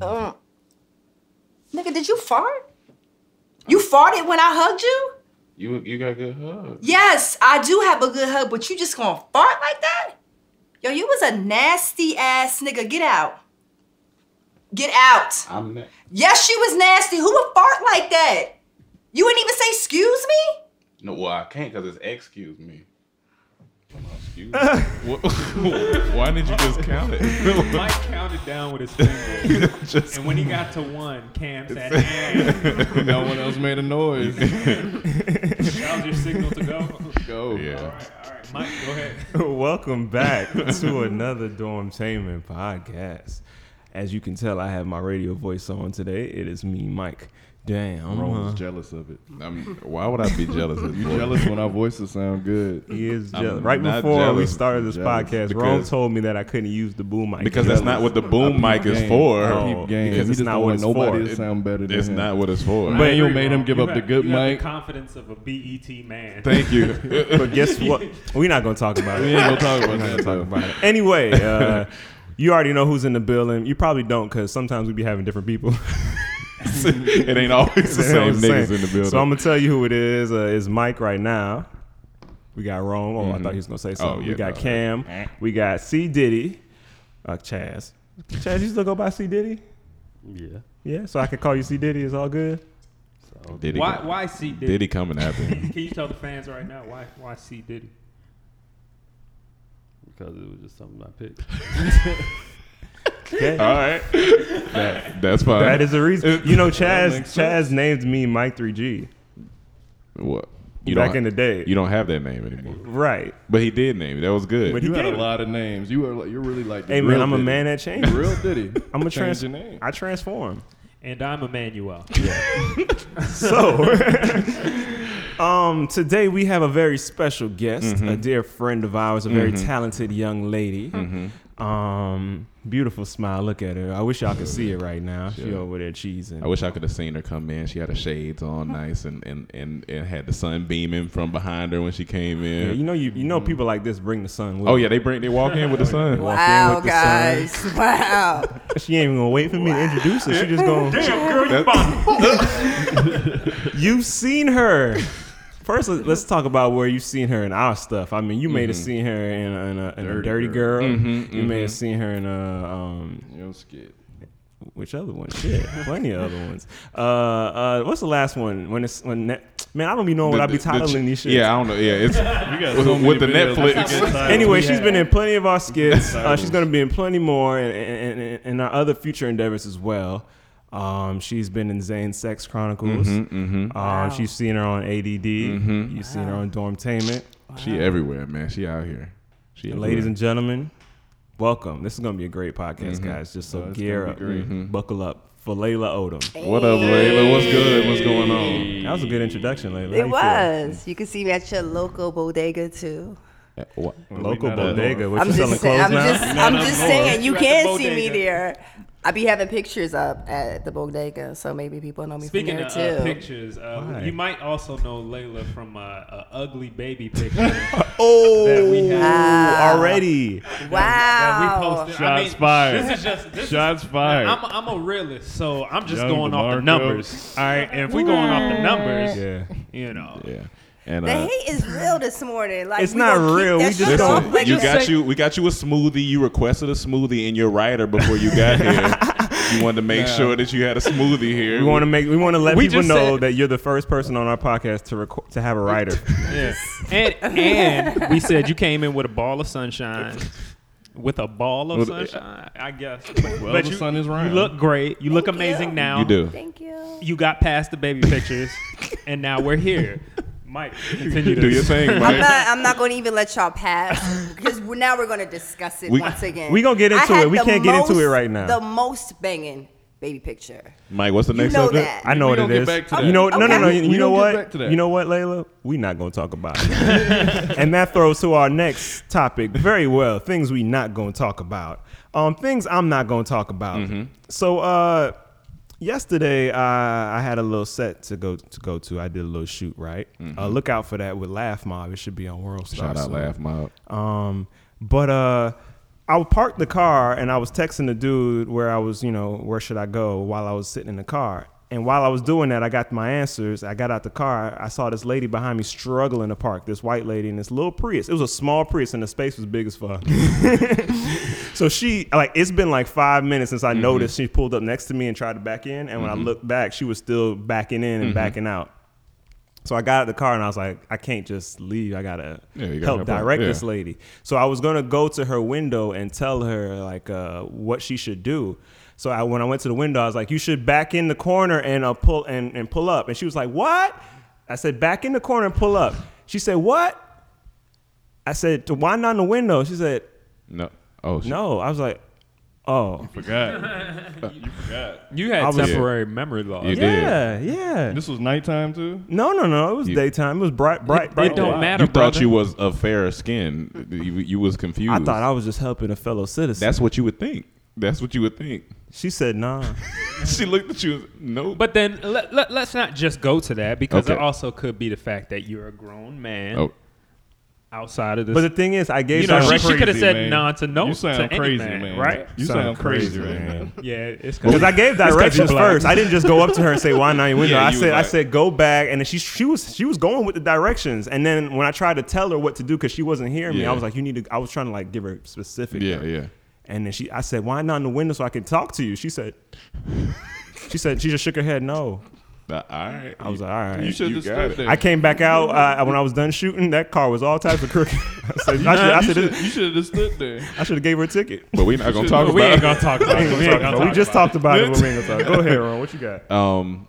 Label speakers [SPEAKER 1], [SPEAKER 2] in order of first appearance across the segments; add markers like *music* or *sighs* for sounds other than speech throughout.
[SPEAKER 1] Um, nigga, did you fart? You farted when I hugged you?
[SPEAKER 2] You you got good hug.
[SPEAKER 1] Yes, I do have a good hug, but you just gonna fart like that? Yo, you was a nasty ass nigga. Get out. Get out.
[SPEAKER 2] I'm not.
[SPEAKER 1] Yes, you was nasty. Who would fart like that? You wouldn't even say excuse me?
[SPEAKER 2] No, well I can't because it's excuse me. Hold on, Excuse me.
[SPEAKER 3] *laughs* Wha- Why did you just count *laughs*
[SPEAKER 4] Mike
[SPEAKER 3] it?
[SPEAKER 4] counted down with his finger,
[SPEAKER 3] Just-
[SPEAKER 4] and when he got to one, Cam said, "Eh."
[SPEAKER 5] no one else made a noise.
[SPEAKER 4] "That was your signal to go." *laughs*
[SPEAKER 5] Go.
[SPEAKER 4] All
[SPEAKER 3] yeah.
[SPEAKER 4] right, all right, Mike, go ahead.
[SPEAKER 5] *laughs* Welcome back to another Dorm Tainment podcast. As you can tell, I have my radio voice on today. It is me, Mike. Damn.
[SPEAKER 6] Ron was
[SPEAKER 5] huh?
[SPEAKER 6] jealous of it.
[SPEAKER 3] I'm, why would I be jealous? of
[SPEAKER 6] You
[SPEAKER 3] boy?
[SPEAKER 6] jealous when our voices sound good?
[SPEAKER 5] He is
[SPEAKER 3] I'm
[SPEAKER 5] jealous. Right
[SPEAKER 3] not
[SPEAKER 5] before we
[SPEAKER 3] jealous.
[SPEAKER 5] started this
[SPEAKER 6] Jealous
[SPEAKER 5] podcast, Rome
[SPEAKER 3] because-
[SPEAKER 5] told me that I couldn't use the boom mic
[SPEAKER 3] Because that's not what the boom mic is
[SPEAKER 6] Game.
[SPEAKER 3] for.
[SPEAKER 6] I
[SPEAKER 5] Oh,
[SPEAKER 6] peep game.
[SPEAKER 5] because
[SPEAKER 6] He
[SPEAKER 5] it's
[SPEAKER 6] just
[SPEAKER 5] not
[SPEAKER 6] don't
[SPEAKER 5] what
[SPEAKER 6] want
[SPEAKER 5] it's for.
[SPEAKER 6] nobody
[SPEAKER 3] It-
[SPEAKER 6] to sound better than
[SPEAKER 3] It's
[SPEAKER 6] him.
[SPEAKER 3] not what it's for.
[SPEAKER 6] But- Daniel
[SPEAKER 4] You're
[SPEAKER 6] made him give
[SPEAKER 4] wrong. You
[SPEAKER 6] up the
[SPEAKER 4] have-
[SPEAKER 6] good
[SPEAKER 4] you have
[SPEAKER 6] mic.
[SPEAKER 4] The confidence of a BET
[SPEAKER 3] *laughs*
[SPEAKER 4] man.
[SPEAKER 3] Thank you.
[SPEAKER 5] But guess what? We're not gonna
[SPEAKER 3] *laughs*
[SPEAKER 5] talk about it.
[SPEAKER 6] We ain't gonna talk
[SPEAKER 5] We're
[SPEAKER 6] about
[SPEAKER 5] not
[SPEAKER 6] that.
[SPEAKER 5] gonna talk
[SPEAKER 6] though.
[SPEAKER 5] about it. Anyway, uh, you already know who's in the building. You probably don't because sometimes we be having different people. *laughs*
[SPEAKER 3] it ain't always the
[SPEAKER 5] You know
[SPEAKER 3] same
[SPEAKER 5] what I'm
[SPEAKER 3] niggas
[SPEAKER 5] saying?
[SPEAKER 3] in the building.
[SPEAKER 5] So I'm gonna tell you who it is. Uh, it's Mike right now. We got Rome. Oh, I thought he was gonna say something. we
[SPEAKER 3] Mm-hmm. yeah,
[SPEAKER 5] got
[SPEAKER 3] no.
[SPEAKER 5] Cam. We got C Diddy. Uh, Chaz. Chaz, you still go by C Diddy?
[SPEAKER 4] Yeah.
[SPEAKER 5] Yeah. So I can call you C Diddy. It's all good.
[SPEAKER 3] Diddy,
[SPEAKER 4] Why? Why C Diddy?
[SPEAKER 3] Diddy coming after me.
[SPEAKER 4] Can you tell the fans right now why? Why C Diddy?
[SPEAKER 7] because it was just something I picked.
[SPEAKER 5] Okay.
[SPEAKER 3] All right. That, that's fine.
[SPEAKER 5] That is the reason. You know, Chaz.
[SPEAKER 6] makes
[SPEAKER 5] Chaz named me Mike 3G
[SPEAKER 3] what
[SPEAKER 5] back
[SPEAKER 3] don't-
[SPEAKER 5] in the day.
[SPEAKER 3] You don't have that name anymore.
[SPEAKER 5] right.
[SPEAKER 3] But he did name it. That was good.
[SPEAKER 5] But he
[SPEAKER 6] You had
[SPEAKER 5] gave
[SPEAKER 6] a lot of names. You were like, you're really like. the
[SPEAKER 5] Hey man,
[SPEAKER 6] real
[SPEAKER 5] I'm a
[SPEAKER 6] Diddy.
[SPEAKER 5] man that changes.
[SPEAKER 6] Real Diddy.
[SPEAKER 5] I'm a
[SPEAKER 6] Change
[SPEAKER 5] trans.
[SPEAKER 6] your name.
[SPEAKER 5] I transform.
[SPEAKER 4] And
[SPEAKER 1] *laughs*
[SPEAKER 4] I'm Emmanuel.
[SPEAKER 3] *laughs*
[SPEAKER 5] So, *laughs* um, today we have a very special guest,
[SPEAKER 3] Mm-hmm.
[SPEAKER 5] a dear friend of ours, a very talented young lady.
[SPEAKER 3] Mm-hmm.
[SPEAKER 5] Um, beautiful smile. Look at her. I wish y'all could see it right now. She
[SPEAKER 3] Sure.
[SPEAKER 5] over there cheesing.
[SPEAKER 3] I wish I could have seen her come in. She had her shades on, nice, and and and, and had the sun beaming from behind her when she came
[SPEAKER 5] Yeah,
[SPEAKER 3] in.
[SPEAKER 5] you know, you you know, people like this bring the sun. With
[SPEAKER 3] Mm-hmm. Oh
[SPEAKER 5] them.
[SPEAKER 3] yeah, they bring they walk in with the sun.
[SPEAKER 5] Walk in with the
[SPEAKER 1] *laughs*
[SPEAKER 5] sun.
[SPEAKER 1] Wow.
[SPEAKER 5] She ain't even gonna wait for me to introduce her. She
[SPEAKER 3] *laughs*
[SPEAKER 5] just gonna.
[SPEAKER 4] *laughs*
[SPEAKER 5] You've seen her. First, let- let's talk about where you've seen her in our stuff. I mean, you may have
[SPEAKER 3] Mm-hmm.
[SPEAKER 5] seen her in, a- in, a, in a
[SPEAKER 6] Dirty
[SPEAKER 5] Dirty Girl.
[SPEAKER 6] Girl.
[SPEAKER 5] You may have seen her in a um,
[SPEAKER 6] You know, skit.
[SPEAKER 5] which other one? Shit, plenty of other ones. Uh, uh, what's the last one? When it's when net, man, I don't be knowing what I be
[SPEAKER 3] The- the- the
[SPEAKER 5] titling
[SPEAKER 3] ch-
[SPEAKER 5] these shit.
[SPEAKER 3] Yeah, I don't know. Yeah, it's with,
[SPEAKER 6] so many
[SPEAKER 3] with the
[SPEAKER 6] videos.
[SPEAKER 3] Netflix.
[SPEAKER 5] Anyway,
[SPEAKER 6] Yeah.
[SPEAKER 5] she's been in plenty of
[SPEAKER 3] *laughs*
[SPEAKER 5] our skits. Uh,
[SPEAKER 6] Titles.
[SPEAKER 5] she's going to be in plenty more and, and, and, and our other future endeavors as well. Um, she's been in Zane's Sex Chronicles.
[SPEAKER 3] Mm-hmm,
[SPEAKER 5] Um, She's seen her on ADD. You've seen her on Dormtainment.
[SPEAKER 3] She everywhere, man. She out here. She
[SPEAKER 5] And
[SPEAKER 3] everywhere.
[SPEAKER 5] ladies and gentlemen, welcome. This is going to be a great podcast,
[SPEAKER 3] Mm-hmm.
[SPEAKER 5] guys. Just so
[SPEAKER 6] it's
[SPEAKER 5] gear
[SPEAKER 6] gonna
[SPEAKER 5] up,
[SPEAKER 6] be great.
[SPEAKER 5] buckle up for Layla Odom.
[SPEAKER 3] what up, Layla? What's good? What's going on?
[SPEAKER 5] That was a good introduction, Layla. How you
[SPEAKER 1] It
[SPEAKER 5] feel?
[SPEAKER 1] was. You can see me at your local bodega too.
[SPEAKER 5] Local
[SPEAKER 6] We not at
[SPEAKER 5] bodega. What
[SPEAKER 1] I'm
[SPEAKER 5] you selling
[SPEAKER 1] just, saying,
[SPEAKER 5] clothes
[SPEAKER 1] I'm
[SPEAKER 5] now?
[SPEAKER 1] just, I'm just saying, you
[SPEAKER 4] You're at the
[SPEAKER 1] can see me
[SPEAKER 4] bodega.
[SPEAKER 1] there. I be having pictures up at the bodega, so maybe people know me
[SPEAKER 4] Speaking
[SPEAKER 1] from
[SPEAKER 4] of
[SPEAKER 1] there
[SPEAKER 4] uh,
[SPEAKER 1] too.
[SPEAKER 4] pictures, uh,
[SPEAKER 5] Why?
[SPEAKER 4] you might also know Layla from uh, a ugly
[SPEAKER 1] *laughs*
[SPEAKER 4] baby picture.
[SPEAKER 5] oh,
[SPEAKER 4] that we have.
[SPEAKER 5] wow. already.
[SPEAKER 4] that we
[SPEAKER 1] wow.
[SPEAKER 4] posted. I
[SPEAKER 6] Shots
[SPEAKER 4] mean,
[SPEAKER 6] fired.
[SPEAKER 4] This is just this
[SPEAKER 6] Shots
[SPEAKER 4] is,
[SPEAKER 6] fired.
[SPEAKER 4] I'm, I'm a realist, so I'm just
[SPEAKER 6] Young
[SPEAKER 4] going off the
[SPEAKER 6] DeMarco.
[SPEAKER 4] numbers. All right, and if we're going off the numbers,
[SPEAKER 5] Yeah.
[SPEAKER 4] you know,
[SPEAKER 3] Yeah, and
[SPEAKER 1] The
[SPEAKER 3] uh,
[SPEAKER 1] hate is real this morning. Like
[SPEAKER 5] It's
[SPEAKER 1] we
[SPEAKER 5] not
[SPEAKER 1] gonna keep
[SPEAKER 5] real.
[SPEAKER 1] that
[SPEAKER 5] We just
[SPEAKER 1] shit
[SPEAKER 5] don't-
[SPEAKER 1] off
[SPEAKER 5] Listen,
[SPEAKER 1] like
[SPEAKER 3] you
[SPEAKER 1] a-
[SPEAKER 3] got you. We got you a smoothie. You requested a smoothie in your rider before you got here. you wanted to make sure that you had a smoothie here.
[SPEAKER 5] We want to make. We want to let
[SPEAKER 4] We
[SPEAKER 5] people
[SPEAKER 4] just
[SPEAKER 5] know
[SPEAKER 4] said-
[SPEAKER 5] that you're the first person on our podcast to record to have a writer.
[SPEAKER 4] yeah. and and we said you came in with a ball of sunshine. With a ball of
[SPEAKER 3] With-
[SPEAKER 4] sunshine, I guess. But,
[SPEAKER 6] Well,
[SPEAKER 4] but
[SPEAKER 6] the
[SPEAKER 4] you,
[SPEAKER 6] sun is
[SPEAKER 4] you
[SPEAKER 6] round.
[SPEAKER 4] look great. You look
[SPEAKER 1] Thank
[SPEAKER 4] amazing
[SPEAKER 1] you.
[SPEAKER 4] now.
[SPEAKER 3] You do.
[SPEAKER 1] Thank you.
[SPEAKER 4] You got past the baby pictures, *laughs* and now we're here.
[SPEAKER 3] *laughs*
[SPEAKER 4] Mike, continue
[SPEAKER 3] Do
[SPEAKER 4] this.
[SPEAKER 3] your thing,
[SPEAKER 1] I'm
[SPEAKER 3] Mike.
[SPEAKER 1] not. I'm not going to even let y'all pass because we're- now we're going to discuss it
[SPEAKER 3] We-
[SPEAKER 1] once again.
[SPEAKER 5] we gonna get
[SPEAKER 1] I
[SPEAKER 5] into
[SPEAKER 1] had
[SPEAKER 5] it. We
[SPEAKER 1] the
[SPEAKER 5] can't get into it
[SPEAKER 1] most-
[SPEAKER 5] right now.
[SPEAKER 1] The most banging baby picture.
[SPEAKER 3] Mike, what's the
[SPEAKER 1] You
[SPEAKER 3] next
[SPEAKER 1] know
[SPEAKER 3] subject?
[SPEAKER 1] that.
[SPEAKER 5] I know
[SPEAKER 6] We
[SPEAKER 5] what it
[SPEAKER 6] gonna get
[SPEAKER 5] is.
[SPEAKER 6] back to that.
[SPEAKER 5] You know, no, no, no.
[SPEAKER 1] Okay.
[SPEAKER 5] You,
[SPEAKER 6] We
[SPEAKER 5] know
[SPEAKER 6] gonna get
[SPEAKER 5] what?
[SPEAKER 6] back to that.
[SPEAKER 5] You know what, Layla? We not gonna talk about it.
[SPEAKER 6] *laughs*
[SPEAKER 5] and that throws to our next topic very well. Things we not gonna talk about. Um, things I'm not gonna talk about.
[SPEAKER 6] Mm-hmm.
[SPEAKER 5] So, uh, yesterday uh, I had a little set to go to go to. I did a little shoot, right? Uh,
[SPEAKER 6] Mm-hmm.
[SPEAKER 5] look out for that with Laugh Mob. It should be on World Star.
[SPEAKER 3] Shout out,
[SPEAKER 5] soon.
[SPEAKER 3] laugh mob.
[SPEAKER 5] Um, but uh, I I parked the car and I was texting the dude where I was, you know, where should I go while I was sitting in the car. And while I was doing that, I got my answers. I got out the car. I saw this lady behind me struggling to park, this white lady in this little Prius. It was a small Prius and the space was big as fuck. so she, like, it's been like five minutes since
[SPEAKER 3] Mm-hmm.
[SPEAKER 5] I noticed she pulled up next to me and tried to back in. And when I looked back, she was still backing in and
[SPEAKER 3] Mm-hmm.
[SPEAKER 5] backing out. So I got out the car and I was like, I can't just leave. I gotta
[SPEAKER 3] Yeah, you gotta
[SPEAKER 5] help
[SPEAKER 3] help her.
[SPEAKER 5] direct this
[SPEAKER 3] Yeah.
[SPEAKER 5] lady. So I was gonna go to her window and tell her like uh, what she should do. So I, when I went to the window, I was like, "You should back in the corner and uh, pull and, and pull up." And she was like, "What?" I said, "Back in the corner and pull up." She said, "What?" I said, "To "Why not in the window?" She said,
[SPEAKER 3] No. Oh, shit.
[SPEAKER 5] "No." I was like, "Oh,
[SPEAKER 7] Forgot. you forgot.
[SPEAKER 4] You had
[SPEAKER 5] I was-
[SPEAKER 4] temporary memory loss.
[SPEAKER 3] You did.
[SPEAKER 5] yeah, yeah."
[SPEAKER 6] This was nighttime too.
[SPEAKER 5] No, no, no. It was
[SPEAKER 3] You-
[SPEAKER 5] daytime. It was bright, bright, bright.
[SPEAKER 4] It don't
[SPEAKER 5] light.
[SPEAKER 4] matter.
[SPEAKER 3] You thought
[SPEAKER 4] brother.
[SPEAKER 3] you was a fairer skin. You, you was confused.
[SPEAKER 5] I thought I was just helping a fellow citizen.
[SPEAKER 3] That's what you would think. That's what you would think. *laughs*
[SPEAKER 5] she said, "Nah."
[SPEAKER 3] she looked at you. No.
[SPEAKER 4] But then let, let, us not just go to that because it
[SPEAKER 3] Okay.
[SPEAKER 4] also could be the fact that you're a grown man
[SPEAKER 3] oh,
[SPEAKER 4] outside of this.
[SPEAKER 5] But the thing is, I gave
[SPEAKER 4] You know,
[SPEAKER 5] her
[SPEAKER 4] she-
[SPEAKER 5] a
[SPEAKER 4] she coulda
[SPEAKER 6] crazy,
[SPEAKER 4] said
[SPEAKER 6] man.
[SPEAKER 4] nah to no
[SPEAKER 6] You
[SPEAKER 4] to
[SPEAKER 6] sound
[SPEAKER 4] any
[SPEAKER 6] crazy,
[SPEAKER 4] man,
[SPEAKER 6] man,
[SPEAKER 4] right?
[SPEAKER 6] You sound, crazy, man.
[SPEAKER 4] yeah, it's
[SPEAKER 5] Because I gave
[SPEAKER 4] you
[SPEAKER 5] directions
[SPEAKER 4] black.
[SPEAKER 5] first. I didn't just go up to her and say why not your window.
[SPEAKER 3] Yeah,
[SPEAKER 5] I
[SPEAKER 3] you
[SPEAKER 5] said
[SPEAKER 3] was
[SPEAKER 5] I
[SPEAKER 3] like-
[SPEAKER 5] said go back, and then she she was she was going with the directions. And then when I tried to tell her what to do because she wasn't hearing me,
[SPEAKER 3] Yeah.
[SPEAKER 5] I was like, you need to. I was trying to like give her specific.
[SPEAKER 3] yeah, yeah.
[SPEAKER 5] And then she, I said, why not in the window so I can talk to you? She said. *laughs* She said she just shook her head no.
[SPEAKER 3] Uh, all right.
[SPEAKER 5] I was like, all right.
[SPEAKER 6] You should
[SPEAKER 3] You
[SPEAKER 6] have
[SPEAKER 3] got
[SPEAKER 6] stood
[SPEAKER 3] it.
[SPEAKER 6] there.
[SPEAKER 5] I came back out uh, when I was done shooting. That car was all types of crooked. *laughs* I said, I should, I
[SPEAKER 6] you
[SPEAKER 5] should,
[SPEAKER 6] should
[SPEAKER 5] have,
[SPEAKER 6] you should have stood there.
[SPEAKER 5] I should have gave her a ticket.
[SPEAKER 3] but we're not gonna talk
[SPEAKER 4] we ain't
[SPEAKER 3] about.
[SPEAKER 4] gonna talk about it.
[SPEAKER 5] we ain't gonna- we just talked about it. but we ain't gonna talk. Go ahead, Ron. What you got?
[SPEAKER 3] It. Um.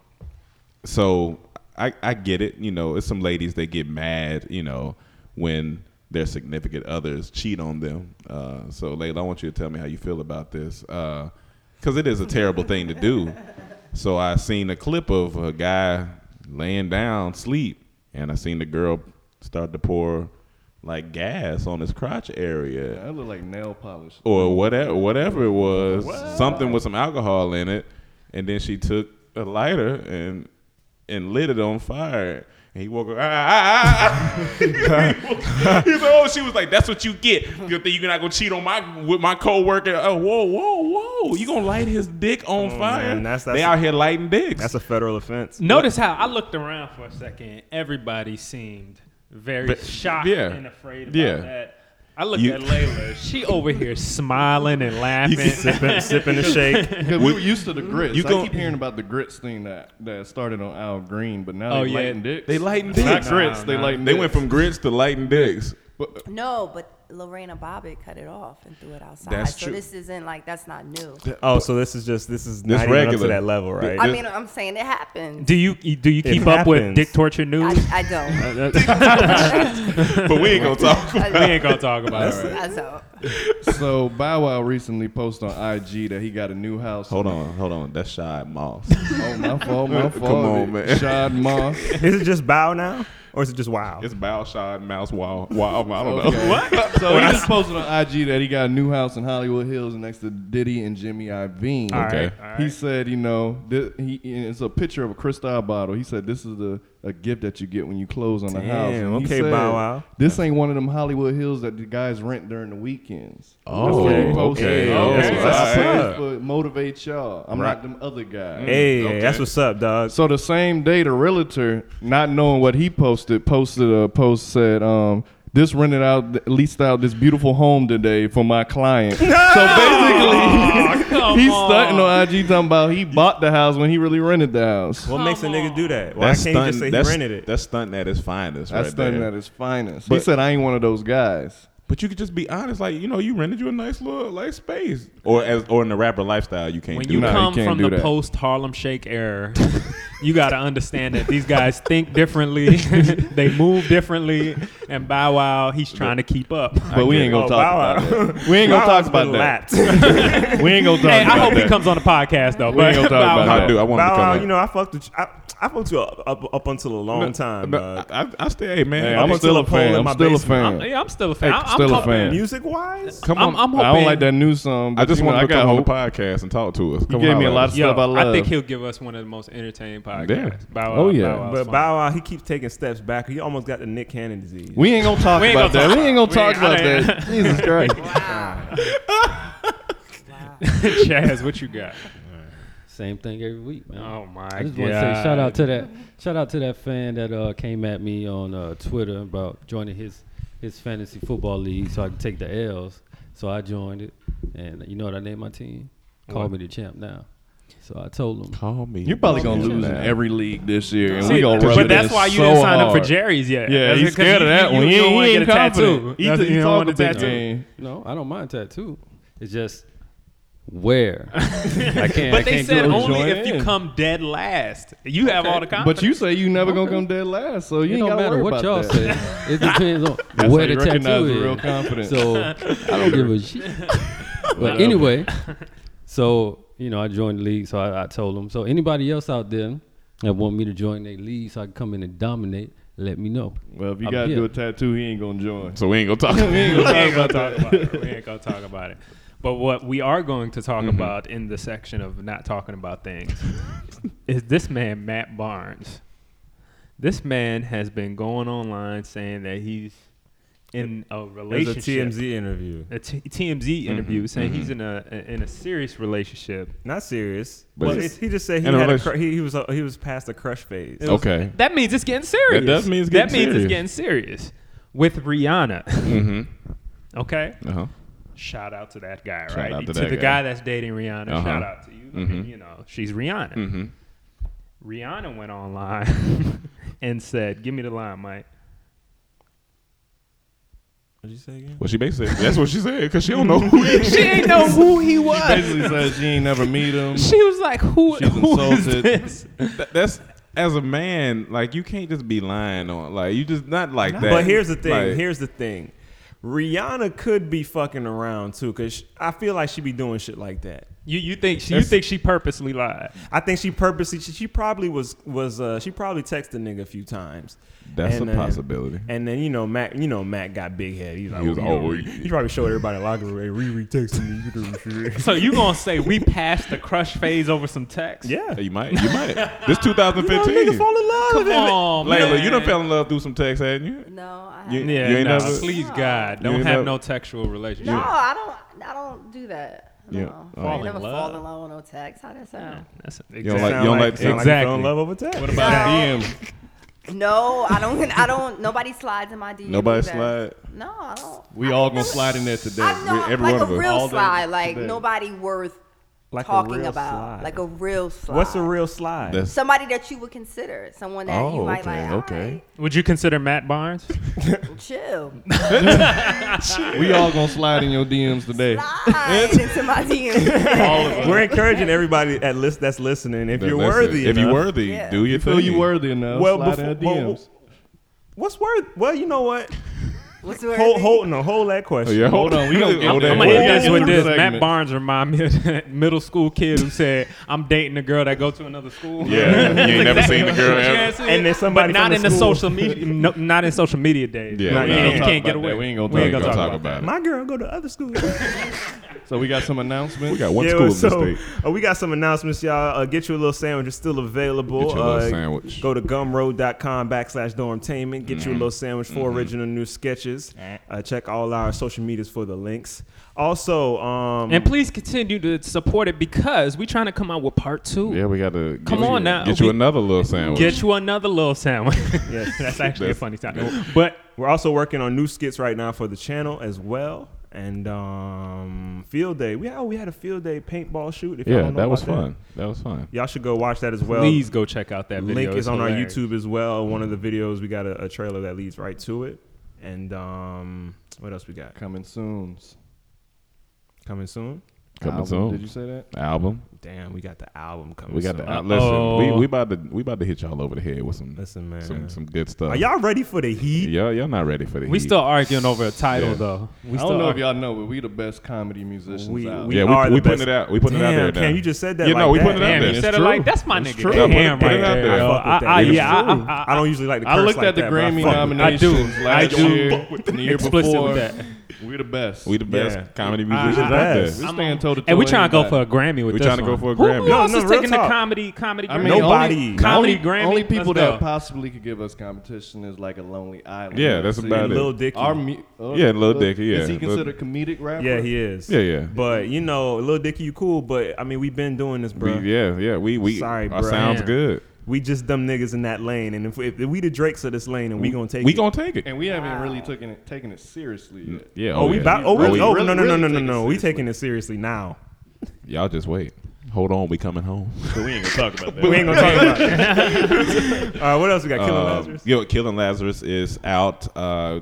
[SPEAKER 3] So I I get it. You know, it's some ladies that get mad. You know, when their significant others cheat on them. Uh, so Layla, I want you to tell me how you feel about this, because it is a terrible thing to do. So I seen a clip of a guy laying down sleep, and I seen the girl start to pour like gas on his crotch area,
[SPEAKER 6] I look like nail *laughs* polish.
[SPEAKER 3] or whatever whatever it was, something with some alcohol in it, and then she took a lighter and and lit it on fire. And he woke up. Ah, ah, ah, ah." *laughs* He was like, "Oh," she was like, "That's what you get. Good thing you're not gonna cheat on my with my coworker. Oh, whoa, whoa, whoa! You gonna light his dick on fire?
[SPEAKER 5] Oh, man, that's- that's-
[SPEAKER 3] they out here lighting dicks.
[SPEAKER 5] That's a federal offense.
[SPEAKER 4] Notice how I looked around for a second. Everybody seemed very
[SPEAKER 3] But-
[SPEAKER 4] shocked
[SPEAKER 3] yeah.
[SPEAKER 4] and afraid about
[SPEAKER 3] Yeah.
[SPEAKER 4] that. I looked
[SPEAKER 3] You-
[SPEAKER 4] at Layla. She over here smiling and laughing. *laughs*
[SPEAKER 5] sipping, sipping the shake.
[SPEAKER 6] Because we were used to the grits.
[SPEAKER 3] You
[SPEAKER 6] You
[SPEAKER 3] gon-
[SPEAKER 6] I keep hearing about the grits thing that, that started on Al Green, but now
[SPEAKER 4] Oh,
[SPEAKER 6] they
[SPEAKER 4] yeah.
[SPEAKER 6] lighten dicks.
[SPEAKER 3] they lighting
[SPEAKER 6] not
[SPEAKER 3] dicks.
[SPEAKER 6] grits.
[SPEAKER 4] Nah,
[SPEAKER 6] they
[SPEAKER 4] nah.
[SPEAKER 6] lighten.
[SPEAKER 3] They
[SPEAKER 6] dicks.
[SPEAKER 3] went from grits to lighting
[SPEAKER 5] *laughs*
[SPEAKER 3] dicks.
[SPEAKER 6] But,
[SPEAKER 1] No, but Lorena Bobbitt cut it off and threw it outside.
[SPEAKER 3] That's
[SPEAKER 1] so
[SPEAKER 3] true.
[SPEAKER 1] this isn't like that's not new.
[SPEAKER 5] Oh, so this is just this is
[SPEAKER 3] This
[SPEAKER 5] not regular. even up to
[SPEAKER 3] regular.
[SPEAKER 5] that level, right?
[SPEAKER 1] I
[SPEAKER 3] this-
[SPEAKER 1] mean, I'm saying it happened.
[SPEAKER 4] do you do you keep up with
[SPEAKER 5] happens.
[SPEAKER 4] Dick Torture News?
[SPEAKER 1] I, I
[SPEAKER 3] *laughs*
[SPEAKER 1] don't.
[SPEAKER 3] But we ain't gonna
[SPEAKER 5] *laughs*
[SPEAKER 3] talk.
[SPEAKER 1] I
[SPEAKER 4] we
[SPEAKER 1] don't.
[SPEAKER 4] ain't gonna talk about it.
[SPEAKER 1] I don't.
[SPEAKER 6] so Bow Wow recently posted on IG that he got a new house.
[SPEAKER 3] Hold on, hold on. That's Shy Moss.
[SPEAKER 6] Oh, my fault, my fault.
[SPEAKER 3] on, man.
[SPEAKER 6] Shad Moss.
[SPEAKER 5] is it just bow now, or is it just wow?
[SPEAKER 3] It's Bow Shy Mouse Wow. Wow. I don't know.
[SPEAKER 6] Okay. What? So he just posted on IG that he got a new house in Hollywood Hills next to Diddy and Jimmy Iovine.
[SPEAKER 3] Okay.
[SPEAKER 6] He said, you know, thi- he, and it's a picture of a Cristal bottle. He said, this is a, a gift that you get when you close on the
[SPEAKER 5] Damn,
[SPEAKER 6] house. And he
[SPEAKER 5] okay,
[SPEAKER 6] said,
[SPEAKER 5] Bow Wow.
[SPEAKER 6] This ain't one of them Hollywood Hills that the guys rent during the weekends.
[SPEAKER 3] Oh,
[SPEAKER 6] That's what he posted.
[SPEAKER 3] okay.
[SPEAKER 6] That's
[SPEAKER 5] Okay.
[SPEAKER 6] what I said.
[SPEAKER 5] Alright.
[SPEAKER 6] But motivate y'all. I'm
[SPEAKER 3] Right.
[SPEAKER 6] not them other guys.
[SPEAKER 5] hey,
[SPEAKER 3] Okay.
[SPEAKER 5] that's what's up, dog.
[SPEAKER 6] So the same day, the realtor, not knowing what he posted, posted a post said, um, "This rented out, leased out this beautiful home today for
[SPEAKER 5] *laughs*
[SPEAKER 6] my client." So basically, he's stunting on IG talking about he bought the house when he really rented the house.
[SPEAKER 5] what makes a nigga do that? Why
[SPEAKER 3] That's
[SPEAKER 5] can't you just say
[SPEAKER 3] stunting-
[SPEAKER 5] he
[SPEAKER 3] that's-
[SPEAKER 5] rented it?
[SPEAKER 3] That's stunting at its finest,
[SPEAKER 6] That's
[SPEAKER 3] right
[SPEAKER 6] stunting
[SPEAKER 3] there.
[SPEAKER 6] at his finest. he
[SPEAKER 3] But-
[SPEAKER 6] said, "I ain't one of those guys."
[SPEAKER 3] But you could just be honest, like you know, you rented you a nice little like space, or as or in the rapper lifestyle, you can't
[SPEAKER 4] When
[SPEAKER 3] do
[SPEAKER 4] you
[SPEAKER 6] No,
[SPEAKER 3] that.
[SPEAKER 6] you
[SPEAKER 4] come
[SPEAKER 6] can't
[SPEAKER 4] from
[SPEAKER 6] do
[SPEAKER 4] the
[SPEAKER 6] that.
[SPEAKER 4] post Harlem Shake era, you got to understand that these guys think differently, *laughs* they move differently, and Bow Wow, he's trying to keep up.
[SPEAKER 6] But we ain't gonna
[SPEAKER 5] Oh,
[SPEAKER 6] talk
[SPEAKER 5] Bow Wow. *laughs*
[SPEAKER 6] about that. We ain't gonna talk
[SPEAKER 5] Bow's
[SPEAKER 6] about
[SPEAKER 5] been
[SPEAKER 6] that.
[SPEAKER 5] lapped. *laughs*
[SPEAKER 6] We ain't gonna talk
[SPEAKER 4] Hey, I
[SPEAKER 6] about
[SPEAKER 4] hope
[SPEAKER 6] that.
[SPEAKER 4] he comes on the podcast though.
[SPEAKER 6] We ain't gonna
[SPEAKER 4] but
[SPEAKER 6] talk
[SPEAKER 4] Bow
[SPEAKER 6] about
[SPEAKER 4] Wow.
[SPEAKER 3] I do. I want
[SPEAKER 5] Bow Wow,
[SPEAKER 3] to
[SPEAKER 5] you know, I fucked with you. I, I fucked you up, up up until a long time. uh, dog.
[SPEAKER 3] I, I stay, hey, man.
[SPEAKER 6] Hey,
[SPEAKER 3] I'm
[SPEAKER 6] I'm
[SPEAKER 5] Until
[SPEAKER 6] still
[SPEAKER 5] a
[SPEAKER 6] a
[SPEAKER 5] poll in
[SPEAKER 6] fan.
[SPEAKER 5] my
[SPEAKER 6] I'm still a
[SPEAKER 5] basement.
[SPEAKER 6] fan.
[SPEAKER 4] Yeah, I'm still a fan.
[SPEAKER 6] Hey,
[SPEAKER 4] I'm
[SPEAKER 6] still a
[SPEAKER 4] hoping-
[SPEAKER 6] fan.
[SPEAKER 5] Music wise,
[SPEAKER 3] come on.
[SPEAKER 4] I'm- I'm
[SPEAKER 6] I don't
[SPEAKER 4] hoping-
[SPEAKER 6] like that new song.
[SPEAKER 3] I
[SPEAKER 6] but,
[SPEAKER 3] just
[SPEAKER 6] you know,
[SPEAKER 3] want
[SPEAKER 6] I
[SPEAKER 3] him to
[SPEAKER 6] got
[SPEAKER 3] come on the
[SPEAKER 6] hope.
[SPEAKER 3] podcast and talk to us.
[SPEAKER 6] He
[SPEAKER 3] Come
[SPEAKER 6] gave me a
[SPEAKER 3] holler
[SPEAKER 6] lot
[SPEAKER 3] at
[SPEAKER 6] of
[SPEAKER 3] us.
[SPEAKER 4] Yo,
[SPEAKER 6] stuff I love.
[SPEAKER 4] think he'll give us one of the most entertaining podcast.
[SPEAKER 3] Yeah.
[SPEAKER 4] Bow Wow.
[SPEAKER 6] Oh, yeah.
[SPEAKER 4] Bow Wow's
[SPEAKER 5] But
[SPEAKER 4] fine.
[SPEAKER 5] Bow Wow, he keeps taking steps back. He almost got the Nick Cannon disease.
[SPEAKER 6] We ain't gonna talk
[SPEAKER 4] We ain't
[SPEAKER 6] about
[SPEAKER 4] gonna
[SPEAKER 6] that. We ain't gonna talk
[SPEAKER 4] We
[SPEAKER 6] about
[SPEAKER 4] ain't- I
[SPEAKER 6] that. Jesus Christ.
[SPEAKER 4] *laughs* Chaz, what you
[SPEAKER 8] *laughs*
[SPEAKER 4] got?
[SPEAKER 8] Same thing every week, man.
[SPEAKER 4] Oh my
[SPEAKER 8] I just
[SPEAKER 4] god!
[SPEAKER 8] want to say shout out to that shout out to that fan that uh, came at me on uh, Twitter about joining his his fantasy football league so I could take the L's. So I joined it, and you know what I named my team? Call me the champ now. So I told him.
[SPEAKER 3] Call me.
[SPEAKER 6] You're probably gonna lose in every league this year, and
[SPEAKER 4] See,
[SPEAKER 6] we gonna rub
[SPEAKER 4] but
[SPEAKER 6] it
[SPEAKER 4] that's
[SPEAKER 6] in
[SPEAKER 4] why you
[SPEAKER 6] so
[SPEAKER 4] didn't sign up for
[SPEAKER 6] hard.
[SPEAKER 4] Jerry's yet.
[SPEAKER 6] Yeah,
[SPEAKER 4] That's
[SPEAKER 6] he's
[SPEAKER 4] because
[SPEAKER 6] scared of that
[SPEAKER 4] you,
[SPEAKER 6] one.
[SPEAKER 4] You,
[SPEAKER 6] He
[SPEAKER 4] you don't
[SPEAKER 6] ain't-
[SPEAKER 4] want
[SPEAKER 6] he
[SPEAKER 4] to get a
[SPEAKER 6] ain't
[SPEAKER 4] tattoo.
[SPEAKER 6] confident. He
[SPEAKER 4] That's-
[SPEAKER 6] t- he
[SPEAKER 4] you don't
[SPEAKER 6] talk
[SPEAKER 4] want a
[SPEAKER 6] a big
[SPEAKER 4] tattoo.
[SPEAKER 6] game.
[SPEAKER 8] No, I don't mind tattoo. It's just where I can't. I
[SPEAKER 4] But they
[SPEAKER 8] can't
[SPEAKER 4] said
[SPEAKER 8] do it.
[SPEAKER 4] only
[SPEAKER 6] join
[SPEAKER 4] if you
[SPEAKER 6] in.
[SPEAKER 4] come dead last. You have all the confidence.
[SPEAKER 6] But you say you never gonna come dead last, so you
[SPEAKER 8] It
[SPEAKER 6] ain't
[SPEAKER 8] don't
[SPEAKER 6] gotta
[SPEAKER 8] matter
[SPEAKER 6] worry about
[SPEAKER 8] what y'all
[SPEAKER 6] that. *laughs*
[SPEAKER 8] say. It depends on
[SPEAKER 6] That's
[SPEAKER 8] where
[SPEAKER 6] how you
[SPEAKER 8] the tattoo
[SPEAKER 6] recognize the
[SPEAKER 8] is.
[SPEAKER 6] real confidence. *laughs*
[SPEAKER 8] So I don't give a shit. but anyway, so you know, I joined the league. So I, I told them. So anybody else out there that want me to join their league, so I can come in and dominate, let me know.
[SPEAKER 6] Well, if you
[SPEAKER 8] I'm
[SPEAKER 6] gotta
[SPEAKER 8] here.
[SPEAKER 6] do a tattoo, he ain't gonna join.
[SPEAKER 3] So we ain't gonna
[SPEAKER 4] *laughs*
[SPEAKER 3] talk.
[SPEAKER 4] we ain't gonna talk about it. We ain't gonna talk about it. But what we are going to talk about in the section of not talking about things is this man Matt Barnes. This man has been going online saying that he's in a
[SPEAKER 5] There's a
[SPEAKER 4] relationship.
[SPEAKER 5] TMZ interview.
[SPEAKER 4] a T- TMZ interview saying he's in a in a serious relationship.
[SPEAKER 5] Not serious.
[SPEAKER 3] But
[SPEAKER 5] well,
[SPEAKER 3] it's-
[SPEAKER 5] he just said he,
[SPEAKER 3] in a
[SPEAKER 5] had a
[SPEAKER 3] relation-
[SPEAKER 5] cru- he, he was uh, he was past the crush phase.
[SPEAKER 3] Okay.
[SPEAKER 4] That means it's getting serious.
[SPEAKER 3] That does mean it's
[SPEAKER 4] That
[SPEAKER 3] getting
[SPEAKER 4] means it's
[SPEAKER 3] serious.
[SPEAKER 4] getting serious Mm. with Rihanna.
[SPEAKER 3] Mm-hmm.
[SPEAKER 4] *laughs* Okay.
[SPEAKER 3] Uh huh.
[SPEAKER 4] Shout out to that guy,
[SPEAKER 3] Shout
[SPEAKER 4] right?
[SPEAKER 3] out to
[SPEAKER 4] to
[SPEAKER 3] that
[SPEAKER 4] the guy.
[SPEAKER 3] guy.
[SPEAKER 4] that's dating Rihanna.
[SPEAKER 3] Uh-huh.
[SPEAKER 4] Shout out to you. I mean, you know, she's Rihanna.
[SPEAKER 3] Mm-hmm.
[SPEAKER 4] Rihanna went online *laughs* and said, "Give me the line, Mike."
[SPEAKER 5] What'd you say again?
[SPEAKER 3] Well, she basically that's what she said because she don't know who he is.
[SPEAKER 4] *laughs* She ain't know who he was.
[SPEAKER 6] Basically says she ain't never meet him.
[SPEAKER 4] She was like, "Who,
[SPEAKER 6] She's
[SPEAKER 4] who is
[SPEAKER 6] insulted.
[SPEAKER 4] this?"
[SPEAKER 3] That- That's as a man, like you can't just be lying on like you just not like that.
[SPEAKER 5] But here's the thing.
[SPEAKER 3] Like,
[SPEAKER 5] here's the thing. Rihanna could be fucking around too, cause I feel like she be doing shit like that.
[SPEAKER 4] You you think she, you think she purposely lied?
[SPEAKER 5] I think she purposely she, she probably was was uh, she probably texted nigga a few times. uh,
[SPEAKER 3] That's a
[SPEAKER 5] then- *laughs*
[SPEAKER 3] possibility.
[SPEAKER 5] And then you know Mac, you know Mac got big head. He's like,
[SPEAKER 3] He was
[SPEAKER 5] well, you know,
[SPEAKER 3] old.
[SPEAKER 5] he probably showed everybody in the locker room. Hey, Riri texted me. You doing shit?
[SPEAKER 4] So you gonna say we passed the crush phase over some text?
[SPEAKER 5] yeah,
[SPEAKER 3] You might, you might. This
[SPEAKER 5] You know,
[SPEAKER 3] 2015.
[SPEAKER 5] niggas fall in love.
[SPEAKER 4] Come on,
[SPEAKER 3] Layla,
[SPEAKER 4] man.
[SPEAKER 3] you done fell in love through some texts, hadn't you?
[SPEAKER 1] No, I
[SPEAKER 3] You-
[SPEAKER 1] haven't.
[SPEAKER 4] Yeah,
[SPEAKER 3] ain't
[SPEAKER 4] nah,
[SPEAKER 3] never-
[SPEAKER 4] please God,
[SPEAKER 3] You
[SPEAKER 4] don't
[SPEAKER 3] ain't
[SPEAKER 4] have
[SPEAKER 3] never-
[SPEAKER 4] no sexual relationship.
[SPEAKER 1] No, I don't. I don't do that. No. I
[SPEAKER 3] Yeah. Fall
[SPEAKER 1] ain't
[SPEAKER 3] in
[SPEAKER 1] never
[SPEAKER 4] love.
[SPEAKER 1] fall in love with no text. How that sound?
[SPEAKER 4] That's
[SPEAKER 3] You don't like,
[SPEAKER 5] Sound
[SPEAKER 3] you don't like,
[SPEAKER 5] like- sound like you
[SPEAKER 4] Exactly.
[SPEAKER 5] fell in love over text. What about
[SPEAKER 1] No, no, I don't. I don't. Nobody slides in my DM.
[SPEAKER 3] Nobody
[SPEAKER 1] either.
[SPEAKER 3] slide.
[SPEAKER 1] No, I don't.
[SPEAKER 6] We all gonna slide in there today.
[SPEAKER 1] I'm not
[SPEAKER 3] every
[SPEAKER 1] like
[SPEAKER 3] one of
[SPEAKER 1] a
[SPEAKER 3] us.
[SPEAKER 1] real
[SPEAKER 3] All day
[SPEAKER 1] slide. Like
[SPEAKER 6] today.
[SPEAKER 1] nobody worth
[SPEAKER 5] Like a
[SPEAKER 1] talking
[SPEAKER 5] real
[SPEAKER 1] about.
[SPEAKER 5] slide.
[SPEAKER 1] Like a real slide.
[SPEAKER 5] What's a real slide?
[SPEAKER 3] That's-
[SPEAKER 1] Somebody that you would consider, someone that you
[SPEAKER 3] Oh,
[SPEAKER 1] might
[SPEAKER 3] okay,
[SPEAKER 1] like.
[SPEAKER 3] okay.
[SPEAKER 4] Would you consider Matt Barnes?
[SPEAKER 1] "Alright,
[SPEAKER 3] *laughs*
[SPEAKER 1] chill.
[SPEAKER 6] we all gonna slide in your DMs today.
[SPEAKER 1] Slide into my DM.
[SPEAKER 5] We're encouraging everybody at list that's listening. If you're
[SPEAKER 3] Listen,
[SPEAKER 5] worthy,
[SPEAKER 3] If
[SPEAKER 5] enough,
[SPEAKER 3] you're worthy,
[SPEAKER 1] Yeah.
[SPEAKER 3] do your
[SPEAKER 6] Feel
[SPEAKER 3] thing.
[SPEAKER 6] you worthy enough.
[SPEAKER 5] Well,
[SPEAKER 6] slide
[SPEAKER 5] befo-
[SPEAKER 6] in our
[SPEAKER 5] well,
[SPEAKER 6] DMs.
[SPEAKER 5] what's worth? Well, you know what?
[SPEAKER 1] What's the word?
[SPEAKER 5] Hold, hold, no, hold that question.
[SPEAKER 3] Yeah, hold on. We gonna
[SPEAKER 4] I'm,
[SPEAKER 3] go there.
[SPEAKER 4] gonna
[SPEAKER 6] Whoa,
[SPEAKER 4] end this with
[SPEAKER 6] whoa,
[SPEAKER 4] this.
[SPEAKER 6] whoa.
[SPEAKER 4] Matt
[SPEAKER 6] segment.
[SPEAKER 4] Barnes remind me of that middle school kid who said, "I'm dating a girl that go to another school."
[SPEAKER 3] Yeah, you
[SPEAKER 4] *laughs*
[SPEAKER 3] ain't never seen the girl ever.
[SPEAKER 5] And then somebody
[SPEAKER 4] but not
[SPEAKER 5] from the
[SPEAKER 4] in the
[SPEAKER 5] school-
[SPEAKER 4] social media, no, not in social media days.
[SPEAKER 3] Yeah,
[SPEAKER 4] You
[SPEAKER 3] we ain't
[SPEAKER 4] can't,
[SPEAKER 6] gonna
[SPEAKER 4] get
[SPEAKER 6] talk about
[SPEAKER 4] away.
[SPEAKER 6] that. We ain't gonna
[SPEAKER 3] We ain't gonna talk about it.
[SPEAKER 5] My girl go to other school.
[SPEAKER 6] So we got some announcements.
[SPEAKER 3] We got one
[SPEAKER 5] Yeah,
[SPEAKER 3] school in the
[SPEAKER 5] so,
[SPEAKER 3] state.
[SPEAKER 5] uh, we got some announcements, y'all. Uh, get you a little sandwich. It's still available.
[SPEAKER 3] Get you a little
[SPEAKER 5] Uh,
[SPEAKER 3] sandwich. Mm-hmm.
[SPEAKER 5] Go to gumroad.com backslash dormtainment. Get you a little sandwich. 4 original new sketches.
[SPEAKER 4] Mm-hmm.
[SPEAKER 5] Uh, check all our social medias for the links. Also, um,
[SPEAKER 4] And please continue to support it because we're trying to come out with part two.
[SPEAKER 3] Yeah, we gotta
[SPEAKER 4] Come
[SPEAKER 3] get
[SPEAKER 4] on
[SPEAKER 3] you,
[SPEAKER 4] now.
[SPEAKER 3] Get you
[SPEAKER 4] We-
[SPEAKER 3] another little sandwich.
[SPEAKER 4] Get you another
[SPEAKER 3] *laughs*
[SPEAKER 4] little sandwich.
[SPEAKER 5] Yes.
[SPEAKER 4] that's actually a funny sound.
[SPEAKER 5] but we're also working on new skits right now for the channel as well. And um, field day. We oh, we had a field day paintball shoot. If y'all
[SPEAKER 3] yeah,
[SPEAKER 5] don't know
[SPEAKER 3] that was
[SPEAKER 5] about
[SPEAKER 3] fun. That was fun.
[SPEAKER 5] Y'all should go watch that as well.
[SPEAKER 4] Please go check out that video.
[SPEAKER 5] link
[SPEAKER 4] It's
[SPEAKER 5] is on
[SPEAKER 4] hilarious.
[SPEAKER 5] our YouTube as well. One of the videos we got a, a trailer that leads right to it. And um, what else we got
[SPEAKER 6] coming soon.
[SPEAKER 5] coming soon?
[SPEAKER 3] Coming
[SPEAKER 6] Album,
[SPEAKER 3] soon.
[SPEAKER 6] Did you say that?
[SPEAKER 3] Album.
[SPEAKER 5] Damn, we got the album coming.
[SPEAKER 3] We got
[SPEAKER 5] soon.
[SPEAKER 3] the. Uh, listen, we,
[SPEAKER 4] Uh-oh.
[SPEAKER 3] we about to we about to hit y'all over the head with some
[SPEAKER 5] Oh. Listen, man.
[SPEAKER 3] some some uh, good stuff.
[SPEAKER 5] Are y'all ready for the heat?
[SPEAKER 3] y'all y'all not ready for the
[SPEAKER 4] We
[SPEAKER 3] heat.
[SPEAKER 4] still arguing over a title
[SPEAKER 3] Yeah.
[SPEAKER 4] though. We
[SPEAKER 6] I
[SPEAKER 4] still
[SPEAKER 6] don't know
[SPEAKER 4] ar-
[SPEAKER 6] if y'all know, but we the best comedy musicians
[SPEAKER 5] We-
[SPEAKER 6] out.
[SPEAKER 5] we-
[SPEAKER 3] yeah,
[SPEAKER 5] are
[SPEAKER 3] we,
[SPEAKER 5] the
[SPEAKER 3] we putting
[SPEAKER 5] best.
[SPEAKER 3] it out. We putting it out
[SPEAKER 5] Damn,
[SPEAKER 3] there.
[SPEAKER 5] Cam,
[SPEAKER 3] now.
[SPEAKER 5] you just said that
[SPEAKER 3] Yeah, no,
[SPEAKER 5] like
[SPEAKER 3] we
[SPEAKER 5] that.
[SPEAKER 3] putting it out
[SPEAKER 4] Damn,
[SPEAKER 3] there.
[SPEAKER 4] you
[SPEAKER 3] It's
[SPEAKER 4] said it
[SPEAKER 3] true.
[SPEAKER 4] like that's my nigga.
[SPEAKER 3] Yeah, put it-
[SPEAKER 4] Damn
[SPEAKER 3] put
[SPEAKER 4] right
[SPEAKER 3] it out
[SPEAKER 4] there.
[SPEAKER 3] there.
[SPEAKER 4] yo.
[SPEAKER 5] I fuck with
[SPEAKER 4] I- I-
[SPEAKER 5] that. It's
[SPEAKER 4] yeah,
[SPEAKER 5] true.
[SPEAKER 4] I- I-
[SPEAKER 5] I don't usually like to
[SPEAKER 6] I
[SPEAKER 5] curse
[SPEAKER 6] looked
[SPEAKER 5] like
[SPEAKER 6] at the
[SPEAKER 5] that, but I
[SPEAKER 6] Grammy
[SPEAKER 5] fuck with it.
[SPEAKER 4] I do.
[SPEAKER 6] nominations last
[SPEAKER 4] I do.
[SPEAKER 6] year, and the year
[SPEAKER 4] Explicit with
[SPEAKER 6] before,
[SPEAKER 4] that.
[SPEAKER 6] and We're the best.
[SPEAKER 3] We the best
[SPEAKER 5] Yeah.
[SPEAKER 3] comedy
[SPEAKER 5] I-
[SPEAKER 3] musicians out
[SPEAKER 5] I-
[SPEAKER 3] there.
[SPEAKER 6] We're staying toe to toe.
[SPEAKER 4] And we trying to go for a Grammy with
[SPEAKER 3] We
[SPEAKER 4] this
[SPEAKER 3] trying to go
[SPEAKER 4] one.
[SPEAKER 3] for a
[SPEAKER 4] Who-
[SPEAKER 3] Grammy.
[SPEAKER 4] Who
[SPEAKER 5] No,
[SPEAKER 4] else
[SPEAKER 5] no,
[SPEAKER 4] is
[SPEAKER 5] real
[SPEAKER 4] taking the
[SPEAKER 5] talk.
[SPEAKER 4] comedy comedy
[SPEAKER 6] I
[SPEAKER 4] Grammy?
[SPEAKER 6] mean,
[SPEAKER 5] Nobody.
[SPEAKER 6] Only,
[SPEAKER 4] Comedy
[SPEAKER 6] only,
[SPEAKER 4] Grammy?
[SPEAKER 6] Only people
[SPEAKER 4] Let's
[SPEAKER 6] that
[SPEAKER 4] go.
[SPEAKER 6] possibly could give us competition is like a Lonely Island.
[SPEAKER 3] Yeah, that's
[SPEAKER 6] See,
[SPEAKER 3] about it.
[SPEAKER 5] Lil Dicky.
[SPEAKER 6] Our mu- oh,
[SPEAKER 3] Yeah, Lil Dicky, yeah.
[SPEAKER 6] Is he
[SPEAKER 3] Lil-
[SPEAKER 6] considered a comedic rapper?
[SPEAKER 5] Yeah, he is.
[SPEAKER 3] Yeah, yeah.
[SPEAKER 5] But you know, Lil Dicky, you cool. But I mean, we've been doing this,
[SPEAKER 3] We-
[SPEAKER 5] bro. We,
[SPEAKER 3] yeah, yeah. We we
[SPEAKER 5] Sorry,
[SPEAKER 3] our
[SPEAKER 5] bruh.
[SPEAKER 3] sounds
[SPEAKER 4] Yeah.
[SPEAKER 3] good.
[SPEAKER 5] just dumb niggas in that lane, and if, if, we the Drakes of this lane, and we, gonna take
[SPEAKER 3] We
[SPEAKER 5] it.
[SPEAKER 3] gonna take it.
[SPEAKER 6] And we haven't really taken it taken it seriously yet.
[SPEAKER 3] Mm, Yeah.
[SPEAKER 5] Oh, we
[SPEAKER 3] yeah.
[SPEAKER 5] about. Oh,
[SPEAKER 3] Oh,
[SPEAKER 5] we,
[SPEAKER 3] yeah.
[SPEAKER 5] oh
[SPEAKER 6] really-
[SPEAKER 5] no, no, no,
[SPEAKER 6] really
[SPEAKER 5] no, no,
[SPEAKER 6] take it
[SPEAKER 5] no. We
[SPEAKER 6] seriously.
[SPEAKER 5] taking it seriously now.
[SPEAKER 3] Y'all just wait. Hold on, we coming home.
[SPEAKER 7] But we ain't gonna talk about that.
[SPEAKER 5] We ain't gonna talk about
[SPEAKER 3] *laughs*
[SPEAKER 5] it. All right, what else we got? Killing
[SPEAKER 3] Um,
[SPEAKER 5] Lazarus.
[SPEAKER 3] Yo, Killing Lazarus is out. Uh,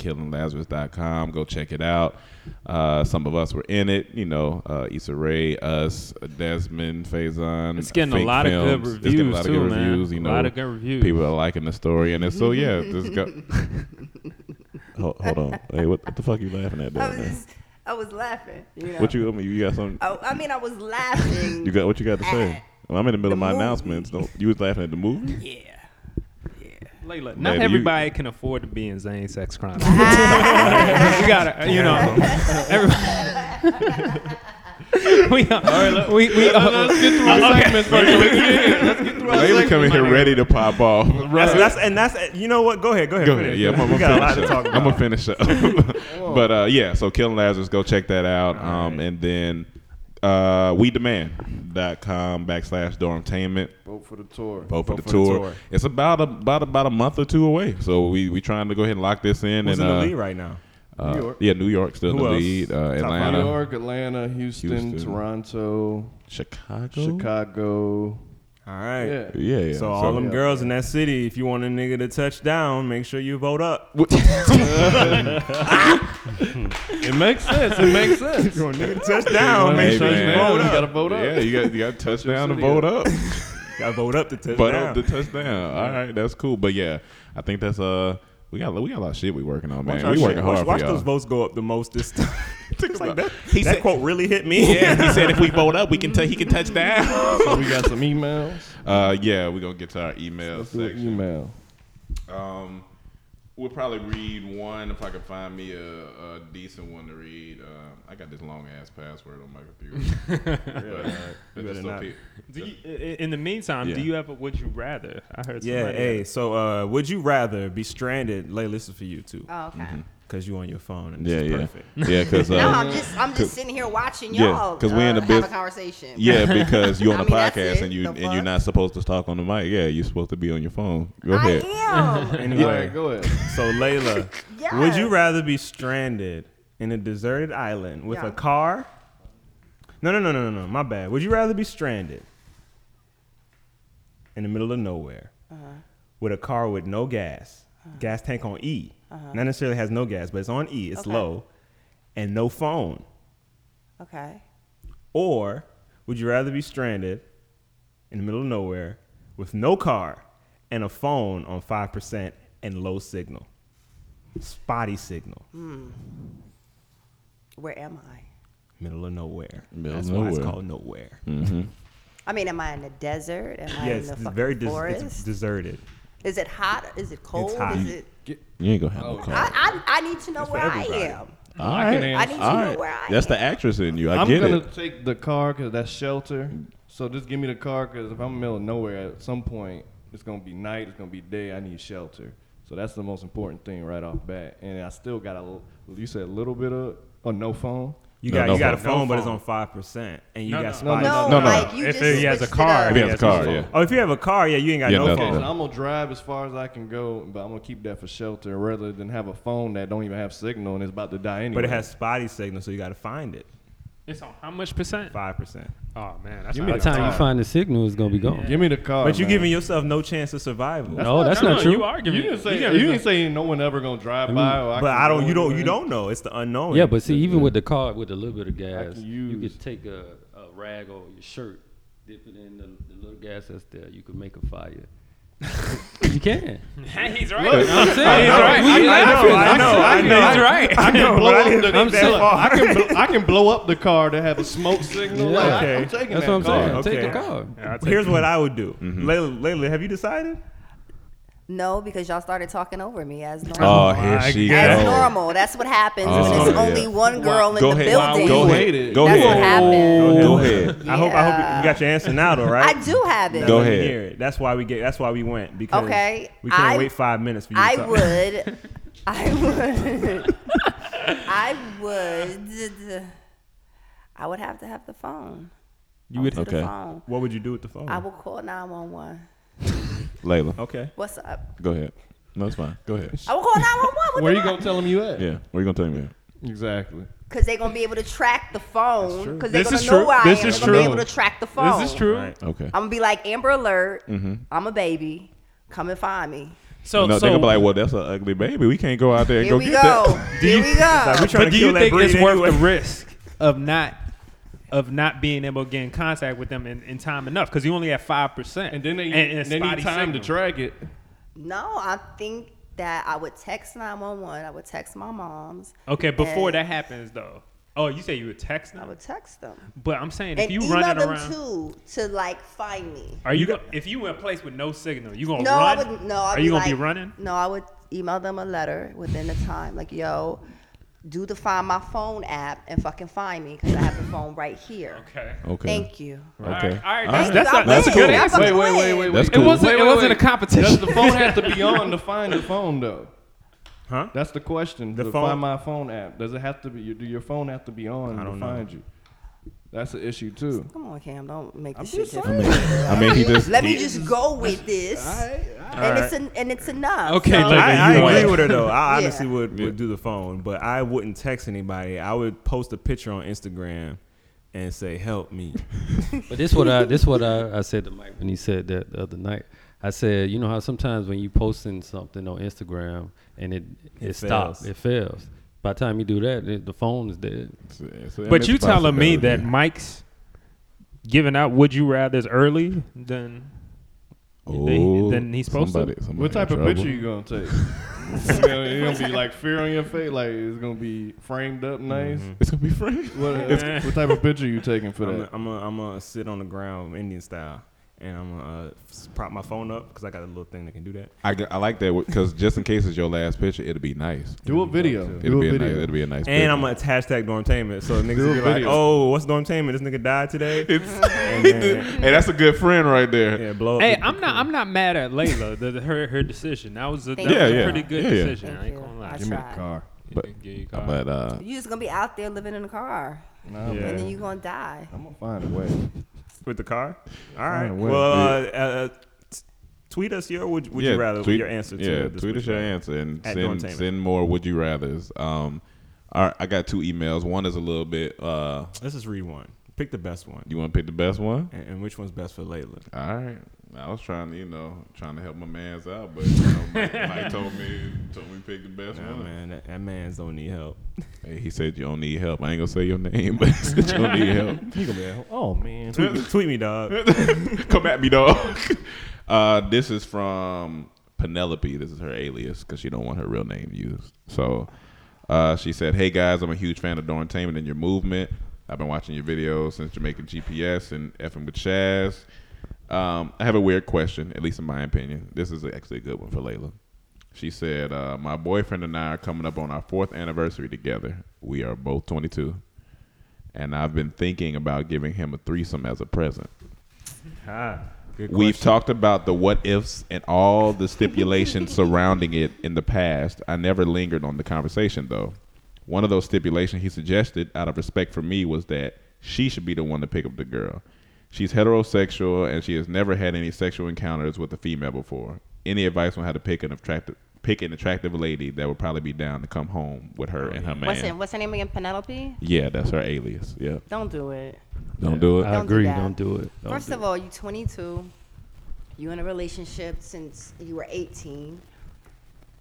[SPEAKER 3] www.killinglazarus.com. Go check it out. Uh, some of us were in it. You know, uh, Issa Rae, us, Desmond, Faison.
[SPEAKER 4] It's getting a
[SPEAKER 3] Fake
[SPEAKER 4] lot of good
[SPEAKER 3] Films. It's getting a
[SPEAKER 4] reviews
[SPEAKER 3] lot
[SPEAKER 4] too,
[SPEAKER 3] of good
[SPEAKER 4] man.
[SPEAKER 3] reviews. You
[SPEAKER 4] A
[SPEAKER 3] know,
[SPEAKER 4] lot of good reviews.
[SPEAKER 3] People are liking the story, and it's, so yeah, just go. *laughs* hold, hold on. Hey, what, what the fuck you laughing at?
[SPEAKER 1] I
[SPEAKER 3] down
[SPEAKER 1] was
[SPEAKER 3] there?
[SPEAKER 1] just, I was laughing. You know?
[SPEAKER 3] What you? I mean, you got something?
[SPEAKER 1] I, I mean, I was laughing.
[SPEAKER 3] You got what you got to say?
[SPEAKER 1] at
[SPEAKER 3] Well, I'm in the middle
[SPEAKER 1] the
[SPEAKER 3] of my
[SPEAKER 1] movie.
[SPEAKER 3] announcements. Don't you was laughing at the movie?
[SPEAKER 1] *laughs* Yeah.
[SPEAKER 4] Layla, not
[SPEAKER 3] Baby, you-
[SPEAKER 4] everybody can afford to be in Zane sex crime. *laughs* you gotta, you know, everybody. *laughs* we, we, we, uh,
[SPEAKER 6] Let's get
[SPEAKER 4] *laughs*
[SPEAKER 6] through our segments first. Let's get- Let's get through our
[SPEAKER 3] Layla
[SPEAKER 6] segments.
[SPEAKER 3] coming here ready to pop off.
[SPEAKER 1] *laughs*
[SPEAKER 5] That's, that's and that's you know what? Go ahead, go ahead.
[SPEAKER 3] Go
[SPEAKER 5] finish.
[SPEAKER 3] ahead. Yeah, I'm,
[SPEAKER 5] we
[SPEAKER 3] I'm
[SPEAKER 5] got a lot to
[SPEAKER 3] gonna
[SPEAKER 5] talk
[SPEAKER 3] finish up.
[SPEAKER 5] about.
[SPEAKER 3] I'm gonna finish up. *laughs* but uh, yeah, so Killing Lazarus, go check that out. Um, and then uh, we demand.com backslash dormtainment.
[SPEAKER 6] Vote for the tour.
[SPEAKER 3] Vote for, the,
[SPEAKER 5] for the
[SPEAKER 3] tour.
[SPEAKER 5] tour.
[SPEAKER 3] It's about a, about about a month or two away. So we we trying to go ahead and lock this in.
[SPEAKER 5] Who's in
[SPEAKER 3] and
[SPEAKER 5] the
[SPEAKER 3] uh,
[SPEAKER 5] lead right now?
[SPEAKER 3] uh,
[SPEAKER 6] New York.
[SPEAKER 3] Yeah, New York still in
[SPEAKER 5] Who
[SPEAKER 3] the
[SPEAKER 5] else?
[SPEAKER 3] lead. Uh,
[SPEAKER 5] five.
[SPEAKER 3] Atlanta,
[SPEAKER 6] New York, Atlanta, Houston,
[SPEAKER 3] Houston.
[SPEAKER 6] Toronto,
[SPEAKER 3] Chicago,
[SPEAKER 6] Chicago.
[SPEAKER 5] All right.
[SPEAKER 6] Yeah.
[SPEAKER 3] Yeah, yeah.
[SPEAKER 5] So all them
[SPEAKER 6] yeah.
[SPEAKER 5] girls in that city, if you want a nigga to touch down, make sure you vote up.
[SPEAKER 6] It makes sense.
[SPEAKER 3] *laughs*
[SPEAKER 6] It makes sense.
[SPEAKER 5] You want a nigga to touch down, make
[SPEAKER 3] Hey,
[SPEAKER 5] sure
[SPEAKER 3] man.
[SPEAKER 5] you
[SPEAKER 6] Oh,
[SPEAKER 5] vote
[SPEAKER 6] you
[SPEAKER 5] up.
[SPEAKER 6] gotta vote up.
[SPEAKER 3] Yeah, you got you got touchdown and
[SPEAKER 6] city
[SPEAKER 3] vote up.
[SPEAKER 5] Gotta vote up to touch
[SPEAKER 3] But
[SPEAKER 5] down.
[SPEAKER 3] uh, the touchdown. All right, that's cool. But yeah, I think that's uh we got we got a lot of shit we working on, man.
[SPEAKER 5] Watch our
[SPEAKER 3] we
[SPEAKER 5] shit.
[SPEAKER 3] working hard
[SPEAKER 5] watch,
[SPEAKER 3] for
[SPEAKER 5] watch
[SPEAKER 3] y'all.
[SPEAKER 5] those votes go up the most this time. *laughs* It's like that
[SPEAKER 3] He
[SPEAKER 5] that
[SPEAKER 3] said-
[SPEAKER 5] quote really hit me.
[SPEAKER 3] yeah, he said if we vote up, we can tell he
[SPEAKER 4] *laughs*
[SPEAKER 3] can touch down.
[SPEAKER 6] So we got some emails.
[SPEAKER 3] uh, yeah, we're gonna get to our email
[SPEAKER 6] Let's do an
[SPEAKER 3] section.
[SPEAKER 6] email.
[SPEAKER 3] Um, we'll probably read one if I can find me a, a decent one to read. Uh, I got this long ass password on my computer. But, but just so
[SPEAKER 5] not.
[SPEAKER 3] people-
[SPEAKER 4] Do you, i- i- in the meantime, do
[SPEAKER 3] Yeah.
[SPEAKER 4] you ever would you rather? I heard.
[SPEAKER 5] *laughs* Yeah,
[SPEAKER 4] somebody-
[SPEAKER 5] hey, so uh, would you rather be stranded? Lay, this is for you too,
[SPEAKER 1] Oh, okay.
[SPEAKER 3] Mm-hmm.
[SPEAKER 5] because you on your phone and
[SPEAKER 3] yeah,
[SPEAKER 5] this is
[SPEAKER 3] yeah,
[SPEAKER 5] perfect.
[SPEAKER 3] yeah, because
[SPEAKER 1] No,
[SPEAKER 3] uh,
[SPEAKER 1] I'm just I'm just sitting here watching
[SPEAKER 3] Yeah,
[SPEAKER 1] y'all.
[SPEAKER 3] 'cause
[SPEAKER 1] uh,
[SPEAKER 3] we in the
[SPEAKER 1] have a
[SPEAKER 3] bus-
[SPEAKER 1] conversation.
[SPEAKER 3] *laughs* yeah, because you're on
[SPEAKER 1] I
[SPEAKER 3] the
[SPEAKER 1] mean, that's
[SPEAKER 3] podcast
[SPEAKER 1] it.
[SPEAKER 3] and you
[SPEAKER 1] The
[SPEAKER 3] and you're
[SPEAKER 1] fuck?
[SPEAKER 3] not supposed to talk on the mic. Yeah, you're supposed to be on your phone. Go
[SPEAKER 1] I
[SPEAKER 3] ahead. *laughs*
[SPEAKER 1] am.
[SPEAKER 6] All
[SPEAKER 5] Anyway,
[SPEAKER 6] right, go ahead.
[SPEAKER 5] so Layla,
[SPEAKER 1] Yes.
[SPEAKER 5] would you rather be stranded in a deserted island with
[SPEAKER 1] Yeah.
[SPEAKER 5] a car? No, no, no, no, no, no. My bad. Would you rather be stranded in the middle of nowhere
[SPEAKER 1] Uh-huh.
[SPEAKER 5] with a car with no gas, gas tank on E, not necessarily has no gas, but it's on E, it's
[SPEAKER 1] Uh-huh. Okay.
[SPEAKER 5] low, and no phone?
[SPEAKER 1] okay.
[SPEAKER 5] Or would you rather be stranded in the middle of nowhere with no car and a phone on 5% and low signal? Spotty signal.
[SPEAKER 1] Where am I?
[SPEAKER 5] Middle of nowhere.
[SPEAKER 3] Middle
[SPEAKER 5] That's
[SPEAKER 3] of
[SPEAKER 5] why it's
[SPEAKER 3] nowhere. Mm.
[SPEAKER 5] called nowhere.
[SPEAKER 1] I mean, am I in the desert? Am I
[SPEAKER 5] Yeah,
[SPEAKER 1] in
[SPEAKER 5] it's
[SPEAKER 1] the
[SPEAKER 5] des-
[SPEAKER 1] fucking
[SPEAKER 5] very des-
[SPEAKER 1] forest?
[SPEAKER 5] it's deserted.
[SPEAKER 1] Is it hot? Is it cold?
[SPEAKER 5] hot.
[SPEAKER 1] Is it?
[SPEAKER 3] You ain't gonna have no car.
[SPEAKER 1] I, I I need to know
[SPEAKER 5] for
[SPEAKER 1] where I
[SPEAKER 5] everybody.
[SPEAKER 1] am.
[SPEAKER 3] All right.
[SPEAKER 1] *laughs* I need to
[SPEAKER 3] All
[SPEAKER 1] know
[SPEAKER 3] right.
[SPEAKER 1] where I
[SPEAKER 3] That's
[SPEAKER 1] am.
[SPEAKER 3] the actress in you. I
[SPEAKER 6] I'm
[SPEAKER 3] get
[SPEAKER 6] gonna
[SPEAKER 3] it.
[SPEAKER 6] take the car because that's shelter. So just give me the car because if I'm in the middle of nowhere, at some point it's gonna be night, it's gonna be day. I need shelter. So that's the most important thing right off bat. And I still got a, l- you said a little bit of, or no phone.
[SPEAKER 5] You
[SPEAKER 3] No,
[SPEAKER 5] got
[SPEAKER 3] no
[SPEAKER 5] you got a
[SPEAKER 3] phone.
[SPEAKER 5] phone,
[SPEAKER 4] No
[SPEAKER 5] but it's
[SPEAKER 4] phone.
[SPEAKER 5] on five percent, and you
[SPEAKER 4] No,
[SPEAKER 5] got
[SPEAKER 6] no.
[SPEAKER 5] spotty.
[SPEAKER 1] No,
[SPEAKER 3] No, no.
[SPEAKER 1] like you
[SPEAKER 4] If
[SPEAKER 1] just
[SPEAKER 4] he has a
[SPEAKER 1] switched it
[SPEAKER 4] car,
[SPEAKER 1] up.
[SPEAKER 3] If he has a car,
[SPEAKER 6] phone.
[SPEAKER 3] yeah.
[SPEAKER 5] Oh, if you have a car, yeah, you ain't got
[SPEAKER 3] Yeah,
[SPEAKER 5] no
[SPEAKER 3] no,
[SPEAKER 5] phone.
[SPEAKER 6] So I'm gonna drive as far as I can go, but I'm gonna keep that for shelter rather than have a phone that don't even have signal and it's about to die anyway.
[SPEAKER 5] But it has spotty signal, so you got to find it.
[SPEAKER 4] It's on how much percent?
[SPEAKER 5] Five percent.
[SPEAKER 4] Oh man, that's
[SPEAKER 6] Give me
[SPEAKER 8] By
[SPEAKER 4] not
[SPEAKER 8] the
[SPEAKER 6] the
[SPEAKER 8] time you
[SPEAKER 6] time.
[SPEAKER 8] find the signal, it's gonna be gone.
[SPEAKER 6] Give me the
[SPEAKER 3] Oh,
[SPEAKER 6] car.
[SPEAKER 5] But you're
[SPEAKER 6] man.
[SPEAKER 5] giving yourself no chance of survival.
[SPEAKER 8] No, Oh, that's
[SPEAKER 4] no,
[SPEAKER 8] not
[SPEAKER 4] no,
[SPEAKER 8] true.
[SPEAKER 4] You are
[SPEAKER 6] You
[SPEAKER 4] giving.
[SPEAKER 6] didn't say
[SPEAKER 4] got-
[SPEAKER 6] you didn't say no one ever gonna drive by. Or
[SPEAKER 5] Mm-hmm. but
[SPEAKER 6] can
[SPEAKER 5] I
[SPEAKER 6] go
[SPEAKER 5] don't. You don't. You
[SPEAKER 6] *laughs* anywhere.
[SPEAKER 5] don't know. It's the unknown.
[SPEAKER 8] Yeah, but see, even with the car with a little bit of
[SPEAKER 6] I
[SPEAKER 8] gas,
[SPEAKER 6] can
[SPEAKER 8] you
[SPEAKER 6] use-
[SPEAKER 8] could take a, a rag or your shirt, dip it in the, the little gas that's there. You could make a
[SPEAKER 6] *laughs*
[SPEAKER 8] fire. you can.
[SPEAKER 4] Hey, he's
[SPEAKER 8] *laughs*
[SPEAKER 4] right.
[SPEAKER 8] I'm saying, we laughing.
[SPEAKER 5] I know. I
[SPEAKER 4] *laughs*
[SPEAKER 5] know.
[SPEAKER 4] He's right.
[SPEAKER 5] *laughs* I know.
[SPEAKER 6] blow
[SPEAKER 5] But I
[SPEAKER 6] up
[SPEAKER 5] didn't
[SPEAKER 6] the-
[SPEAKER 5] think
[SPEAKER 6] I'm
[SPEAKER 5] that
[SPEAKER 6] saying, I
[SPEAKER 5] far.
[SPEAKER 6] can bl- I can blow up the car to have a smoke signal.
[SPEAKER 8] Yeah.
[SPEAKER 6] Like, I,
[SPEAKER 5] Okay.
[SPEAKER 6] am taking
[SPEAKER 8] That's
[SPEAKER 6] that
[SPEAKER 8] what I'm saying.
[SPEAKER 6] car.
[SPEAKER 5] Okay.
[SPEAKER 8] Take a car.
[SPEAKER 4] Yeah, I'll take
[SPEAKER 5] Here's
[SPEAKER 3] Mm-hmm.
[SPEAKER 4] it.
[SPEAKER 5] what I would do. Layla, Layla, have you decided?
[SPEAKER 1] No, because y'all started talking over me as normal.
[SPEAKER 3] Oh, here she
[SPEAKER 1] as
[SPEAKER 3] goes.
[SPEAKER 1] normal. That's what happens when
[SPEAKER 3] Oh,
[SPEAKER 1] it's
[SPEAKER 3] yeah.
[SPEAKER 1] only one girl in
[SPEAKER 3] Go
[SPEAKER 1] the
[SPEAKER 3] ahead.
[SPEAKER 1] building.
[SPEAKER 3] Go ahead.
[SPEAKER 6] Waited.
[SPEAKER 3] Go
[SPEAKER 1] That's what
[SPEAKER 3] ahead.
[SPEAKER 1] happened.
[SPEAKER 3] Go ahead.
[SPEAKER 5] I hope I hope you-
[SPEAKER 1] Yeah.
[SPEAKER 5] you got your answer now, though, right?
[SPEAKER 1] I do have it.
[SPEAKER 5] Now
[SPEAKER 3] Go
[SPEAKER 5] let me
[SPEAKER 3] ahead.
[SPEAKER 5] hear it. That's why we get. That's why we went because
[SPEAKER 1] Okay,
[SPEAKER 5] we can't
[SPEAKER 1] I-
[SPEAKER 5] wait five minutes for you.
[SPEAKER 1] I
[SPEAKER 5] *laughs* to talk.
[SPEAKER 1] would. I would. I would. I would have to have the phone.
[SPEAKER 4] You would.
[SPEAKER 1] The
[SPEAKER 3] Okay,
[SPEAKER 1] phone.
[SPEAKER 5] What would you do with the phone?
[SPEAKER 1] I will call 911.
[SPEAKER 3] Layla,
[SPEAKER 5] Okay.
[SPEAKER 1] What's up?
[SPEAKER 3] go ahead. No, it's fine. Go ahead.
[SPEAKER 1] I will call 911.
[SPEAKER 6] Where you gonna tell him you at?
[SPEAKER 3] Yeah, what are you gonna tell me?
[SPEAKER 6] Exactly.
[SPEAKER 1] Because they're going to be able to track the phone. Because they're
[SPEAKER 7] This
[SPEAKER 1] going
[SPEAKER 7] is
[SPEAKER 1] to know
[SPEAKER 7] true.
[SPEAKER 1] where I
[SPEAKER 7] This
[SPEAKER 1] am.
[SPEAKER 7] is
[SPEAKER 1] they're going to
[SPEAKER 7] true.
[SPEAKER 1] be able to track the phone.
[SPEAKER 7] This is true. Mm-hmm.
[SPEAKER 5] Right.
[SPEAKER 3] Okay.
[SPEAKER 1] I'm going to be like, Amber Alert. I'm a baby. Come and find me.
[SPEAKER 7] So,
[SPEAKER 3] no,
[SPEAKER 7] so
[SPEAKER 3] they're gonna be like, "Well, that's an ugly baby. We can't go out there and
[SPEAKER 1] Here
[SPEAKER 3] go
[SPEAKER 1] we
[SPEAKER 7] *laughs*
[SPEAKER 3] get
[SPEAKER 1] go.
[SPEAKER 3] that."
[SPEAKER 1] Here we go.
[SPEAKER 5] Like, we trying
[SPEAKER 4] But do
[SPEAKER 5] to kill
[SPEAKER 4] you
[SPEAKER 5] that
[SPEAKER 4] think
[SPEAKER 5] breed
[SPEAKER 4] it's worth
[SPEAKER 5] anyway.
[SPEAKER 4] the risk of not of not being able to get in contact with them in, in time enough? Because you only have five percent,
[SPEAKER 7] and then they
[SPEAKER 4] it's
[SPEAKER 7] they need
[SPEAKER 4] spotty
[SPEAKER 7] time to
[SPEAKER 4] signal.
[SPEAKER 7] track it.
[SPEAKER 1] No, I think that I would text 911. I would text my moms.
[SPEAKER 4] Okay, before
[SPEAKER 1] And-
[SPEAKER 4] that happens though. Oh, you say you would text
[SPEAKER 1] I
[SPEAKER 4] them,
[SPEAKER 1] would text them.
[SPEAKER 4] but I'm saying if
[SPEAKER 1] And
[SPEAKER 4] you
[SPEAKER 1] email
[SPEAKER 4] running
[SPEAKER 1] them
[SPEAKER 4] around,
[SPEAKER 1] too to like find me.
[SPEAKER 4] are you go- if you in a place with no signal, you gonna
[SPEAKER 1] No, I
[SPEAKER 4] Oh, run?
[SPEAKER 1] would no.
[SPEAKER 4] are
[SPEAKER 1] I'd
[SPEAKER 4] you
[SPEAKER 1] be
[SPEAKER 4] gonna be
[SPEAKER 1] like-
[SPEAKER 4] running?
[SPEAKER 1] No, I would email them a letter within the time. Like, yo, do the find my phone app and fucking find me because I have the phone right here.
[SPEAKER 4] Okay.
[SPEAKER 3] Okay.
[SPEAKER 1] Thank you.
[SPEAKER 3] Okay.
[SPEAKER 4] All right,
[SPEAKER 3] All
[SPEAKER 4] that's,
[SPEAKER 3] right.
[SPEAKER 4] that's,
[SPEAKER 1] I
[SPEAKER 4] a, that's a
[SPEAKER 1] win.
[SPEAKER 4] good
[SPEAKER 1] I
[SPEAKER 4] answer.
[SPEAKER 1] fucking
[SPEAKER 6] Wait, wait, wait,
[SPEAKER 1] win.
[SPEAKER 6] wait.
[SPEAKER 3] That's
[SPEAKER 6] wait.
[SPEAKER 7] It
[SPEAKER 3] cool.
[SPEAKER 7] wasn't
[SPEAKER 6] Wait,
[SPEAKER 7] it
[SPEAKER 6] wait,
[SPEAKER 7] wasn't
[SPEAKER 6] wait.
[SPEAKER 7] a competition.
[SPEAKER 6] Does the phone have to be on to find the phone though?
[SPEAKER 5] Huh?
[SPEAKER 6] That's the question.
[SPEAKER 5] The
[SPEAKER 6] The,
[SPEAKER 5] phone-
[SPEAKER 6] Find My Phone app. Does it have to be? Do your phone have to be on to
[SPEAKER 5] don't know.
[SPEAKER 6] find you? That's the issue too.
[SPEAKER 1] Come on, Cam. Don't make this shit different.
[SPEAKER 3] I mean, he just.
[SPEAKER 1] Let me
[SPEAKER 3] he-
[SPEAKER 1] just go with this. And it's en- and it's enough.
[SPEAKER 4] Okay,
[SPEAKER 1] So-
[SPEAKER 4] look,
[SPEAKER 5] I, I
[SPEAKER 4] you
[SPEAKER 5] agree
[SPEAKER 4] win.
[SPEAKER 5] with her
[SPEAKER 1] *laughs*
[SPEAKER 5] though. I
[SPEAKER 1] Yeah.
[SPEAKER 5] honestly would, would do the phone, but I wouldn't text anybody. I would post a picture on Instagram and say, "Help me."
[SPEAKER 8] But this what I this what I, I said to Mike when he said that the other night. I said, you know how sometimes when you posting something on Instagram and it it,
[SPEAKER 5] It
[SPEAKER 8] stops,
[SPEAKER 5] fails.
[SPEAKER 8] it fails. By the time you do that, it, the phone is dead.
[SPEAKER 3] it's- it's an
[SPEAKER 4] But you telling me that
[SPEAKER 3] impossibility.
[SPEAKER 4] Mike's giving out would you rather's early than
[SPEAKER 3] Oh,
[SPEAKER 4] than he's supposed to?
[SPEAKER 3] somebody, Somebody
[SPEAKER 6] What type
[SPEAKER 3] in
[SPEAKER 6] of
[SPEAKER 3] trouble.
[SPEAKER 6] picture you gonna take? *laughs* you gonna, it gonna be like fear on your face, like it's gonna be framed
[SPEAKER 5] Mm-hmm.
[SPEAKER 6] up nice.
[SPEAKER 3] It's gonna be Frank.
[SPEAKER 5] *laughs*
[SPEAKER 6] What, what type of picture you taking for
[SPEAKER 5] I'm
[SPEAKER 6] that?
[SPEAKER 5] I'm gonna I'm gonna sit on the ground Indian style, and I'm gonna uh, s- prop my phone up because I got a little thing that can do that.
[SPEAKER 3] I, g- I like that because just in case it's your last picture, it'll be nice.
[SPEAKER 6] Do a video.
[SPEAKER 3] It'll
[SPEAKER 6] Do
[SPEAKER 3] be
[SPEAKER 6] a
[SPEAKER 3] a nice.
[SPEAKER 6] video.
[SPEAKER 3] It'll be a nice.
[SPEAKER 5] And
[SPEAKER 3] picture.
[SPEAKER 5] I'm gonna attach tag dormtainment, so niggas will be
[SPEAKER 6] a
[SPEAKER 5] like,
[SPEAKER 6] video.
[SPEAKER 5] "Oh, what's dormtainment? This nigga
[SPEAKER 3] *laughs*
[SPEAKER 5] died today." and then,
[SPEAKER 3] Hey, that's a good friend right there.
[SPEAKER 5] yeah, blow up.
[SPEAKER 4] Hey,
[SPEAKER 5] the-
[SPEAKER 4] I'm not. I'm not mad at Layla. The, the- her her decision. That was a, that
[SPEAKER 1] Thank
[SPEAKER 3] you.
[SPEAKER 4] was
[SPEAKER 3] Yeah,
[SPEAKER 4] a
[SPEAKER 3] yeah.
[SPEAKER 4] pretty good
[SPEAKER 3] Yeah, yeah.
[SPEAKER 4] decision. I
[SPEAKER 1] Thank
[SPEAKER 4] ain't
[SPEAKER 1] you.
[SPEAKER 4] gonna
[SPEAKER 1] I
[SPEAKER 4] lie.
[SPEAKER 1] Give me the tried.
[SPEAKER 6] car.
[SPEAKER 3] But but uh,
[SPEAKER 1] You're just gonna be out there living in a car,
[SPEAKER 6] Nah,
[SPEAKER 5] Yeah.
[SPEAKER 6] man,
[SPEAKER 1] and then you're gonna die.
[SPEAKER 6] I'm gonna find a way.
[SPEAKER 5] with the car. All right.
[SPEAKER 6] Oh, wait.
[SPEAKER 5] well, uh, uh, t- tweet us your would, would
[SPEAKER 3] yeah,
[SPEAKER 5] you rather
[SPEAKER 3] tweet,
[SPEAKER 5] your answer. To
[SPEAKER 3] Yeah,
[SPEAKER 5] this
[SPEAKER 3] tweet
[SPEAKER 5] would
[SPEAKER 3] us
[SPEAKER 5] you
[SPEAKER 3] your
[SPEAKER 5] rather.
[SPEAKER 3] answer and
[SPEAKER 5] At
[SPEAKER 3] send
[SPEAKER 5] Dormtainment.
[SPEAKER 3] send more would you rather's. Um, all right, I got two emails. One is a little bit. Uh,
[SPEAKER 5] Let's just read one. Pick the best one,
[SPEAKER 3] you want to pick the best one?
[SPEAKER 5] and, and which one's best for Layla?
[SPEAKER 3] All right. I was trying to, you know, trying to help my man's out, but you know,
[SPEAKER 5] *laughs*
[SPEAKER 3] Mike, Mike told me told me pick the best
[SPEAKER 5] Nah,
[SPEAKER 3] one.
[SPEAKER 5] man, that, that man's don't need help.
[SPEAKER 3] Hey, he said you don't need help. I ain't gonna say your name, *laughs* but he said you don't need help.
[SPEAKER 5] You gonna be like, oh man, *laughs* tweet, me- tweet me, dog.
[SPEAKER 3] Come at me, dog. *laughs* Uh, this is from Penelope. This is her alias because she don't want her real name used. So uh, she said, "Hey guys, I'm a huge fan of Dorntainment and your movement. I've been watching your videos since Jamaican GPS and effing with Chaz. Um, I have a weird question, at least in my opinion. This is actually a good one for Layla. She said, uh, "My boyfriend and I are coming up on our fourth anniversary together. We are both 22." And I've been thinking about giving him a threesome as a present. We've talked about the what ifs and all the stipulations surrounding it in the past. I never lingered on the conversation though. One of those stipulations he suggested, out of respect for me, was that she should be the one to pick up the girl. She's heterosexual and she has never had any sexual encounters with a female before. Any advice on how to pick an attractive pick an attractive lady that would probably be down to come home with her and her man?
[SPEAKER 1] What's her, what's her name again? Penelope?
[SPEAKER 3] Yeah, that's her alias. Yeah,
[SPEAKER 1] Don't do it.
[SPEAKER 3] *laughs* don't do it.
[SPEAKER 8] I
[SPEAKER 1] Don't do
[SPEAKER 8] agree.
[SPEAKER 1] that.
[SPEAKER 8] don't do it. Don't
[SPEAKER 1] First
[SPEAKER 8] do
[SPEAKER 1] of all, you're 22. You're in a relationship since you were 18.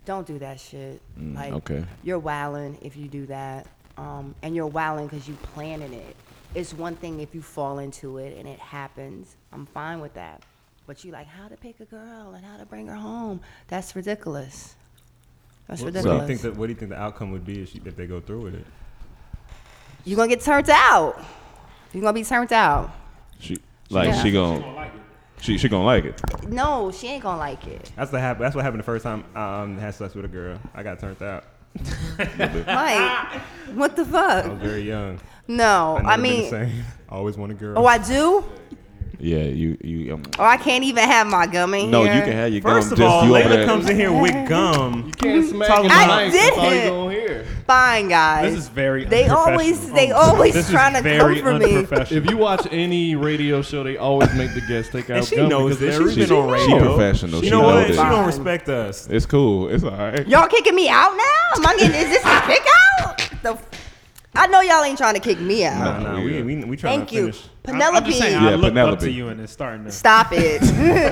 [SPEAKER 1] Don't do that shit.
[SPEAKER 5] Mm,
[SPEAKER 1] like,
[SPEAKER 3] okay.
[SPEAKER 1] You're wilding if you do that, um, and you're wilding because you planning it. It's one thing if you fall into it and it happens. I'm fine with that. But you like how to pick a girl and how to bring her home. That's ridiculous. That's
[SPEAKER 5] What, what do
[SPEAKER 1] ridiculous.
[SPEAKER 5] you think? That, what do you think the outcome would be if, she, if they go through with it?
[SPEAKER 1] you're gonna get turned out. You're gonna be turned out.
[SPEAKER 3] She like
[SPEAKER 1] Yeah.
[SPEAKER 3] she gonna She she gonna like it.
[SPEAKER 1] No, she ain't gonna like it.
[SPEAKER 5] That's what happened. That's what happened the first time I um, had sex with a girl. I got turned out.
[SPEAKER 4] *laughs*
[SPEAKER 1] Like, what the fuck?
[SPEAKER 5] I was very young.
[SPEAKER 1] No,
[SPEAKER 5] never
[SPEAKER 1] I
[SPEAKER 5] been the
[SPEAKER 1] mean,
[SPEAKER 5] same. *laughs* I always want a girl.
[SPEAKER 1] oh, I do.
[SPEAKER 3] Yeah, you you. Um,
[SPEAKER 1] Oh, I can't even have my gummy.
[SPEAKER 3] no, you
[SPEAKER 1] here?
[SPEAKER 3] can have your gum.
[SPEAKER 5] First of
[SPEAKER 3] just
[SPEAKER 5] all,
[SPEAKER 3] you over
[SPEAKER 5] Layla
[SPEAKER 3] there.
[SPEAKER 5] comes in here with gum.
[SPEAKER 6] *laughs* You can't smack
[SPEAKER 5] Talking
[SPEAKER 6] his
[SPEAKER 5] about-
[SPEAKER 6] mic.
[SPEAKER 1] I
[SPEAKER 6] That's all
[SPEAKER 1] didn't.
[SPEAKER 6] you gonna hear.
[SPEAKER 1] Fine, guys.
[SPEAKER 4] This is very.
[SPEAKER 1] They always-
[SPEAKER 4] unprofessional.
[SPEAKER 1] they always
[SPEAKER 4] This is
[SPEAKER 1] trying to
[SPEAKER 4] very
[SPEAKER 1] come for me.
[SPEAKER 4] unprofessional.
[SPEAKER 6] If you watch any radio show, they always make the guests take out
[SPEAKER 5] she
[SPEAKER 6] gum
[SPEAKER 5] knows
[SPEAKER 6] because
[SPEAKER 5] this.
[SPEAKER 6] they're
[SPEAKER 5] She's been on
[SPEAKER 3] she
[SPEAKER 5] radio.
[SPEAKER 3] professional.
[SPEAKER 5] You
[SPEAKER 3] she
[SPEAKER 5] know
[SPEAKER 3] know
[SPEAKER 5] what? She
[SPEAKER 3] this.
[SPEAKER 5] don't respect us.
[SPEAKER 3] It's cool. It's all right.
[SPEAKER 1] Y'all kicking me out now? Am I getting, is this a kick out? The f- I know y'all ain't trying to kick me out.
[SPEAKER 5] Nah, nah, we, we, we trying
[SPEAKER 1] Thank
[SPEAKER 5] to
[SPEAKER 1] you.
[SPEAKER 5] finish.
[SPEAKER 1] Penelope.
[SPEAKER 4] I'm just saying, I
[SPEAKER 3] Yeah,
[SPEAKER 4] look up
[SPEAKER 3] Penelope.
[SPEAKER 4] to you and it's starting to.
[SPEAKER 1] Stop it.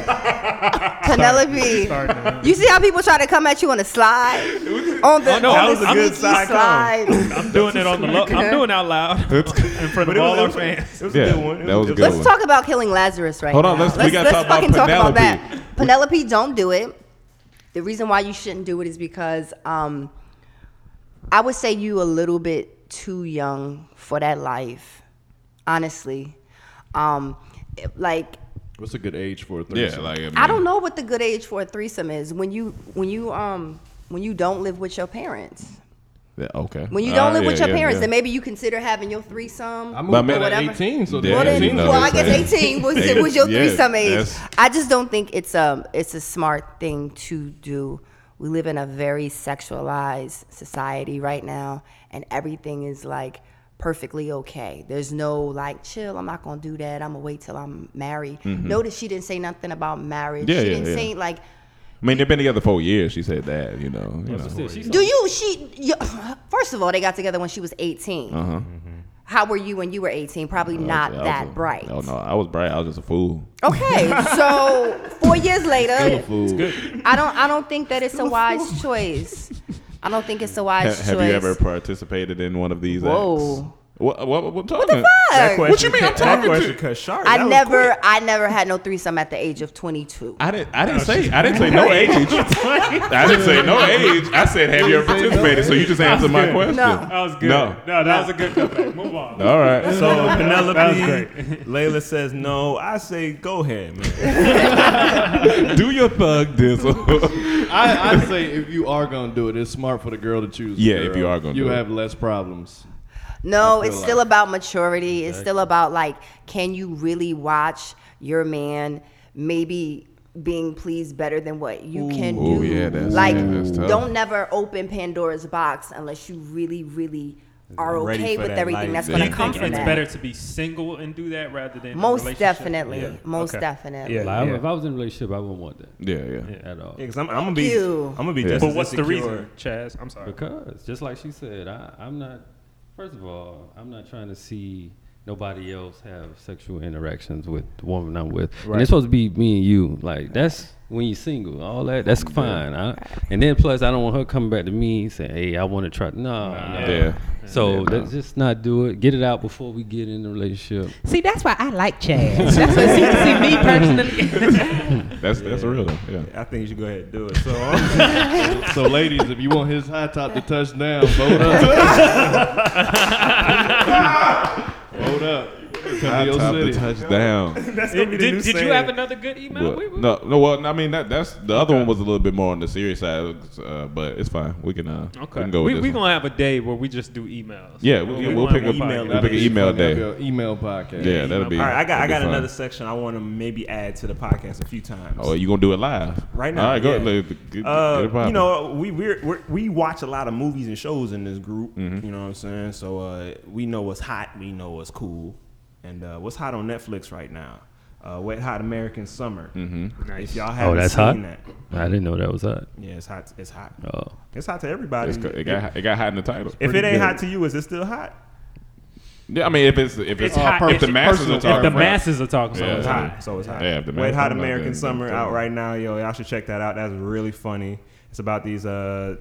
[SPEAKER 4] *laughs*
[SPEAKER 1] Penelope.
[SPEAKER 4] starting to
[SPEAKER 1] You see how people try to come at you on a slide? on the,
[SPEAKER 4] no,
[SPEAKER 1] on
[SPEAKER 4] that
[SPEAKER 1] the
[SPEAKER 4] was a good
[SPEAKER 1] sneaky
[SPEAKER 5] side
[SPEAKER 1] slide.
[SPEAKER 4] I'm doing it on the low. I'm doing it out
[SPEAKER 1] *laughs*
[SPEAKER 4] loud *laughs* in front of
[SPEAKER 5] it was-
[SPEAKER 4] all
[SPEAKER 5] it
[SPEAKER 4] our
[SPEAKER 5] was-
[SPEAKER 4] fans.
[SPEAKER 5] It was
[SPEAKER 3] Yeah,
[SPEAKER 5] a good one. It
[SPEAKER 3] that was a
[SPEAKER 5] it
[SPEAKER 3] good
[SPEAKER 1] Let's
[SPEAKER 3] one.
[SPEAKER 1] talk about killing Lazarus right
[SPEAKER 3] Hold
[SPEAKER 1] now.
[SPEAKER 3] on, let's- we gotta talk about
[SPEAKER 1] fucking talk about
[SPEAKER 3] Penelope.
[SPEAKER 1] that. Penelope, don't do it. The reason why you shouldn't do it is because um, I would say you a little bit too young for that life. Honestly, um, it- like
[SPEAKER 6] What's a good age for a
[SPEAKER 3] Yeah,
[SPEAKER 6] threesome?
[SPEAKER 3] like I, mean,
[SPEAKER 1] I don't know what the good age for a threesome is when you when you um when you don't live with your parents.
[SPEAKER 3] Yeah, okay.
[SPEAKER 1] When you
[SPEAKER 3] Uh,
[SPEAKER 1] don't live with
[SPEAKER 3] yeah,
[SPEAKER 1] your
[SPEAKER 3] yeah,
[SPEAKER 1] parents,
[SPEAKER 3] yeah.
[SPEAKER 1] then maybe you consider having your threesome.
[SPEAKER 6] I
[SPEAKER 3] But I
[SPEAKER 6] moved
[SPEAKER 3] mean-
[SPEAKER 6] out at
[SPEAKER 1] Whatever.
[SPEAKER 6] 18, so
[SPEAKER 3] Yeah,
[SPEAKER 1] Well,
[SPEAKER 3] you
[SPEAKER 1] then,
[SPEAKER 3] know
[SPEAKER 1] well,
[SPEAKER 3] what
[SPEAKER 1] I
[SPEAKER 3] I'm
[SPEAKER 1] guess
[SPEAKER 3] saying.
[SPEAKER 1] 18
[SPEAKER 3] *laughs*
[SPEAKER 1] was it was your
[SPEAKER 3] Yeah,
[SPEAKER 1] threesome age.
[SPEAKER 3] that's-
[SPEAKER 1] I just don't think it's a it's a smart thing to do. We live in a very sexualized society right now, and everything is like perfectly okay. There's no like chill. I'm not gonna do that. I'm gonna wait till I'm married. Notice she didn't say nothing about marriage.
[SPEAKER 3] Mm-hmm. Yeah,
[SPEAKER 1] she
[SPEAKER 3] yeah,
[SPEAKER 1] didn't
[SPEAKER 3] yeah.
[SPEAKER 1] say like.
[SPEAKER 3] I mean, they've been together for years. She said that, you know. You know.
[SPEAKER 8] Still, she's
[SPEAKER 1] Do you? She. You, *laughs* first of all, they got together when she was 18.
[SPEAKER 3] Uh-huh.
[SPEAKER 1] How were you when you were 18? Probably not
[SPEAKER 3] I was
[SPEAKER 1] that
[SPEAKER 3] a-
[SPEAKER 1] bright.
[SPEAKER 3] Oh no, I was bright. I was just a fool. *laughs*
[SPEAKER 1] Okay, so four years later,
[SPEAKER 3] Fool.
[SPEAKER 1] I don't I don't think that it's a wise choice. I don't think it's a
[SPEAKER 3] Ha-
[SPEAKER 1] wise
[SPEAKER 3] have
[SPEAKER 1] choice.
[SPEAKER 3] you ever participated in one of these?
[SPEAKER 1] Whoa.
[SPEAKER 3] Acts? What? What? What? What the
[SPEAKER 1] Fuck.
[SPEAKER 5] What you
[SPEAKER 3] mean I'm
[SPEAKER 5] that
[SPEAKER 3] talking to
[SPEAKER 5] question
[SPEAKER 3] you?
[SPEAKER 5] cut sharp. That
[SPEAKER 1] I
[SPEAKER 5] was
[SPEAKER 1] never
[SPEAKER 5] quick.
[SPEAKER 1] I never had no threesome at the age of 22.
[SPEAKER 3] I didn't. I didn't say. I didn't say no age. I didn't say no age. I said have you ever participated? So you just answered my question.
[SPEAKER 1] No.
[SPEAKER 4] That was good.
[SPEAKER 3] No.
[SPEAKER 4] no that was a *laughs* good comeback. Move on.
[SPEAKER 3] All right.
[SPEAKER 5] So Penelope,
[SPEAKER 4] That was great.
[SPEAKER 5] Layla says no. I say go ahead, man.
[SPEAKER 3] Do your thug
[SPEAKER 6] *laughs*
[SPEAKER 3] dizzle.
[SPEAKER 6] I, I say if you are gonna do it, it's smart for the girl to choose. the
[SPEAKER 3] Yeah, if
[SPEAKER 6] girl.
[SPEAKER 3] you are gonna
[SPEAKER 6] you
[SPEAKER 3] do it.
[SPEAKER 6] have less problems.
[SPEAKER 1] No,
[SPEAKER 6] I feel
[SPEAKER 1] it's still
[SPEAKER 6] like-
[SPEAKER 1] about maturity. It's still about like can you really watch your man maybe being pleased better than what you can do.
[SPEAKER 3] Ooh, Oh, yeah, that's-
[SPEAKER 1] like
[SPEAKER 3] yeah, that's tough.
[SPEAKER 1] don't never open Pandora's box unless you really really are
[SPEAKER 5] Ready
[SPEAKER 1] okay
[SPEAKER 5] for
[SPEAKER 1] with
[SPEAKER 5] that
[SPEAKER 1] everything
[SPEAKER 5] life.
[SPEAKER 1] that's
[SPEAKER 5] Do
[SPEAKER 1] going
[SPEAKER 4] Do
[SPEAKER 1] to
[SPEAKER 4] you
[SPEAKER 1] come
[SPEAKER 4] think
[SPEAKER 1] from
[SPEAKER 4] it's
[SPEAKER 1] that.
[SPEAKER 4] better to be single and do that rather than in a
[SPEAKER 1] Most
[SPEAKER 4] relationship?
[SPEAKER 1] definitely. Most definitely.
[SPEAKER 4] Yeah.
[SPEAKER 8] Like, if I was in a relationship, I wouldn't want that
[SPEAKER 3] Yeah, yeah.
[SPEAKER 8] at all.
[SPEAKER 5] Yeah, i I'm, I'm gonna be.
[SPEAKER 1] you.
[SPEAKER 5] I'm gonna be
[SPEAKER 3] Yeah.
[SPEAKER 5] just.
[SPEAKER 4] But
[SPEAKER 5] as
[SPEAKER 4] what's the
[SPEAKER 5] insecure.
[SPEAKER 4] reason, Chaz? I'm sorry.
[SPEAKER 8] Because just like she said, I, I'm not. First of all, I'm not trying to see nobody else have sexual interactions with the woman I'm with. And it's supposed to be me and you. Like that's when you're single, all that. That's fine. I, and then plus, I don't want her coming back to me and saying, "Hey, I want to try." No, no.
[SPEAKER 3] Yeah.
[SPEAKER 8] So
[SPEAKER 3] Yeah,
[SPEAKER 8] let's just not do it. Get it out before we get in the relationship.
[SPEAKER 9] See, that's why I like Chaz. That's why see, see
[SPEAKER 4] *laughs*
[SPEAKER 9] me personally.
[SPEAKER 3] That's that's real though. Yeah.
[SPEAKER 5] I think you should go ahead and do it. So *laughs* um,
[SPEAKER 6] So, ladies, if you want his high top to touch down,
[SPEAKER 5] *laughs*
[SPEAKER 6] vote up. vote up. Come to your
[SPEAKER 3] Top
[SPEAKER 6] city.
[SPEAKER 3] the touchdown.
[SPEAKER 5] that's gonna
[SPEAKER 4] Did,
[SPEAKER 5] be the new
[SPEAKER 4] did, did you
[SPEAKER 5] saying.
[SPEAKER 4] have another good email?
[SPEAKER 3] What?
[SPEAKER 4] We- we-
[SPEAKER 3] No, no. Well, I mean that that's the other one was a little bit more on the serious side, uh, but it's fine. We can uh,
[SPEAKER 4] Okay.
[SPEAKER 3] we can go with
[SPEAKER 4] we
[SPEAKER 3] this
[SPEAKER 4] we
[SPEAKER 3] one.
[SPEAKER 4] gonna have a day where we just do emails.
[SPEAKER 3] Yeah, we- yeah, we'll
[SPEAKER 4] gonna
[SPEAKER 3] pick
[SPEAKER 4] have
[SPEAKER 3] up-
[SPEAKER 4] a
[SPEAKER 5] email.
[SPEAKER 3] We'll pick an email day.
[SPEAKER 6] Your email podcast.
[SPEAKER 3] Yeah, that'll be.
[SPEAKER 5] All right, I got.
[SPEAKER 3] that'll
[SPEAKER 5] I
[SPEAKER 3] be
[SPEAKER 5] got
[SPEAKER 3] fun.
[SPEAKER 5] another section I want to maybe add to the podcast a few times.
[SPEAKER 3] Oh, you gonna do it live
[SPEAKER 5] Right now,
[SPEAKER 3] All right, go
[SPEAKER 5] yeah.
[SPEAKER 3] ahead. Look, get- get
[SPEAKER 5] Uh,
[SPEAKER 3] it
[SPEAKER 5] you
[SPEAKER 3] poppin'.
[SPEAKER 5] know, we we're, we're, we watch a lot of movies and shows in this group.
[SPEAKER 3] Mm-hmm.
[SPEAKER 5] You know what I'm saying? So uh, we know what's hot. We know what's cool. And uh, what's hot on Netflix right now? Uh, Wet Hot American Summer. Mm-hmm. If y'all haven't
[SPEAKER 8] Oh, that's
[SPEAKER 5] seen
[SPEAKER 8] hot?
[SPEAKER 5] that,
[SPEAKER 8] I didn't know that was that.
[SPEAKER 5] yeah, it's hot. It's hot.
[SPEAKER 8] Oh,
[SPEAKER 5] It's hot to everybody.
[SPEAKER 3] It's, it got it got hot in the title.
[SPEAKER 5] if it
[SPEAKER 3] Pretty
[SPEAKER 5] ain't
[SPEAKER 3] good.
[SPEAKER 5] hot to you, is it still hot?
[SPEAKER 3] yeah, I mean if it's if it's,
[SPEAKER 4] It's hot.
[SPEAKER 3] if the
[SPEAKER 4] It's
[SPEAKER 3] masses are
[SPEAKER 6] personal
[SPEAKER 4] If
[SPEAKER 3] talking
[SPEAKER 4] the
[SPEAKER 3] about it.
[SPEAKER 4] masses are talking,
[SPEAKER 3] Yeah.
[SPEAKER 4] so it's
[SPEAKER 5] It's
[SPEAKER 4] hot.
[SPEAKER 5] hot. So it's hot.
[SPEAKER 3] Yeah, the
[SPEAKER 5] Wet
[SPEAKER 3] American
[SPEAKER 5] Hot
[SPEAKER 3] Summer, yeah,
[SPEAKER 5] American Summer
[SPEAKER 3] yeah.
[SPEAKER 5] out right now, yo. Y'all should check that out. That's really funny. It's about these uh,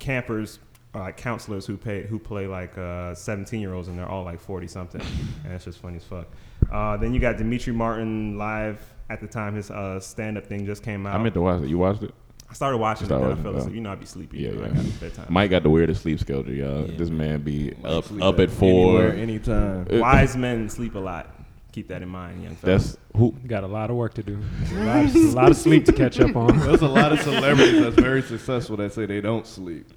[SPEAKER 5] campers, or like counselors who pay who play like uh, 17 year olds, and they're all like
[SPEAKER 3] *laughs*
[SPEAKER 5] 40 something, and it's just funny as fuck. Uh, then you got Dimitri Martin live. At the time, his uh, stand up thing just came out.
[SPEAKER 3] I meant to watch it. You watched it?
[SPEAKER 5] I started watching
[SPEAKER 3] Started
[SPEAKER 5] it, then I
[SPEAKER 3] watching
[SPEAKER 5] fell
[SPEAKER 3] it,
[SPEAKER 5] asleep.
[SPEAKER 3] huh?
[SPEAKER 5] You know, I'd be sleepy.
[SPEAKER 3] Yeah,
[SPEAKER 5] you know, I
[SPEAKER 3] yeah.
[SPEAKER 5] got bedtime.
[SPEAKER 3] Mike got the weirdest sleep schedule, y'all. This man be up
[SPEAKER 6] Sleep
[SPEAKER 3] up at
[SPEAKER 6] anywhere,
[SPEAKER 3] four.
[SPEAKER 6] anytime.
[SPEAKER 3] It-
[SPEAKER 5] Wise men sleep a lot. keep that in mind, young fellas.
[SPEAKER 3] That's who.
[SPEAKER 4] Got a lot of work to do. *laughs* A lot of, a lot of sleep to catch up on.
[SPEAKER 6] There's a lot of celebrities that's very successful that say they don't sleep.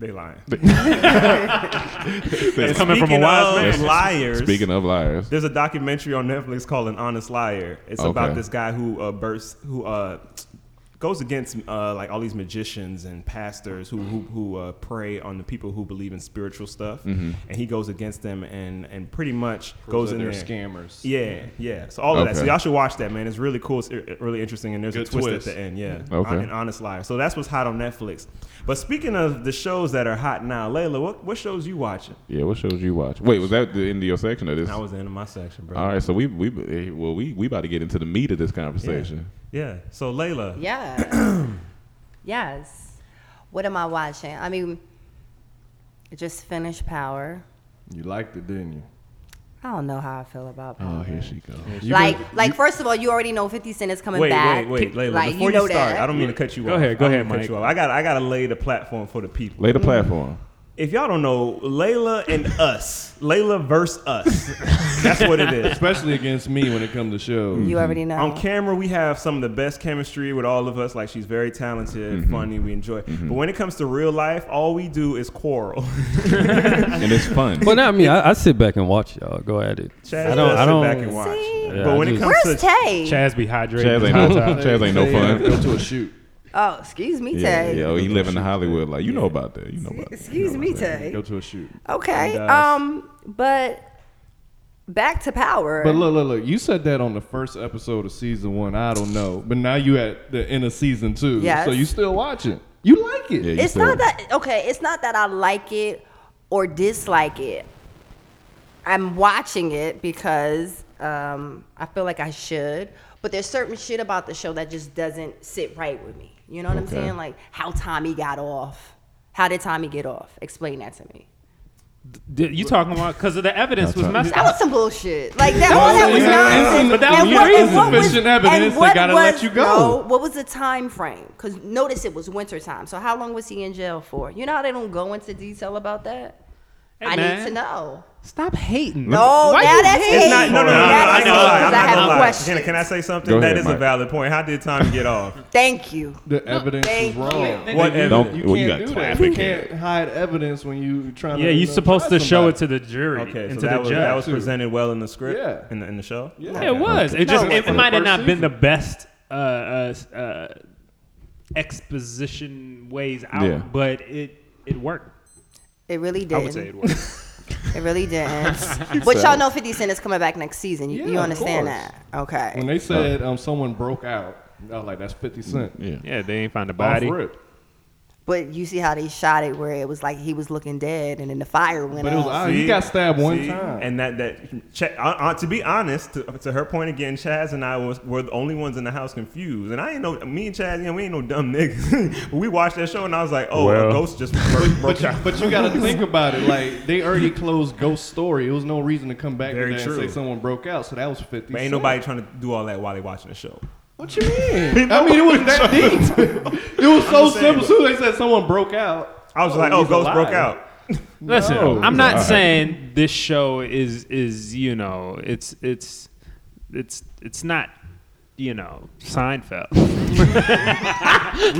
[SPEAKER 5] they lying.
[SPEAKER 6] *laughs*
[SPEAKER 3] They-
[SPEAKER 5] And speaking of Liars.
[SPEAKER 3] Speaking of liars,
[SPEAKER 5] There's a documentary on Netflix called An Honest Liar. It's
[SPEAKER 3] Okay.
[SPEAKER 5] about this guy who uh, bursts, who uh, goes against uh, like all these magicians and pastors who who, who uh, prey on the people who believe in spiritual stuff,
[SPEAKER 3] Mm-hmm.
[SPEAKER 5] and he goes against them and and pretty much goes
[SPEAKER 6] that
[SPEAKER 5] in
[SPEAKER 6] they're
[SPEAKER 5] there.
[SPEAKER 6] scammers.
[SPEAKER 5] Yeah, yeah. So all of that. So
[SPEAKER 3] Okay.
[SPEAKER 5] y'all should watch that, man. It's really cool. It's i- really interesting, and there's
[SPEAKER 6] Good
[SPEAKER 5] a twist,
[SPEAKER 6] twist.
[SPEAKER 5] at the end. Yeah,
[SPEAKER 3] Okay.
[SPEAKER 5] An Honest Liar. So that's what's hot on Netflix. But speaking of the shows that are hot now, Layla, what what shows you watching?
[SPEAKER 3] yeah. What shows you watch? Wait, was that the end of your section of this?
[SPEAKER 5] I was in my section, bro.
[SPEAKER 3] All right, so we we eh, well we we about to get into the meat of this conversation.
[SPEAKER 5] Yeah. So Layla,
[SPEAKER 1] Yeah. yes. What am I watching? I mean, I just finished Power.
[SPEAKER 6] You liked it, didn't you?
[SPEAKER 1] I don't know how I feel about Power.
[SPEAKER 3] Oh, here she goes.
[SPEAKER 6] You
[SPEAKER 1] like,
[SPEAKER 6] been-
[SPEAKER 1] like first of all, you already know 50 Cent is coming
[SPEAKER 5] wait,
[SPEAKER 1] back.
[SPEAKER 5] wait, wait, Layla.
[SPEAKER 1] like,
[SPEAKER 5] before you,
[SPEAKER 1] know
[SPEAKER 5] start,
[SPEAKER 1] that.
[SPEAKER 5] I don't mean to cut you
[SPEAKER 4] Go
[SPEAKER 5] off.
[SPEAKER 4] ahead, go
[SPEAKER 5] I don't
[SPEAKER 4] ahead,
[SPEAKER 5] mean to
[SPEAKER 4] Mike.
[SPEAKER 5] Cut you off. I got, I got to lay the platform for the people.
[SPEAKER 3] Lay the platform.
[SPEAKER 5] If y'all don't know, Layla and us, Layla versus us. That's what it is.
[SPEAKER 6] especially against me when it comes to shows.
[SPEAKER 1] you already know.
[SPEAKER 5] On camera, we have some of the best chemistry with all of us. Like she's very talented, funny. We enjoy. But when it comes to real life, all we do is quarrel.
[SPEAKER 3] and it's fun.
[SPEAKER 8] But not me. I, I sit back and watch y'all go at it.
[SPEAKER 5] Chaz
[SPEAKER 8] I don't.
[SPEAKER 5] does
[SPEAKER 8] I
[SPEAKER 5] sit
[SPEAKER 8] don't.
[SPEAKER 5] back and watch.
[SPEAKER 8] Yeah,
[SPEAKER 5] but
[SPEAKER 8] I
[SPEAKER 5] when it
[SPEAKER 8] just-
[SPEAKER 5] comes
[SPEAKER 1] Where's
[SPEAKER 5] to
[SPEAKER 1] Tay?
[SPEAKER 4] *laughs* Chaz be hydrated.
[SPEAKER 3] *laughs* Chaz ain't
[SPEAKER 6] *laughs*
[SPEAKER 4] hot
[SPEAKER 3] no
[SPEAKER 4] top.
[SPEAKER 3] Chaz ain't no
[SPEAKER 6] Say, uh, Go
[SPEAKER 3] fun.
[SPEAKER 6] to a shoot.
[SPEAKER 1] oh, excuse me,
[SPEAKER 3] Yeah,
[SPEAKER 1] Tay.
[SPEAKER 3] yeah, oh, he live in Hollywood. Like you know about that. You know about
[SPEAKER 1] *laughs*
[SPEAKER 3] that.
[SPEAKER 1] Excuse me, Tay.
[SPEAKER 6] Go to a shoot.
[SPEAKER 1] Okay.
[SPEAKER 5] And, uh,
[SPEAKER 1] Um, but back to Power.
[SPEAKER 6] But look, look, look. You said that on the first episode of season one. I don't know, but now you at the end of season two.
[SPEAKER 1] Yes.
[SPEAKER 6] So you still watching? You like it?
[SPEAKER 3] Yeah, you
[SPEAKER 1] it's
[SPEAKER 3] still-
[SPEAKER 1] not that okay. It's not that I like it or dislike it. I'm watching it because um, I feel like I should. But there's certain shit about the show that just doesn't sit right with me. You know what I'm
[SPEAKER 3] Okay.
[SPEAKER 1] saying? Like how Tommy got off. How did Tommy get off? Explain that to me.
[SPEAKER 4] *laughs* Did- You talking about because of the evidence was messed
[SPEAKER 1] That
[SPEAKER 4] up.
[SPEAKER 1] was some bullshit. Like that, all that was nonsense.
[SPEAKER 4] But that was
[SPEAKER 1] what-
[SPEAKER 4] reason.
[SPEAKER 1] what was-
[SPEAKER 6] Sufficient evidence,
[SPEAKER 1] and
[SPEAKER 6] they
[SPEAKER 1] what
[SPEAKER 6] gotta
[SPEAKER 1] was-
[SPEAKER 6] let you go.
[SPEAKER 1] No, what was the time frame? Because notice it was winter time. So how long was he in jail for? You know how they don't go into detail about that. I
[SPEAKER 4] man.
[SPEAKER 1] need to know.
[SPEAKER 4] Stop hating.
[SPEAKER 1] No,
[SPEAKER 4] Why
[SPEAKER 1] now
[SPEAKER 4] you
[SPEAKER 1] that's
[SPEAKER 4] hating?
[SPEAKER 1] hate.
[SPEAKER 5] It's not, no, no, no, no, no,
[SPEAKER 1] That's
[SPEAKER 5] I
[SPEAKER 1] hate,
[SPEAKER 5] know. I'm
[SPEAKER 1] 'cause I
[SPEAKER 5] not
[SPEAKER 1] have
[SPEAKER 5] gonna
[SPEAKER 1] a
[SPEAKER 5] lie.
[SPEAKER 1] question.
[SPEAKER 5] Can, can I say something?
[SPEAKER 3] Go
[SPEAKER 5] that
[SPEAKER 3] ahead,
[SPEAKER 5] is
[SPEAKER 3] Mike.
[SPEAKER 5] a valid point. How did Tommy get off?
[SPEAKER 1] Thank you.
[SPEAKER 6] The evidence is
[SPEAKER 1] thank
[SPEAKER 6] wrong.
[SPEAKER 1] you.
[SPEAKER 5] What evidence?
[SPEAKER 3] Don't-
[SPEAKER 6] You
[SPEAKER 3] well, you
[SPEAKER 6] can't
[SPEAKER 3] got
[SPEAKER 6] do
[SPEAKER 3] clap
[SPEAKER 6] that. You
[SPEAKER 3] in
[SPEAKER 6] can't hide evidence when you trying to.
[SPEAKER 4] Yeah,
[SPEAKER 6] you
[SPEAKER 4] you're
[SPEAKER 6] know,
[SPEAKER 4] supposed
[SPEAKER 6] try
[SPEAKER 4] to show it to
[SPEAKER 6] somebody.
[SPEAKER 4] the jury
[SPEAKER 5] Okay,
[SPEAKER 4] and
[SPEAKER 5] so
[SPEAKER 4] to
[SPEAKER 5] that
[SPEAKER 4] the
[SPEAKER 5] was,
[SPEAKER 4] judge.
[SPEAKER 5] that was presented well in the script.
[SPEAKER 6] Yeah.
[SPEAKER 5] in the in the show.
[SPEAKER 6] Yeah.
[SPEAKER 4] It was. It just
[SPEAKER 1] No,
[SPEAKER 4] it,
[SPEAKER 6] from
[SPEAKER 4] might
[SPEAKER 6] the
[SPEAKER 4] have
[SPEAKER 6] first
[SPEAKER 4] not been
[SPEAKER 6] season.
[SPEAKER 4] the best uh, uh, uh, exposition ways out,
[SPEAKER 3] Yeah.
[SPEAKER 4] but it it worked.
[SPEAKER 1] It really
[SPEAKER 4] I would say it
[SPEAKER 1] didn't.
[SPEAKER 4] worked.
[SPEAKER 1] It really
[SPEAKER 5] *laughs*
[SPEAKER 1] didn't. but y'all know 50 Cent is coming back next season. You,
[SPEAKER 6] Yeah,
[SPEAKER 1] you
[SPEAKER 6] of
[SPEAKER 1] understand
[SPEAKER 6] course.
[SPEAKER 1] that? Okay.
[SPEAKER 6] When they said um, someone broke out, I was like, "That's Fifty Cent."
[SPEAKER 3] Yeah.
[SPEAKER 4] yeah, they ain't find a
[SPEAKER 6] Off
[SPEAKER 4] body.
[SPEAKER 6] rip.
[SPEAKER 1] But you see how they shot it, where it was like he was looking dead, and then the fire went
[SPEAKER 6] But it was
[SPEAKER 1] off.
[SPEAKER 6] odd. He Ah, got stabbed one
[SPEAKER 5] See?
[SPEAKER 6] time.
[SPEAKER 5] and that that Ch- uh, uh, to be honest, to, to her point again, Chaz and I was were the only ones in the house confused, and I ain't no me and Chaz, you know, we ain't no dumb niggas. *laughs* we watched that show, and I was like, oh,
[SPEAKER 4] Well.
[SPEAKER 5] a ghost just broke,
[SPEAKER 6] But
[SPEAKER 5] broke
[SPEAKER 6] you,
[SPEAKER 5] out.
[SPEAKER 6] but you gotta think about it. Like they already closed Ghost Story. It was no reason to come back to
[SPEAKER 5] Very
[SPEAKER 6] that
[SPEAKER 5] true.
[SPEAKER 6] and say someone broke out. So that was fifty.
[SPEAKER 5] But ain't
[SPEAKER 6] Cent.
[SPEAKER 5] nobody trying to do all that while they watching the show.
[SPEAKER 6] What you
[SPEAKER 5] *laughs*
[SPEAKER 6] mean? I mean, it was that deep. it was so
[SPEAKER 5] just saying,
[SPEAKER 6] simple. As soon as they said someone broke out,
[SPEAKER 5] I was
[SPEAKER 6] Oh,
[SPEAKER 5] like, oh,
[SPEAKER 6] he's
[SPEAKER 5] ghost broke
[SPEAKER 6] alive.
[SPEAKER 5] out.
[SPEAKER 4] Listen,
[SPEAKER 6] No.
[SPEAKER 4] I'm not saying this show is is you know it's it's it's it's not you know
[SPEAKER 1] *laughs*
[SPEAKER 4] Seinfeld. *laughs*
[SPEAKER 5] We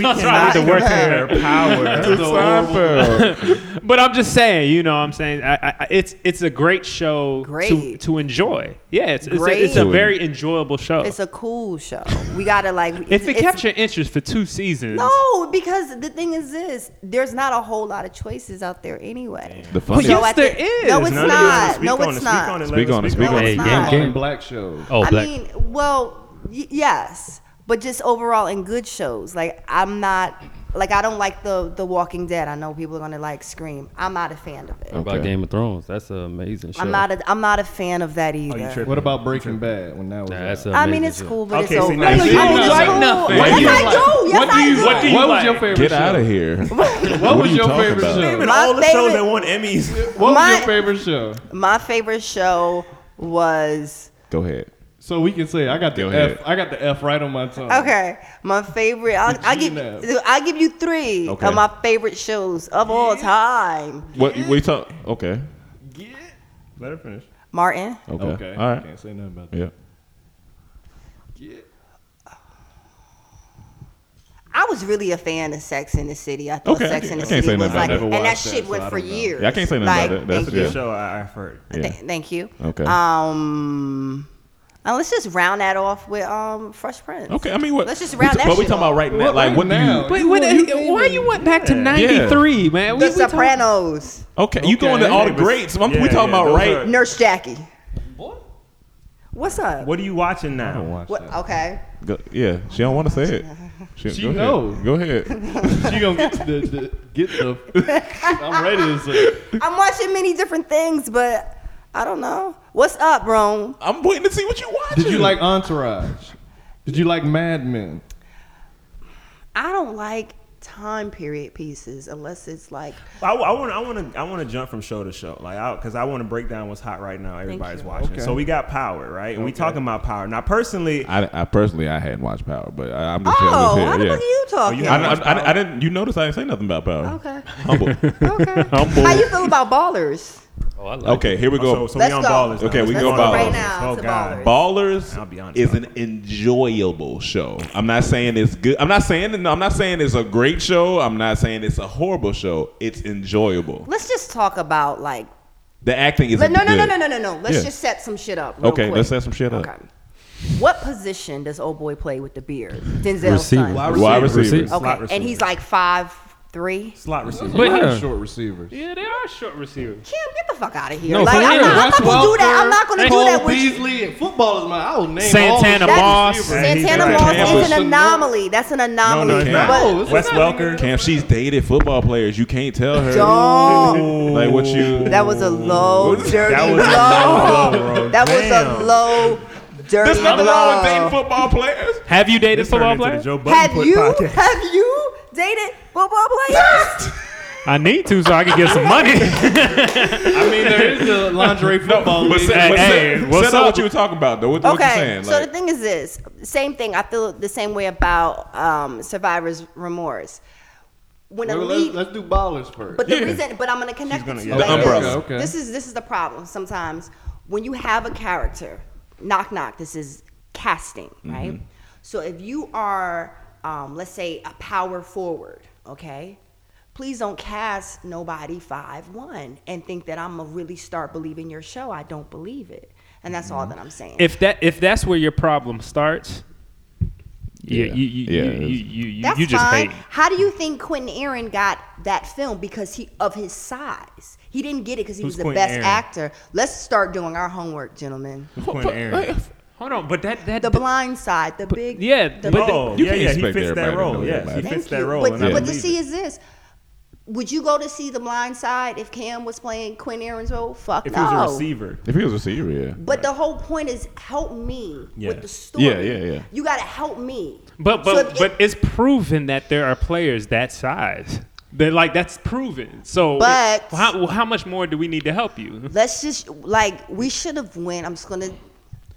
[SPEAKER 4] right.
[SPEAKER 5] cannot compare
[SPEAKER 1] *laughs*
[SPEAKER 5] power.
[SPEAKER 6] It's horrible.
[SPEAKER 4] But I'm just saying, you know, what I'm saying I, I, I- it's it's a great show to,
[SPEAKER 1] Great.
[SPEAKER 4] to enjoy. Yeah, it's it's a, it's a
[SPEAKER 1] Great.
[SPEAKER 4] very enjoyable show.
[SPEAKER 1] It's a cool show. We gotta like.
[SPEAKER 4] if it
[SPEAKER 1] it's-
[SPEAKER 4] kept your interest for two seasons,
[SPEAKER 1] No, because the thing is this: there's not a whole lot of choices out there anyway.
[SPEAKER 3] The funny.
[SPEAKER 4] yes,
[SPEAKER 1] at
[SPEAKER 4] there
[SPEAKER 1] the-
[SPEAKER 4] is.
[SPEAKER 1] No, it's
[SPEAKER 5] None of you
[SPEAKER 1] not.
[SPEAKER 5] wanna speak
[SPEAKER 1] No,
[SPEAKER 5] on it.
[SPEAKER 1] it's
[SPEAKER 5] Speak
[SPEAKER 1] not.
[SPEAKER 5] on it,
[SPEAKER 3] Speak on it,
[SPEAKER 5] Layla,
[SPEAKER 3] speak
[SPEAKER 1] it.
[SPEAKER 3] on
[SPEAKER 8] Hey,
[SPEAKER 1] Nah.
[SPEAKER 8] game,
[SPEAKER 6] All the
[SPEAKER 8] game.
[SPEAKER 6] black shows.
[SPEAKER 8] Oh,
[SPEAKER 1] I
[SPEAKER 8] black.
[SPEAKER 1] mean, well, y- yes, but just overall in good shows. Like I'm not like I don't like the the Walking Dead. I know people are gonna like scream. I'm not a fan of it.
[SPEAKER 8] What about Game of Thrones? That's an amazing show.
[SPEAKER 1] I'm not a I'm not a fan of
[SPEAKER 3] Oh,
[SPEAKER 1] that either.
[SPEAKER 5] tripping.
[SPEAKER 6] What about Breaking Bad when that was?
[SPEAKER 8] Nah,
[SPEAKER 6] out?
[SPEAKER 8] that's an
[SPEAKER 1] I mean,
[SPEAKER 8] amazing
[SPEAKER 1] it's
[SPEAKER 8] show.
[SPEAKER 1] cool, but
[SPEAKER 5] Okay,
[SPEAKER 1] it's
[SPEAKER 5] see,
[SPEAKER 1] over.
[SPEAKER 5] now you
[SPEAKER 1] I mean,
[SPEAKER 5] don't
[SPEAKER 1] it's
[SPEAKER 9] like
[SPEAKER 1] cool.
[SPEAKER 9] nothing.
[SPEAKER 1] Yes, I do. Yes,
[SPEAKER 3] What do
[SPEAKER 1] I
[SPEAKER 3] you-
[SPEAKER 1] do.
[SPEAKER 3] what do you
[SPEAKER 6] what was
[SPEAKER 4] like-
[SPEAKER 6] your favorite
[SPEAKER 3] Get
[SPEAKER 6] show?
[SPEAKER 3] out of here.
[SPEAKER 6] What
[SPEAKER 3] What are
[SPEAKER 6] was
[SPEAKER 3] you
[SPEAKER 6] your
[SPEAKER 3] talking
[SPEAKER 6] favorite
[SPEAKER 3] about?
[SPEAKER 6] show?
[SPEAKER 5] Even
[SPEAKER 1] My
[SPEAKER 5] all the
[SPEAKER 1] favorite-
[SPEAKER 5] shows that won Emmys.
[SPEAKER 1] *laughs*
[SPEAKER 6] What was
[SPEAKER 1] My-
[SPEAKER 6] your favorite show?
[SPEAKER 1] My favorite show was
[SPEAKER 3] Go ahead.
[SPEAKER 6] So we can say I got the
[SPEAKER 3] Go ahead.
[SPEAKER 6] F. I got the F right on my tongue.
[SPEAKER 1] okay. My favorite. I'll, I'll give
[SPEAKER 6] Regina.
[SPEAKER 1] I'll give you three
[SPEAKER 3] Okay.
[SPEAKER 1] of my favorite shows of all time.
[SPEAKER 3] What we talk? Okay.
[SPEAKER 5] Let her finish.
[SPEAKER 1] Martin.
[SPEAKER 3] Okay.
[SPEAKER 6] Okay.
[SPEAKER 3] All right.
[SPEAKER 6] Can't say nothing about that.
[SPEAKER 3] Yeah.
[SPEAKER 1] I was really a fan of Sex in the City. I thought
[SPEAKER 3] Okay.
[SPEAKER 1] Sex in the
[SPEAKER 3] I can't
[SPEAKER 1] City
[SPEAKER 3] say
[SPEAKER 1] was
[SPEAKER 3] nothing about
[SPEAKER 1] like,
[SPEAKER 3] that.
[SPEAKER 1] and
[SPEAKER 6] Never
[SPEAKER 1] that
[SPEAKER 6] watched
[SPEAKER 1] shit
[SPEAKER 6] that,
[SPEAKER 1] went
[SPEAKER 6] so I
[SPEAKER 1] for
[SPEAKER 6] don't know.
[SPEAKER 1] years.
[SPEAKER 3] Yeah, I can't say nothing
[SPEAKER 1] Like,
[SPEAKER 3] about that. That's
[SPEAKER 1] thank
[SPEAKER 3] yeah.
[SPEAKER 1] you.
[SPEAKER 5] Good show I, I've heard.
[SPEAKER 3] Yeah.
[SPEAKER 1] Th- thank you.
[SPEAKER 3] Okay.
[SPEAKER 1] Um, now let's just round that off with um Fresh Prince.
[SPEAKER 3] Okay, I mean, what?
[SPEAKER 1] Let's just
[SPEAKER 3] we
[SPEAKER 1] round
[SPEAKER 3] t-
[SPEAKER 1] that
[SPEAKER 3] But we
[SPEAKER 1] shit
[SPEAKER 3] talking
[SPEAKER 1] off.
[SPEAKER 3] about right now,
[SPEAKER 6] Well,
[SPEAKER 3] like
[SPEAKER 6] right
[SPEAKER 3] what
[SPEAKER 6] now.
[SPEAKER 3] do you?
[SPEAKER 6] But
[SPEAKER 4] But what,
[SPEAKER 6] you ain't
[SPEAKER 4] why
[SPEAKER 6] even-
[SPEAKER 4] you went back to '93, man?
[SPEAKER 1] The
[SPEAKER 4] we talking-
[SPEAKER 1] Sopranos.
[SPEAKER 3] Okay, you going to all the greats? I'm, we
[SPEAKER 5] Yeah,
[SPEAKER 3] talking
[SPEAKER 5] yeah,
[SPEAKER 3] about
[SPEAKER 5] those
[SPEAKER 3] right?
[SPEAKER 5] are-
[SPEAKER 1] Nurse Jackie. What's up?
[SPEAKER 5] What are you watching now?
[SPEAKER 1] What- okay.
[SPEAKER 3] Go, yeah, she don't want
[SPEAKER 1] *laughs*
[SPEAKER 3] to say it. She,
[SPEAKER 6] She
[SPEAKER 3] go
[SPEAKER 6] know.
[SPEAKER 3] Ahead. Go ahead.
[SPEAKER 6] She gonna get the, the get
[SPEAKER 1] *laughs*
[SPEAKER 6] the. I'm ready to say.
[SPEAKER 1] I'm watching many different things, but I don't know. What's up, Rome?
[SPEAKER 3] I'm waiting to see what you watching.
[SPEAKER 6] Did you like Entourage? Did you like Mad Men?
[SPEAKER 1] I don't like time period pieces unless it's like
[SPEAKER 5] I, want, I want to, I want to jump from show to show, like, because I, want to break down what's hot right now. Everybody's watching.
[SPEAKER 6] Okay.
[SPEAKER 5] So we got Power, right? And we talking about Power. Now, personally,
[SPEAKER 3] I, I personally, I hadn't watched Power, but I, I'm just
[SPEAKER 1] Oh,
[SPEAKER 3] telling
[SPEAKER 1] how the
[SPEAKER 3] this here.
[SPEAKER 1] fuck are you talking?
[SPEAKER 3] Yeah. I, I, I, I didn't. You noticed I didn't say nothing about Power.
[SPEAKER 1] okay. *laughs*
[SPEAKER 3] Humble. *laughs*
[SPEAKER 1] Okay.
[SPEAKER 3] Humble.
[SPEAKER 1] How you feel about ballers?
[SPEAKER 8] Oh,
[SPEAKER 3] okay, here we
[SPEAKER 5] so,
[SPEAKER 3] go.
[SPEAKER 5] so we
[SPEAKER 1] Let's
[SPEAKER 5] on
[SPEAKER 1] go.
[SPEAKER 5] ballers.
[SPEAKER 3] Okay,
[SPEAKER 5] now.
[SPEAKER 3] we
[SPEAKER 5] Let's
[SPEAKER 3] go
[SPEAKER 5] on
[SPEAKER 3] Ballers.
[SPEAKER 1] Right now,
[SPEAKER 5] Oh
[SPEAKER 1] to Ballers.
[SPEAKER 5] God.
[SPEAKER 3] Ballers
[SPEAKER 5] I'll be honest
[SPEAKER 3] is
[SPEAKER 5] about
[SPEAKER 3] an enjoyable show. I'm not saying it's good. I'm not saying no, I'm not saying it's a great show. I'm not saying it's a horrible show. It's enjoyable.
[SPEAKER 1] Let's just talk about like
[SPEAKER 3] The acting is
[SPEAKER 1] let- no
[SPEAKER 3] good.
[SPEAKER 1] no no no no no no. Let's
[SPEAKER 3] Yeah.
[SPEAKER 1] just set some shit up. Real
[SPEAKER 3] Okay,
[SPEAKER 1] quick.
[SPEAKER 3] let's set some shit up.
[SPEAKER 1] Okay. What position does old boy play with the beard? Denzel's
[SPEAKER 8] Receiver.
[SPEAKER 1] son.
[SPEAKER 8] Wide
[SPEAKER 3] Wide receivers.
[SPEAKER 8] Receiver.
[SPEAKER 1] Okay,
[SPEAKER 5] Slot
[SPEAKER 1] and
[SPEAKER 5] receiver.
[SPEAKER 1] he's like five three.
[SPEAKER 5] Slot receiver.
[SPEAKER 6] But
[SPEAKER 8] yeah.
[SPEAKER 6] short receivers.
[SPEAKER 4] Yeah, they are short receivers.
[SPEAKER 1] Kim, get the fuck out of here.
[SPEAKER 8] No,
[SPEAKER 1] like
[SPEAKER 8] for
[SPEAKER 1] I'm
[SPEAKER 8] real.
[SPEAKER 1] not, I'm not gonna do that. I'm not gonna do that
[SPEAKER 6] Cole
[SPEAKER 1] with you.
[SPEAKER 6] Beasley and football is my. I will name
[SPEAKER 4] Santana
[SPEAKER 6] all the
[SPEAKER 4] Moss.
[SPEAKER 6] receivers.
[SPEAKER 5] Hey, he's
[SPEAKER 1] Santana
[SPEAKER 5] right.
[SPEAKER 1] Moss
[SPEAKER 3] Campbell.
[SPEAKER 1] is an anomaly. That's an anomaly.
[SPEAKER 5] no, it's not.
[SPEAKER 1] But-
[SPEAKER 6] No, it's
[SPEAKER 5] Wes
[SPEAKER 6] not
[SPEAKER 5] Welker.
[SPEAKER 3] Cam, she's dated football players. You can't tell her
[SPEAKER 1] Don't.
[SPEAKER 3] like what you.
[SPEAKER 1] That was a low, dirty
[SPEAKER 5] That was a
[SPEAKER 1] blow.
[SPEAKER 5] low blow, bro.
[SPEAKER 1] That was a
[SPEAKER 5] Damn.
[SPEAKER 1] low, dirty
[SPEAKER 3] There's nothing wrong with dating
[SPEAKER 1] blow.
[SPEAKER 3] football players.
[SPEAKER 4] Have you dated
[SPEAKER 5] This turned
[SPEAKER 4] football
[SPEAKER 5] into the
[SPEAKER 4] players?
[SPEAKER 5] Joe Button
[SPEAKER 1] Have
[SPEAKER 5] Put
[SPEAKER 1] you *laughs*
[SPEAKER 5] podcast.
[SPEAKER 1] have you dated football
[SPEAKER 5] *laughs*
[SPEAKER 1] players?
[SPEAKER 4] I need to so I can get some money. *laughs*
[SPEAKER 6] I mean, there is the lingerie football.
[SPEAKER 3] But
[SPEAKER 6] league.
[SPEAKER 3] say, but
[SPEAKER 4] Hey,
[SPEAKER 3] say,
[SPEAKER 4] what's
[SPEAKER 3] set up
[SPEAKER 4] up?
[SPEAKER 3] what you were talking about though. What, what you
[SPEAKER 1] okay.
[SPEAKER 3] saying?
[SPEAKER 1] So the
[SPEAKER 3] Like,
[SPEAKER 1] thing is this. Same thing. I feel the same way about um, survivor's remorse. When a
[SPEAKER 6] Well,
[SPEAKER 1] lead,
[SPEAKER 6] let's, let's do ballers first.
[SPEAKER 1] but the
[SPEAKER 3] yeah.
[SPEAKER 1] reason, but I'm gonna connect
[SPEAKER 5] gonna-
[SPEAKER 1] it to
[SPEAKER 5] yeah.
[SPEAKER 1] like
[SPEAKER 3] The
[SPEAKER 1] this.
[SPEAKER 3] umbrella.
[SPEAKER 6] Okay, okay.
[SPEAKER 1] This is this is the problem sometimes when you have a character. Knock knock. This is casting, right? So if you are, um, let's say, a power forward, okay. Please don't cast nobody five one and think that I'm gonna really start believing your show. I don't believe it, and that's all that I'm saying.
[SPEAKER 4] if that if that's where your problem starts, yeah,
[SPEAKER 3] Yeah.
[SPEAKER 4] you you,
[SPEAKER 3] Yeah,
[SPEAKER 4] you,
[SPEAKER 3] it's-
[SPEAKER 4] you, you, you,
[SPEAKER 1] That's
[SPEAKER 4] you just
[SPEAKER 1] fine.
[SPEAKER 4] hate.
[SPEAKER 1] How do you think Quentin Aaron got that film because he of his size? He didn't get it because he
[SPEAKER 5] Who's
[SPEAKER 1] was the
[SPEAKER 5] Quentin
[SPEAKER 1] best
[SPEAKER 5] Aaron?
[SPEAKER 1] actor. Let's start doing our homework, gentlemen.
[SPEAKER 5] Quinn Aaron.
[SPEAKER 4] Hold on, but that that
[SPEAKER 1] The Blind Side, the big
[SPEAKER 4] yeah,
[SPEAKER 1] the
[SPEAKER 4] but
[SPEAKER 5] Oh,
[SPEAKER 3] You
[SPEAKER 5] yeah,
[SPEAKER 3] can't
[SPEAKER 5] yeah, he
[SPEAKER 3] expect
[SPEAKER 5] fits
[SPEAKER 3] everybody
[SPEAKER 5] that
[SPEAKER 3] to know
[SPEAKER 5] role. Yes, he
[SPEAKER 3] everybody.
[SPEAKER 5] fits
[SPEAKER 1] Thank
[SPEAKER 5] that
[SPEAKER 1] you.
[SPEAKER 5] role.
[SPEAKER 1] But,
[SPEAKER 5] and I
[SPEAKER 1] but the E
[SPEAKER 5] believe
[SPEAKER 1] see
[SPEAKER 5] it.
[SPEAKER 1] is this: Would you go to see The Blind Side if Cam was playing Quentin Aaron's role? Fuck
[SPEAKER 5] if he
[SPEAKER 1] no.
[SPEAKER 5] was a receiver,
[SPEAKER 3] if he was a receiver, yeah.
[SPEAKER 1] But the whole point is help me
[SPEAKER 5] Yeah.
[SPEAKER 1] with the story.
[SPEAKER 3] Yeah, yeah, yeah.
[SPEAKER 1] You gotta help me.
[SPEAKER 4] But
[SPEAKER 1] So
[SPEAKER 4] but
[SPEAKER 1] if it-
[SPEAKER 4] but it's proven that there are players that size. They're like that's proven. So
[SPEAKER 1] But-
[SPEAKER 4] how, how much more do we need to help you?
[SPEAKER 1] let's just like we should have went. I'm just gonna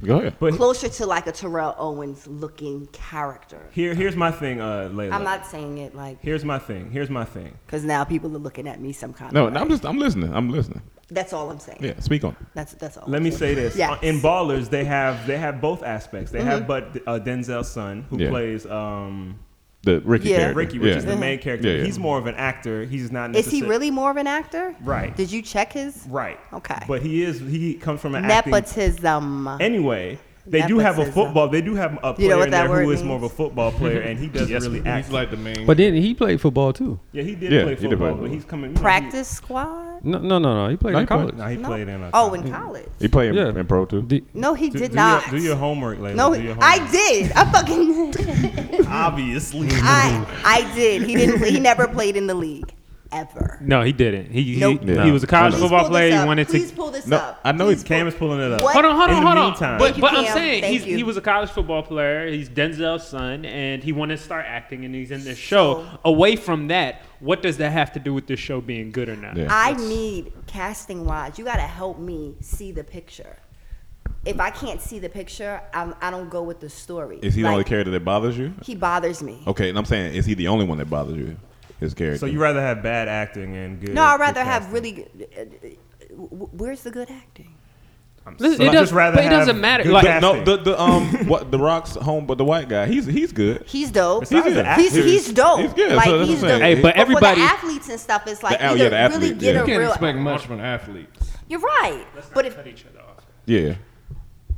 [SPEAKER 3] Go ahead.
[SPEAKER 1] closer to like a Terrell Owens looking character.
[SPEAKER 5] here here's my thing, uh, Layla.
[SPEAKER 1] I'm not saying it like
[SPEAKER 5] Here's my thing. Here's my thing.
[SPEAKER 1] because now people are looking at me some kind
[SPEAKER 3] No,
[SPEAKER 1] of.
[SPEAKER 3] no, I'm just I'm listening. I'm listening.
[SPEAKER 1] That's all I'm saying.
[SPEAKER 3] Yeah, speak on. it.
[SPEAKER 1] That's that's all.
[SPEAKER 5] Let
[SPEAKER 1] I'm
[SPEAKER 5] me say
[SPEAKER 1] saying.
[SPEAKER 5] this. Uh,
[SPEAKER 1] Yes.
[SPEAKER 5] In Ballers, they have they have both aspects. They have
[SPEAKER 1] Mm-hmm.
[SPEAKER 5] but uh, Denzel's son who
[SPEAKER 3] Yeah.
[SPEAKER 5] plays um,
[SPEAKER 3] The Ricky
[SPEAKER 1] Yeah.
[SPEAKER 3] character.
[SPEAKER 5] Ricky, which
[SPEAKER 3] yeah.
[SPEAKER 5] is the main character.
[SPEAKER 3] Yeah, yeah.
[SPEAKER 5] He's more of an actor. He's not.
[SPEAKER 1] Is he
[SPEAKER 5] necessar-
[SPEAKER 1] really more of an actor?
[SPEAKER 5] Right.
[SPEAKER 1] Did you check his
[SPEAKER 5] Right.
[SPEAKER 1] Okay.
[SPEAKER 5] But he is. He comes from an acting.
[SPEAKER 1] nepotism?
[SPEAKER 5] Anyway, they do have a
[SPEAKER 1] Nepotism.
[SPEAKER 5] football. They do have a player
[SPEAKER 1] what
[SPEAKER 5] in
[SPEAKER 1] that
[SPEAKER 5] there who is
[SPEAKER 1] word
[SPEAKER 5] more of a
[SPEAKER 1] means?
[SPEAKER 5] football player, and
[SPEAKER 3] *laughs*
[SPEAKER 5] he doesn't really act.
[SPEAKER 6] he's like the main.
[SPEAKER 8] But then he played football too.
[SPEAKER 5] yeah, he did
[SPEAKER 3] Yeah,
[SPEAKER 5] play
[SPEAKER 3] he did play
[SPEAKER 5] football,
[SPEAKER 3] football.
[SPEAKER 5] but he's coming. you know, he-
[SPEAKER 1] Practice squad?
[SPEAKER 8] No, no, no, no. He played
[SPEAKER 3] No,
[SPEAKER 8] in
[SPEAKER 3] he played-
[SPEAKER 8] college.
[SPEAKER 5] No, he
[SPEAKER 1] No.
[SPEAKER 5] played in. a-
[SPEAKER 1] Oh, in college.
[SPEAKER 3] He played in,
[SPEAKER 8] Yeah.
[SPEAKER 3] in Pro too.
[SPEAKER 8] The-
[SPEAKER 1] No, he
[SPEAKER 5] Mm-hmm. Do-
[SPEAKER 1] did
[SPEAKER 5] do
[SPEAKER 1] not.
[SPEAKER 5] Your, do your homework, Layla.
[SPEAKER 1] no,
[SPEAKER 5] do your homework.
[SPEAKER 1] I did. I fucking
[SPEAKER 5] *laughs* Obviously.
[SPEAKER 1] I I did. He didn't. He never played in the league ever.
[SPEAKER 4] No, he didn't. He
[SPEAKER 1] Nope.
[SPEAKER 4] he,
[SPEAKER 3] Yeah.
[SPEAKER 4] he was a college
[SPEAKER 1] Please
[SPEAKER 4] football
[SPEAKER 1] pull this
[SPEAKER 4] player. He
[SPEAKER 1] up.
[SPEAKER 4] wanted
[SPEAKER 1] Please
[SPEAKER 4] to.
[SPEAKER 1] pull this
[SPEAKER 3] No,
[SPEAKER 1] up.
[SPEAKER 3] I know he's
[SPEAKER 1] Please
[SPEAKER 5] Cam
[SPEAKER 1] pull-
[SPEAKER 5] is pulling it up.
[SPEAKER 1] What?
[SPEAKER 4] Hold on, hold
[SPEAKER 5] In
[SPEAKER 4] on,
[SPEAKER 5] the
[SPEAKER 4] hold
[SPEAKER 5] meantime-
[SPEAKER 4] on. But,
[SPEAKER 1] Thank you,
[SPEAKER 4] but I'm
[SPEAKER 1] Cam.
[SPEAKER 4] saying
[SPEAKER 1] Thank
[SPEAKER 4] he's,
[SPEAKER 1] you.
[SPEAKER 4] he was a college football player. He's Denzel's son, and he wanted to start acting, and he's in this
[SPEAKER 1] So-
[SPEAKER 4] show. Away from that, what does that have to do with this show being good or not?
[SPEAKER 3] Yeah.
[SPEAKER 1] I need casting wise. You gotta help me see the picture. If I can't see the picture, I'm, I don't go with the story.
[SPEAKER 3] Is he the only
[SPEAKER 1] Like,
[SPEAKER 3] character that bothers you?
[SPEAKER 1] He bothers me.
[SPEAKER 3] Okay, and I'm saying, is he the only one that bothers you? His character.
[SPEAKER 5] So you rather have bad acting and good.
[SPEAKER 1] No, I'd rather
[SPEAKER 5] good
[SPEAKER 1] have
[SPEAKER 5] casting.
[SPEAKER 1] really. Good, uh, uh, uh, wh- where's the good acting?
[SPEAKER 5] I'm
[SPEAKER 4] Listen,
[SPEAKER 5] sorry.
[SPEAKER 4] it
[SPEAKER 5] I'd
[SPEAKER 4] does-
[SPEAKER 5] just rather
[SPEAKER 4] but it
[SPEAKER 5] have
[SPEAKER 4] doesn't matter.
[SPEAKER 5] good
[SPEAKER 4] Like-
[SPEAKER 10] No,
[SPEAKER 5] casting.
[SPEAKER 10] the the um *laughs* what the Rock's home, but the white guy, he's he's good.
[SPEAKER 1] He's dope.
[SPEAKER 5] Besides the
[SPEAKER 1] He's
[SPEAKER 5] actors,
[SPEAKER 1] he's dope.
[SPEAKER 10] he's good, so
[SPEAKER 1] Like
[SPEAKER 10] that's
[SPEAKER 1] he's
[SPEAKER 10] what I'm
[SPEAKER 1] dope.
[SPEAKER 10] saying. Hey, but
[SPEAKER 1] for
[SPEAKER 4] everybody-
[SPEAKER 1] the athletes and stuff, it's like
[SPEAKER 10] The al-
[SPEAKER 1] either
[SPEAKER 10] yeah, the athlete,
[SPEAKER 1] really get
[SPEAKER 10] yeah.
[SPEAKER 1] a
[SPEAKER 10] You
[SPEAKER 6] Can't
[SPEAKER 1] real.
[SPEAKER 6] expect much from athletes.
[SPEAKER 1] You're right, but if
[SPEAKER 4] each other off.
[SPEAKER 10] Yeah.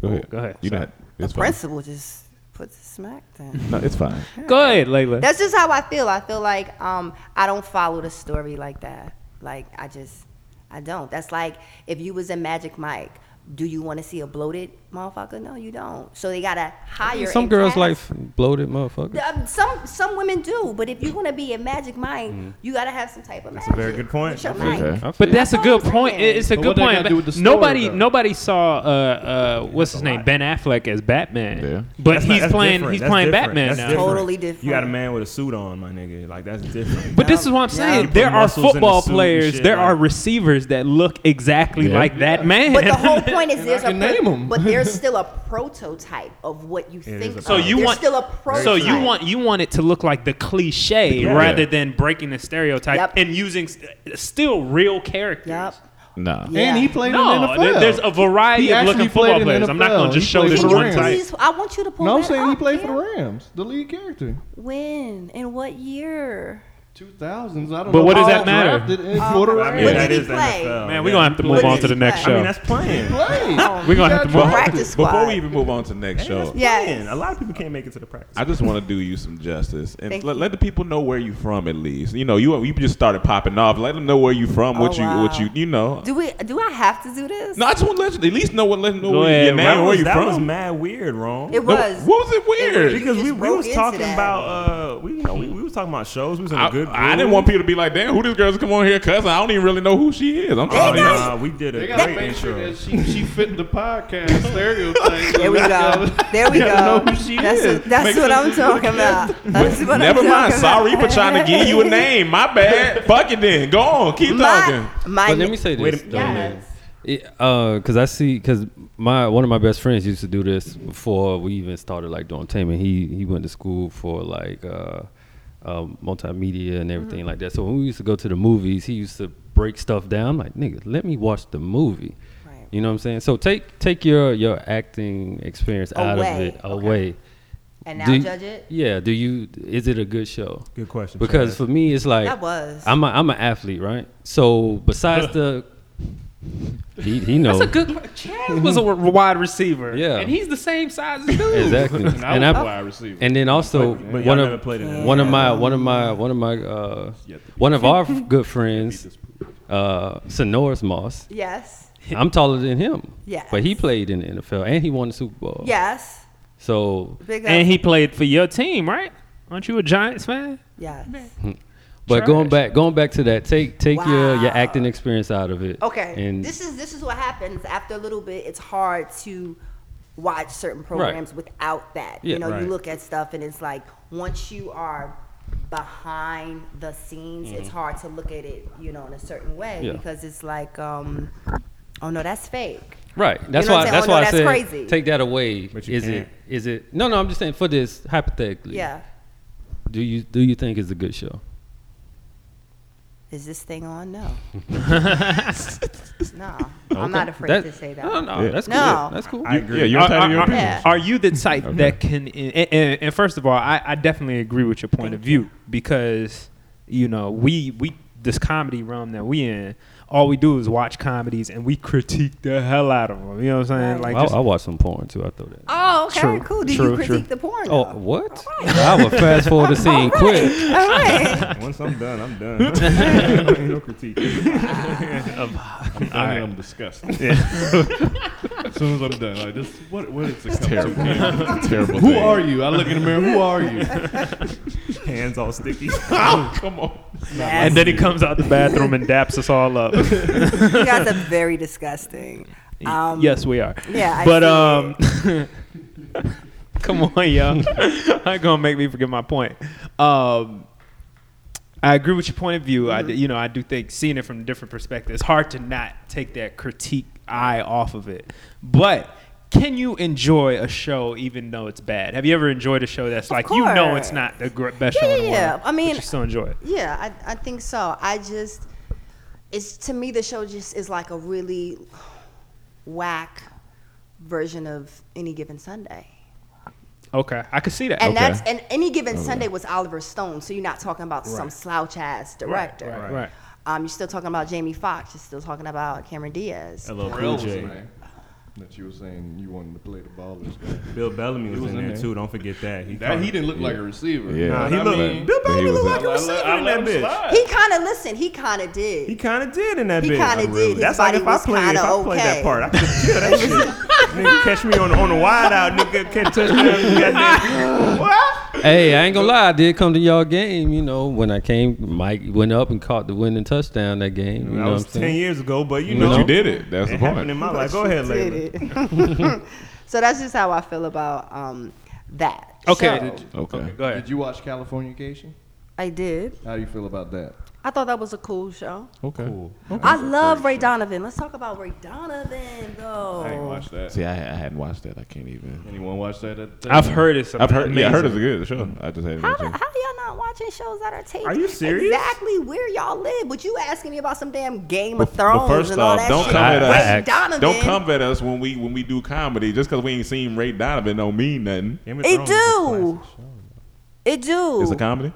[SPEAKER 10] Go ahead.
[SPEAKER 4] go ahead.
[SPEAKER 10] You're
[SPEAKER 4] Sorry.
[SPEAKER 10] not. It's fine.
[SPEAKER 1] principal just puts the smack down.
[SPEAKER 10] No, it's fine.
[SPEAKER 4] Go ahead, Layla.
[SPEAKER 1] That's just how I feel. I feel like um, I don't follow the story like that. Like I just, I don't. That's like if you was in Magic Mike, do you want to see a bloated motherfucker? No, you don't. So they gotta hire
[SPEAKER 8] Some
[SPEAKER 1] and
[SPEAKER 8] girls
[SPEAKER 1] cast-
[SPEAKER 8] like bloated motherfuckers.
[SPEAKER 1] Um, some some women do, but if you're gonna be a Magic Mike, you gotta have some type of
[SPEAKER 5] Mm-hmm. That's a
[SPEAKER 1] magic.
[SPEAKER 5] very good point.
[SPEAKER 1] with your
[SPEAKER 10] Okay.
[SPEAKER 1] mic.
[SPEAKER 4] But that's a good
[SPEAKER 1] That's
[SPEAKER 4] point.
[SPEAKER 1] right.
[SPEAKER 4] It- It's a
[SPEAKER 6] But
[SPEAKER 4] good
[SPEAKER 6] what that
[SPEAKER 4] point.
[SPEAKER 6] gotta do with the story,
[SPEAKER 4] nobody,
[SPEAKER 6] though?
[SPEAKER 4] nobody saw uh, uh, what's his name, Ben Affleck as Batman.
[SPEAKER 10] Yeah.
[SPEAKER 4] But
[SPEAKER 5] That's not-
[SPEAKER 4] he's
[SPEAKER 5] that's
[SPEAKER 4] playing,
[SPEAKER 5] different.
[SPEAKER 4] he's
[SPEAKER 5] That's
[SPEAKER 4] playing
[SPEAKER 5] different.
[SPEAKER 4] Batman
[SPEAKER 5] That's
[SPEAKER 4] now.
[SPEAKER 5] different.
[SPEAKER 1] Totally different.
[SPEAKER 5] You got a man with a suit on, my nigga. Like
[SPEAKER 1] *laughs*
[SPEAKER 5] that's different.
[SPEAKER 4] But this is what I'm saying.
[SPEAKER 5] put
[SPEAKER 4] There are
[SPEAKER 5] muscles in the
[SPEAKER 4] football
[SPEAKER 5] suit and
[SPEAKER 4] players.
[SPEAKER 5] shit,
[SPEAKER 4] There
[SPEAKER 5] like-
[SPEAKER 4] are receivers that look exactly
[SPEAKER 10] Yeah.
[SPEAKER 4] like that man.
[SPEAKER 1] But the
[SPEAKER 4] *laughs*
[SPEAKER 1] whole point
[SPEAKER 5] *laughs*
[SPEAKER 1] is there's
[SPEAKER 6] I
[SPEAKER 1] a
[SPEAKER 6] can name 'em.
[SPEAKER 1] but
[SPEAKER 6] *laughs*
[SPEAKER 1] there's still a prototype of what you
[SPEAKER 5] there's
[SPEAKER 1] think.
[SPEAKER 5] a
[SPEAKER 1] of.
[SPEAKER 4] so you
[SPEAKER 1] There's
[SPEAKER 4] want
[SPEAKER 1] still a prototype.
[SPEAKER 4] so you want you want it to look like the cliche
[SPEAKER 5] Yeah.
[SPEAKER 4] rather than breaking the stereotype
[SPEAKER 1] Yep.
[SPEAKER 4] and using s- still real characters.
[SPEAKER 1] Yep.
[SPEAKER 10] Nah.
[SPEAKER 1] Yeah.
[SPEAKER 6] And he played in the
[SPEAKER 4] No,
[SPEAKER 6] NFL.
[SPEAKER 4] there- there's a variety
[SPEAKER 6] He
[SPEAKER 4] of
[SPEAKER 6] actually
[SPEAKER 4] looking
[SPEAKER 6] played
[SPEAKER 4] football
[SPEAKER 6] in the
[SPEAKER 4] players. I'm not going
[SPEAKER 6] NFL.
[SPEAKER 4] to just
[SPEAKER 6] He
[SPEAKER 4] show
[SPEAKER 6] played
[SPEAKER 4] this
[SPEAKER 1] Can
[SPEAKER 6] for the
[SPEAKER 1] you
[SPEAKER 4] one
[SPEAKER 6] Rams.
[SPEAKER 4] type.
[SPEAKER 1] please? I want you to pull
[SPEAKER 6] No, I'm
[SPEAKER 1] that
[SPEAKER 6] saying he
[SPEAKER 1] up,
[SPEAKER 6] played for the
[SPEAKER 1] man.
[SPEAKER 6] Rams, the lead character.
[SPEAKER 1] When? In what year?
[SPEAKER 6] 2000s. I don't
[SPEAKER 4] But
[SPEAKER 6] know.
[SPEAKER 4] what does
[SPEAKER 6] all
[SPEAKER 4] that matter?
[SPEAKER 6] drafted in
[SPEAKER 1] Oh,
[SPEAKER 6] for the
[SPEAKER 5] I mean,
[SPEAKER 1] What
[SPEAKER 6] Rams.
[SPEAKER 5] that
[SPEAKER 1] did he
[SPEAKER 5] is the
[SPEAKER 1] play?
[SPEAKER 5] NFL.
[SPEAKER 4] Man, we're gonna have to move
[SPEAKER 1] What
[SPEAKER 4] on
[SPEAKER 1] did
[SPEAKER 4] to the
[SPEAKER 1] he play?
[SPEAKER 4] next
[SPEAKER 5] I
[SPEAKER 4] show.
[SPEAKER 5] mean, that's playing.
[SPEAKER 1] Oh,
[SPEAKER 6] Play.
[SPEAKER 4] We're gonna have
[SPEAKER 10] *laughs*
[SPEAKER 4] to move on.
[SPEAKER 1] Practice squad.
[SPEAKER 10] Before we even move on to the next show,
[SPEAKER 1] Yes.
[SPEAKER 5] A lot of people can't make it to the practice.
[SPEAKER 10] I just want to do you some justice and
[SPEAKER 1] Thank
[SPEAKER 10] let,
[SPEAKER 1] you.
[SPEAKER 10] let the people know where you from at least. You know, you you just started popping off. Let them know where you from, what
[SPEAKER 1] Oh,
[SPEAKER 10] you what
[SPEAKER 1] wow.
[SPEAKER 10] you you know.
[SPEAKER 1] Do we? Do I have to do this?
[SPEAKER 10] No, I just want to let you at least know what let them know
[SPEAKER 4] Go
[SPEAKER 10] where
[SPEAKER 4] ahead,
[SPEAKER 10] you your
[SPEAKER 4] Ron.
[SPEAKER 10] name,
[SPEAKER 5] that
[SPEAKER 10] where
[SPEAKER 5] was,
[SPEAKER 10] you
[SPEAKER 5] that
[SPEAKER 10] from.
[SPEAKER 5] was mad weird, wrong.
[SPEAKER 1] it
[SPEAKER 10] No,
[SPEAKER 1] was.
[SPEAKER 10] What was it weird?
[SPEAKER 1] was-
[SPEAKER 5] because
[SPEAKER 1] You
[SPEAKER 5] we,
[SPEAKER 1] just
[SPEAKER 5] we
[SPEAKER 1] broke
[SPEAKER 5] was
[SPEAKER 1] into
[SPEAKER 5] talking
[SPEAKER 1] that.
[SPEAKER 5] about uh we you know we, we was talking about shows. We was in a
[SPEAKER 10] I,
[SPEAKER 5] good.
[SPEAKER 10] I didn't
[SPEAKER 5] groove.
[SPEAKER 10] want people to be like, damn, who this girl's come on here cussing? I don't even really know who she is. I'm
[SPEAKER 5] Oh,
[SPEAKER 10] sorry.
[SPEAKER 5] nah, we did
[SPEAKER 6] They
[SPEAKER 5] a
[SPEAKER 6] gotta
[SPEAKER 5] great
[SPEAKER 6] make sure
[SPEAKER 5] intro.
[SPEAKER 6] that she, she fit the podcast stereotype.
[SPEAKER 1] There
[SPEAKER 10] *laughs*
[SPEAKER 1] we
[SPEAKER 6] *laughs*
[SPEAKER 1] go. There we go.
[SPEAKER 6] know who she
[SPEAKER 1] that's
[SPEAKER 6] is.
[SPEAKER 1] that's
[SPEAKER 6] Make
[SPEAKER 1] what
[SPEAKER 6] sure
[SPEAKER 1] I'm
[SPEAKER 6] she-
[SPEAKER 1] talking about. That's what
[SPEAKER 10] Never
[SPEAKER 1] I'm
[SPEAKER 10] mind.
[SPEAKER 1] talking
[SPEAKER 10] Sorry
[SPEAKER 1] about.
[SPEAKER 10] for trying to give you a name. My bad. Fuck it then. Go on. Keep talking.
[SPEAKER 1] *laughs* My, my
[SPEAKER 8] But let me say
[SPEAKER 5] Wait a-
[SPEAKER 8] this, though, man.
[SPEAKER 1] Yes.
[SPEAKER 8] It, uh, cause I see, cause my one of my best friends used to do this before we even started like doing taming. He he went to school for like uh, um, multimedia and everything
[SPEAKER 1] Mm-hmm.
[SPEAKER 8] like that. So when we used to go to the movies, he used to break stuff down. I'm like nigga, let me watch the movie.
[SPEAKER 1] Right.
[SPEAKER 8] You know what I'm saying? So take take your your acting experience out of
[SPEAKER 1] Away.
[SPEAKER 8] it
[SPEAKER 1] Okay.
[SPEAKER 8] away.
[SPEAKER 1] And now
[SPEAKER 8] Do-
[SPEAKER 1] judge it.
[SPEAKER 8] Yeah. Do you? Is it a good show?
[SPEAKER 5] Good question.
[SPEAKER 8] Because for me, it's like
[SPEAKER 1] That was.
[SPEAKER 8] I'm a, I'm an athlete, right? So besides the he he knows
[SPEAKER 4] That's a good. Chaz was a w- wide receiver.
[SPEAKER 8] Yeah.
[SPEAKER 4] and he's the same size as
[SPEAKER 1] *laughs*
[SPEAKER 4] dude.
[SPEAKER 8] exactly, and,
[SPEAKER 6] I was a
[SPEAKER 8] I
[SPEAKER 6] wide receiver.
[SPEAKER 8] and then also
[SPEAKER 5] Chaz. but y'all
[SPEAKER 8] one
[SPEAKER 5] never
[SPEAKER 8] of
[SPEAKER 5] played
[SPEAKER 8] *laughs*
[SPEAKER 5] in it.
[SPEAKER 8] one of my one of my one of my uh, one of our good friends, uh, Sonoris Moss.
[SPEAKER 1] Yes.
[SPEAKER 8] I'm taller than him.
[SPEAKER 1] Yes.
[SPEAKER 8] but he played in the NFL and he won the Super Bowl.
[SPEAKER 1] Yes.
[SPEAKER 8] So,
[SPEAKER 1] Big
[SPEAKER 4] And
[SPEAKER 1] up.
[SPEAKER 4] he played for your team, right? Aren't you a Giants *laughs* fan?
[SPEAKER 1] Yes.
[SPEAKER 8] but
[SPEAKER 4] Trash.
[SPEAKER 8] going back going back to that, take take your your
[SPEAKER 1] Wow.
[SPEAKER 8] acting experience out of it.
[SPEAKER 1] Okay.
[SPEAKER 8] and
[SPEAKER 1] this is this is what happens after a little bit. It's hard to watch certain programs without that.
[SPEAKER 8] Yeah,
[SPEAKER 1] you know,
[SPEAKER 8] right.
[SPEAKER 1] you look at stuff and it's like once you are behind the scenes, it's hard to look at it, you know, in a certain way
[SPEAKER 8] Yeah.
[SPEAKER 1] because it's like, um, oh no, that's fake.
[SPEAKER 8] Right. That's
[SPEAKER 1] know what I'm
[SPEAKER 8] why.
[SPEAKER 1] saying?
[SPEAKER 8] That's
[SPEAKER 1] Oh, no,
[SPEAKER 8] why I
[SPEAKER 1] that's
[SPEAKER 8] said
[SPEAKER 1] crazy.
[SPEAKER 8] take that away.
[SPEAKER 5] But you
[SPEAKER 8] is
[SPEAKER 5] can't.
[SPEAKER 8] it? Is it? No, no. I'm just saying for this hypothetically.
[SPEAKER 1] Yeah.
[SPEAKER 8] Do you do you think it's a good show?
[SPEAKER 1] Is this thing on? No. no, I'm not afraid
[SPEAKER 8] That- um,
[SPEAKER 1] to say that.
[SPEAKER 8] No, no. That's cool.
[SPEAKER 1] No.
[SPEAKER 8] That's cool.
[SPEAKER 5] I agree.
[SPEAKER 10] Yeah, you're entitled to your
[SPEAKER 4] are,
[SPEAKER 10] opinion.
[SPEAKER 1] Yeah.
[SPEAKER 4] are you the type that can? And, and, and first of all, I, I definitely agree with your point of view because you know we we this comedy realm that we in, all we do is watch comedies and we critique the hell out of them. You know what I'm saying? Like,
[SPEAKER 8] I,
[SPEAKER 4] just-
[SPEAKER 8] I watched some porn too. I throw that.
[SPEAKER 1] Oh, okay,
[SPEAKER 4] True,
[SPEAKER 1] cool. Do
[SPEAKER 4] true,
[SPEAKER 1] you
[SPEAKER 4] true.
[SPEAKER 1] critique the porn?
[SPEAKER 8] Oh,
[SPEAKER 1] though?
[SPEAKER 8] what? I would fast forward
[SPEAKER 1] *laughs*
[SPEAKER 8] the scene quick.
[SPEAKER 1] All
[SPEAKER 9] *laughs*
[SPEAKER 1] right.
[SPEAKER 5] Once I'm done, I'm done. Ain't no critique.
[SPEAKER 6] I'm done and I'm disgusted. as soon as I'm done, like this, what, what is this? Terrible.
[SPEAKER 10] Terrible.
[SPEAKER 6] Who are you? I look in the mirror. Who are you?
[SPEAKER 5] Hands all sticky.
[SPEAKER 6] Come on.
[SPEAKER 4] and then he comes out the bathroom and daps us all up.
[SPEAKER 1] *laughs* you guys are very disgusting. Um,
[SPEAKER 4] yes, we are.
[SPEAKER 1] Yeah, I
[SPEAKER 4] but
[SPEAKER 1] see
[SPEAKER 4] um,
[SPEAKER 1] *laughs*
[SPEAKER 4] come on, *laughs* y'all. I gonna make me forget my point. Um, I agree with your point of view. I
[SPEAKER 1] Mm-hmm.
[SPEAKER 4] d you know, I do think seeing it from a different perspective, it's hard to not take that critique eye off of it. But can you enjoy a show even though it's bad? Have you ever enjoyed a show that's like you know it's
[SPEAKER 1] course.
[SPEAKER 4] not the gr- best
[SPEAKER 1] Yeah,
[SPEAKER 4] show in the
[SPEAKER 1] yeah, yeah.
[SPEAKER 4] world?
[SPEAKER 1] I
[SPEAKER 4] but
[SPEAKER 1] mean-
[SPEAKER 4] you still enjoy it.
[SPEAKER 1] Yeah, I, I think so. I just, it's to me the show just is like a really whack version of Any Given Sunday.
[SPEAKER 4] Okay, I could see that.
[SPEAKER 1] And
[SPEAKER 4] okay.
[SPEAKER 1] that's and Any Given Sunday was Oliver Stone, so you're not talking about some slouch ass director.
[SPEAKER 4] right, right.
[SPEAKER 1] Um, you're still talking about Jamie Foxx. You're still talking about Cameron Diaz.
[SPEAKER 5] LL Cool
[SPEAKER 6] Rel's
[SPEAKER 5] J.
[SPEAKER 6] name That you were saying you wanted to play the ballers.
[SPEAKER 5] Bill Bellamy was,
[SPEAKER 6] was
[SPEAKER 5] in,
[SPEAKER 6] in
[SPEAKER 5] there
[SPEAKER 6] there.
[SPEAKER 5] too. Don't forget that. He
[SPEAKER 6] That he didn't look like a receiver.
[SPEAKER 3] Yeah. Nah,
[SPEAKER 5] Nah, he
[SPEAKER 6] I
[SPEAKER 5] looked.
[SPEAKER 6] mean,
[SPEAKER 5] Bill
[SPEAKER 3] he
[SPEAKER 5] Bellamy
[SPEAKER 3] was
[SPEAKER 5] looked
[SPEAKER 3] a-
[SPEAKER 5] like a
[SPEAKER 6] I
[SPEAKER 5] receiver
[SPEAKER 6] let- I
[SPEAKER 5] in
[SPEAKER 6] let
[SPEAKER 5] that
[SPEAKER 6] him
[SPEAKER 5] bitch.
[SPEAKER 6] slide.
[SPEAKER 1] He kind of listen. He kind of did.
[SPEAKER 5] He kind of did in that
[SPEAKER 1] He
[SPEAKER 5] bitch.
[SPEAKER 1] kinda did. His
[SPEAKER 5] That's like
[SPEAKER 1] body
[SPEAKER 5] if I
[SPEAKER 1] was
[SPEAKER 5] played, if I
[SPEAKER 1] kinda
[SPEAKER 5] played that
[SPEAKER 1] okay.
[SPEAKER 5] part, I could kill
[SPEAKER 1] *laughs*
[SPEAKER 5] that shit. nigga, catch me on on the wide out, nigga. Catch touchdown. you goddamn- What?
[SPEAKER 8] Hey, I ain't gonna lie. I did come to y'all game. You know, when I came, Mike went up and caught the winning touchdown that game. You
[SPEAKER 5] That
[SPEAKER 8] know
[SPEAKER 5] was
[SPEAKER 8] what I'm
[SPEAKER 5] ten
[SPEAKER 8] saying?
[SPEAKER 5] years ago, but you
[SPEAKER 3] But
[SPEAKER 5] know
[SPEAKER 3] you did it. That's the
[SPEAKER 5] It
[SPEAKER 3] point.
[SPEAKER 5] happened in my life. Go ahead,
[SPEAKER 1] Did
[SPEAKER 5] Layla.
[SPEAKER 1] it. *laughs* so that's just how I feel about um, that.
[SPEAKER 4] Okay.
[SPEAKER 1] So,
[SPEAKER 3] okay.
[SPEAKER 4] Go ahead.
[SPEAKER 6] Did you watch Californication?
[SPEAKER 1] I did.
[SPEAKER 6] How do you feel about that?
[SPEAKER 1] I thought that was a cool show.
[SPEAKER 3] Okay.
[SPEAKER 1] I love Ray Donovan. Let's talk about Ray Donovan, though.
[SPEAKER 6] that.
[SPEAKER 3] See, I, I hadn't watched that. I can't even.
[SPEAKER 6] Anyone watch that? At the
[SPEAKER 4] I've heard it's.
[SPEAKER 3] I've heard. Yeah, I heard it's
[SPEAKER 4] amazing.
[SPEAKER 3] good. Sure. I just hadn't
[SPEAKER 1] How,
[SPEAKER 3] watched
[SPEAKER 1] do,
[SPEAKER 3] it.
[SPEAKER 1] how y'all not watching shows that are taped?
[SPEAKER 5] Are you serious?
[SPEAKER 1] Exactly where y'all live, but you asking me about some damn Game of
[SPEAKER 3] But- but
[SPEAKER 1] Thrones
[SPEAKER 3] first
[SPEAKER 1] and all
[SPEAKER 3] off,
[SPEAKER 1] that
[SPEAKER 3] don't
[SPEAKER 1] shit.
[SPEAKER 3] come at
[SPEAKER 1] Ray
[SPEAKER 3] us.
[SPEAKER 1] Donovan.
[SPEAKER 3] Don't come at us when we when we do comedy. Just because we ain't seen Ray Donovan don't mean nothing.
[SPEAKER 5] Game of
[SPEAKER 1] It
[SPEAKER 5] Thrones is a
[SPEAKER 1] do.
[SPEAKER 5] classic.
[SPEAKER 1] It do.
[SPEAKER 3] It's a comedy. Um,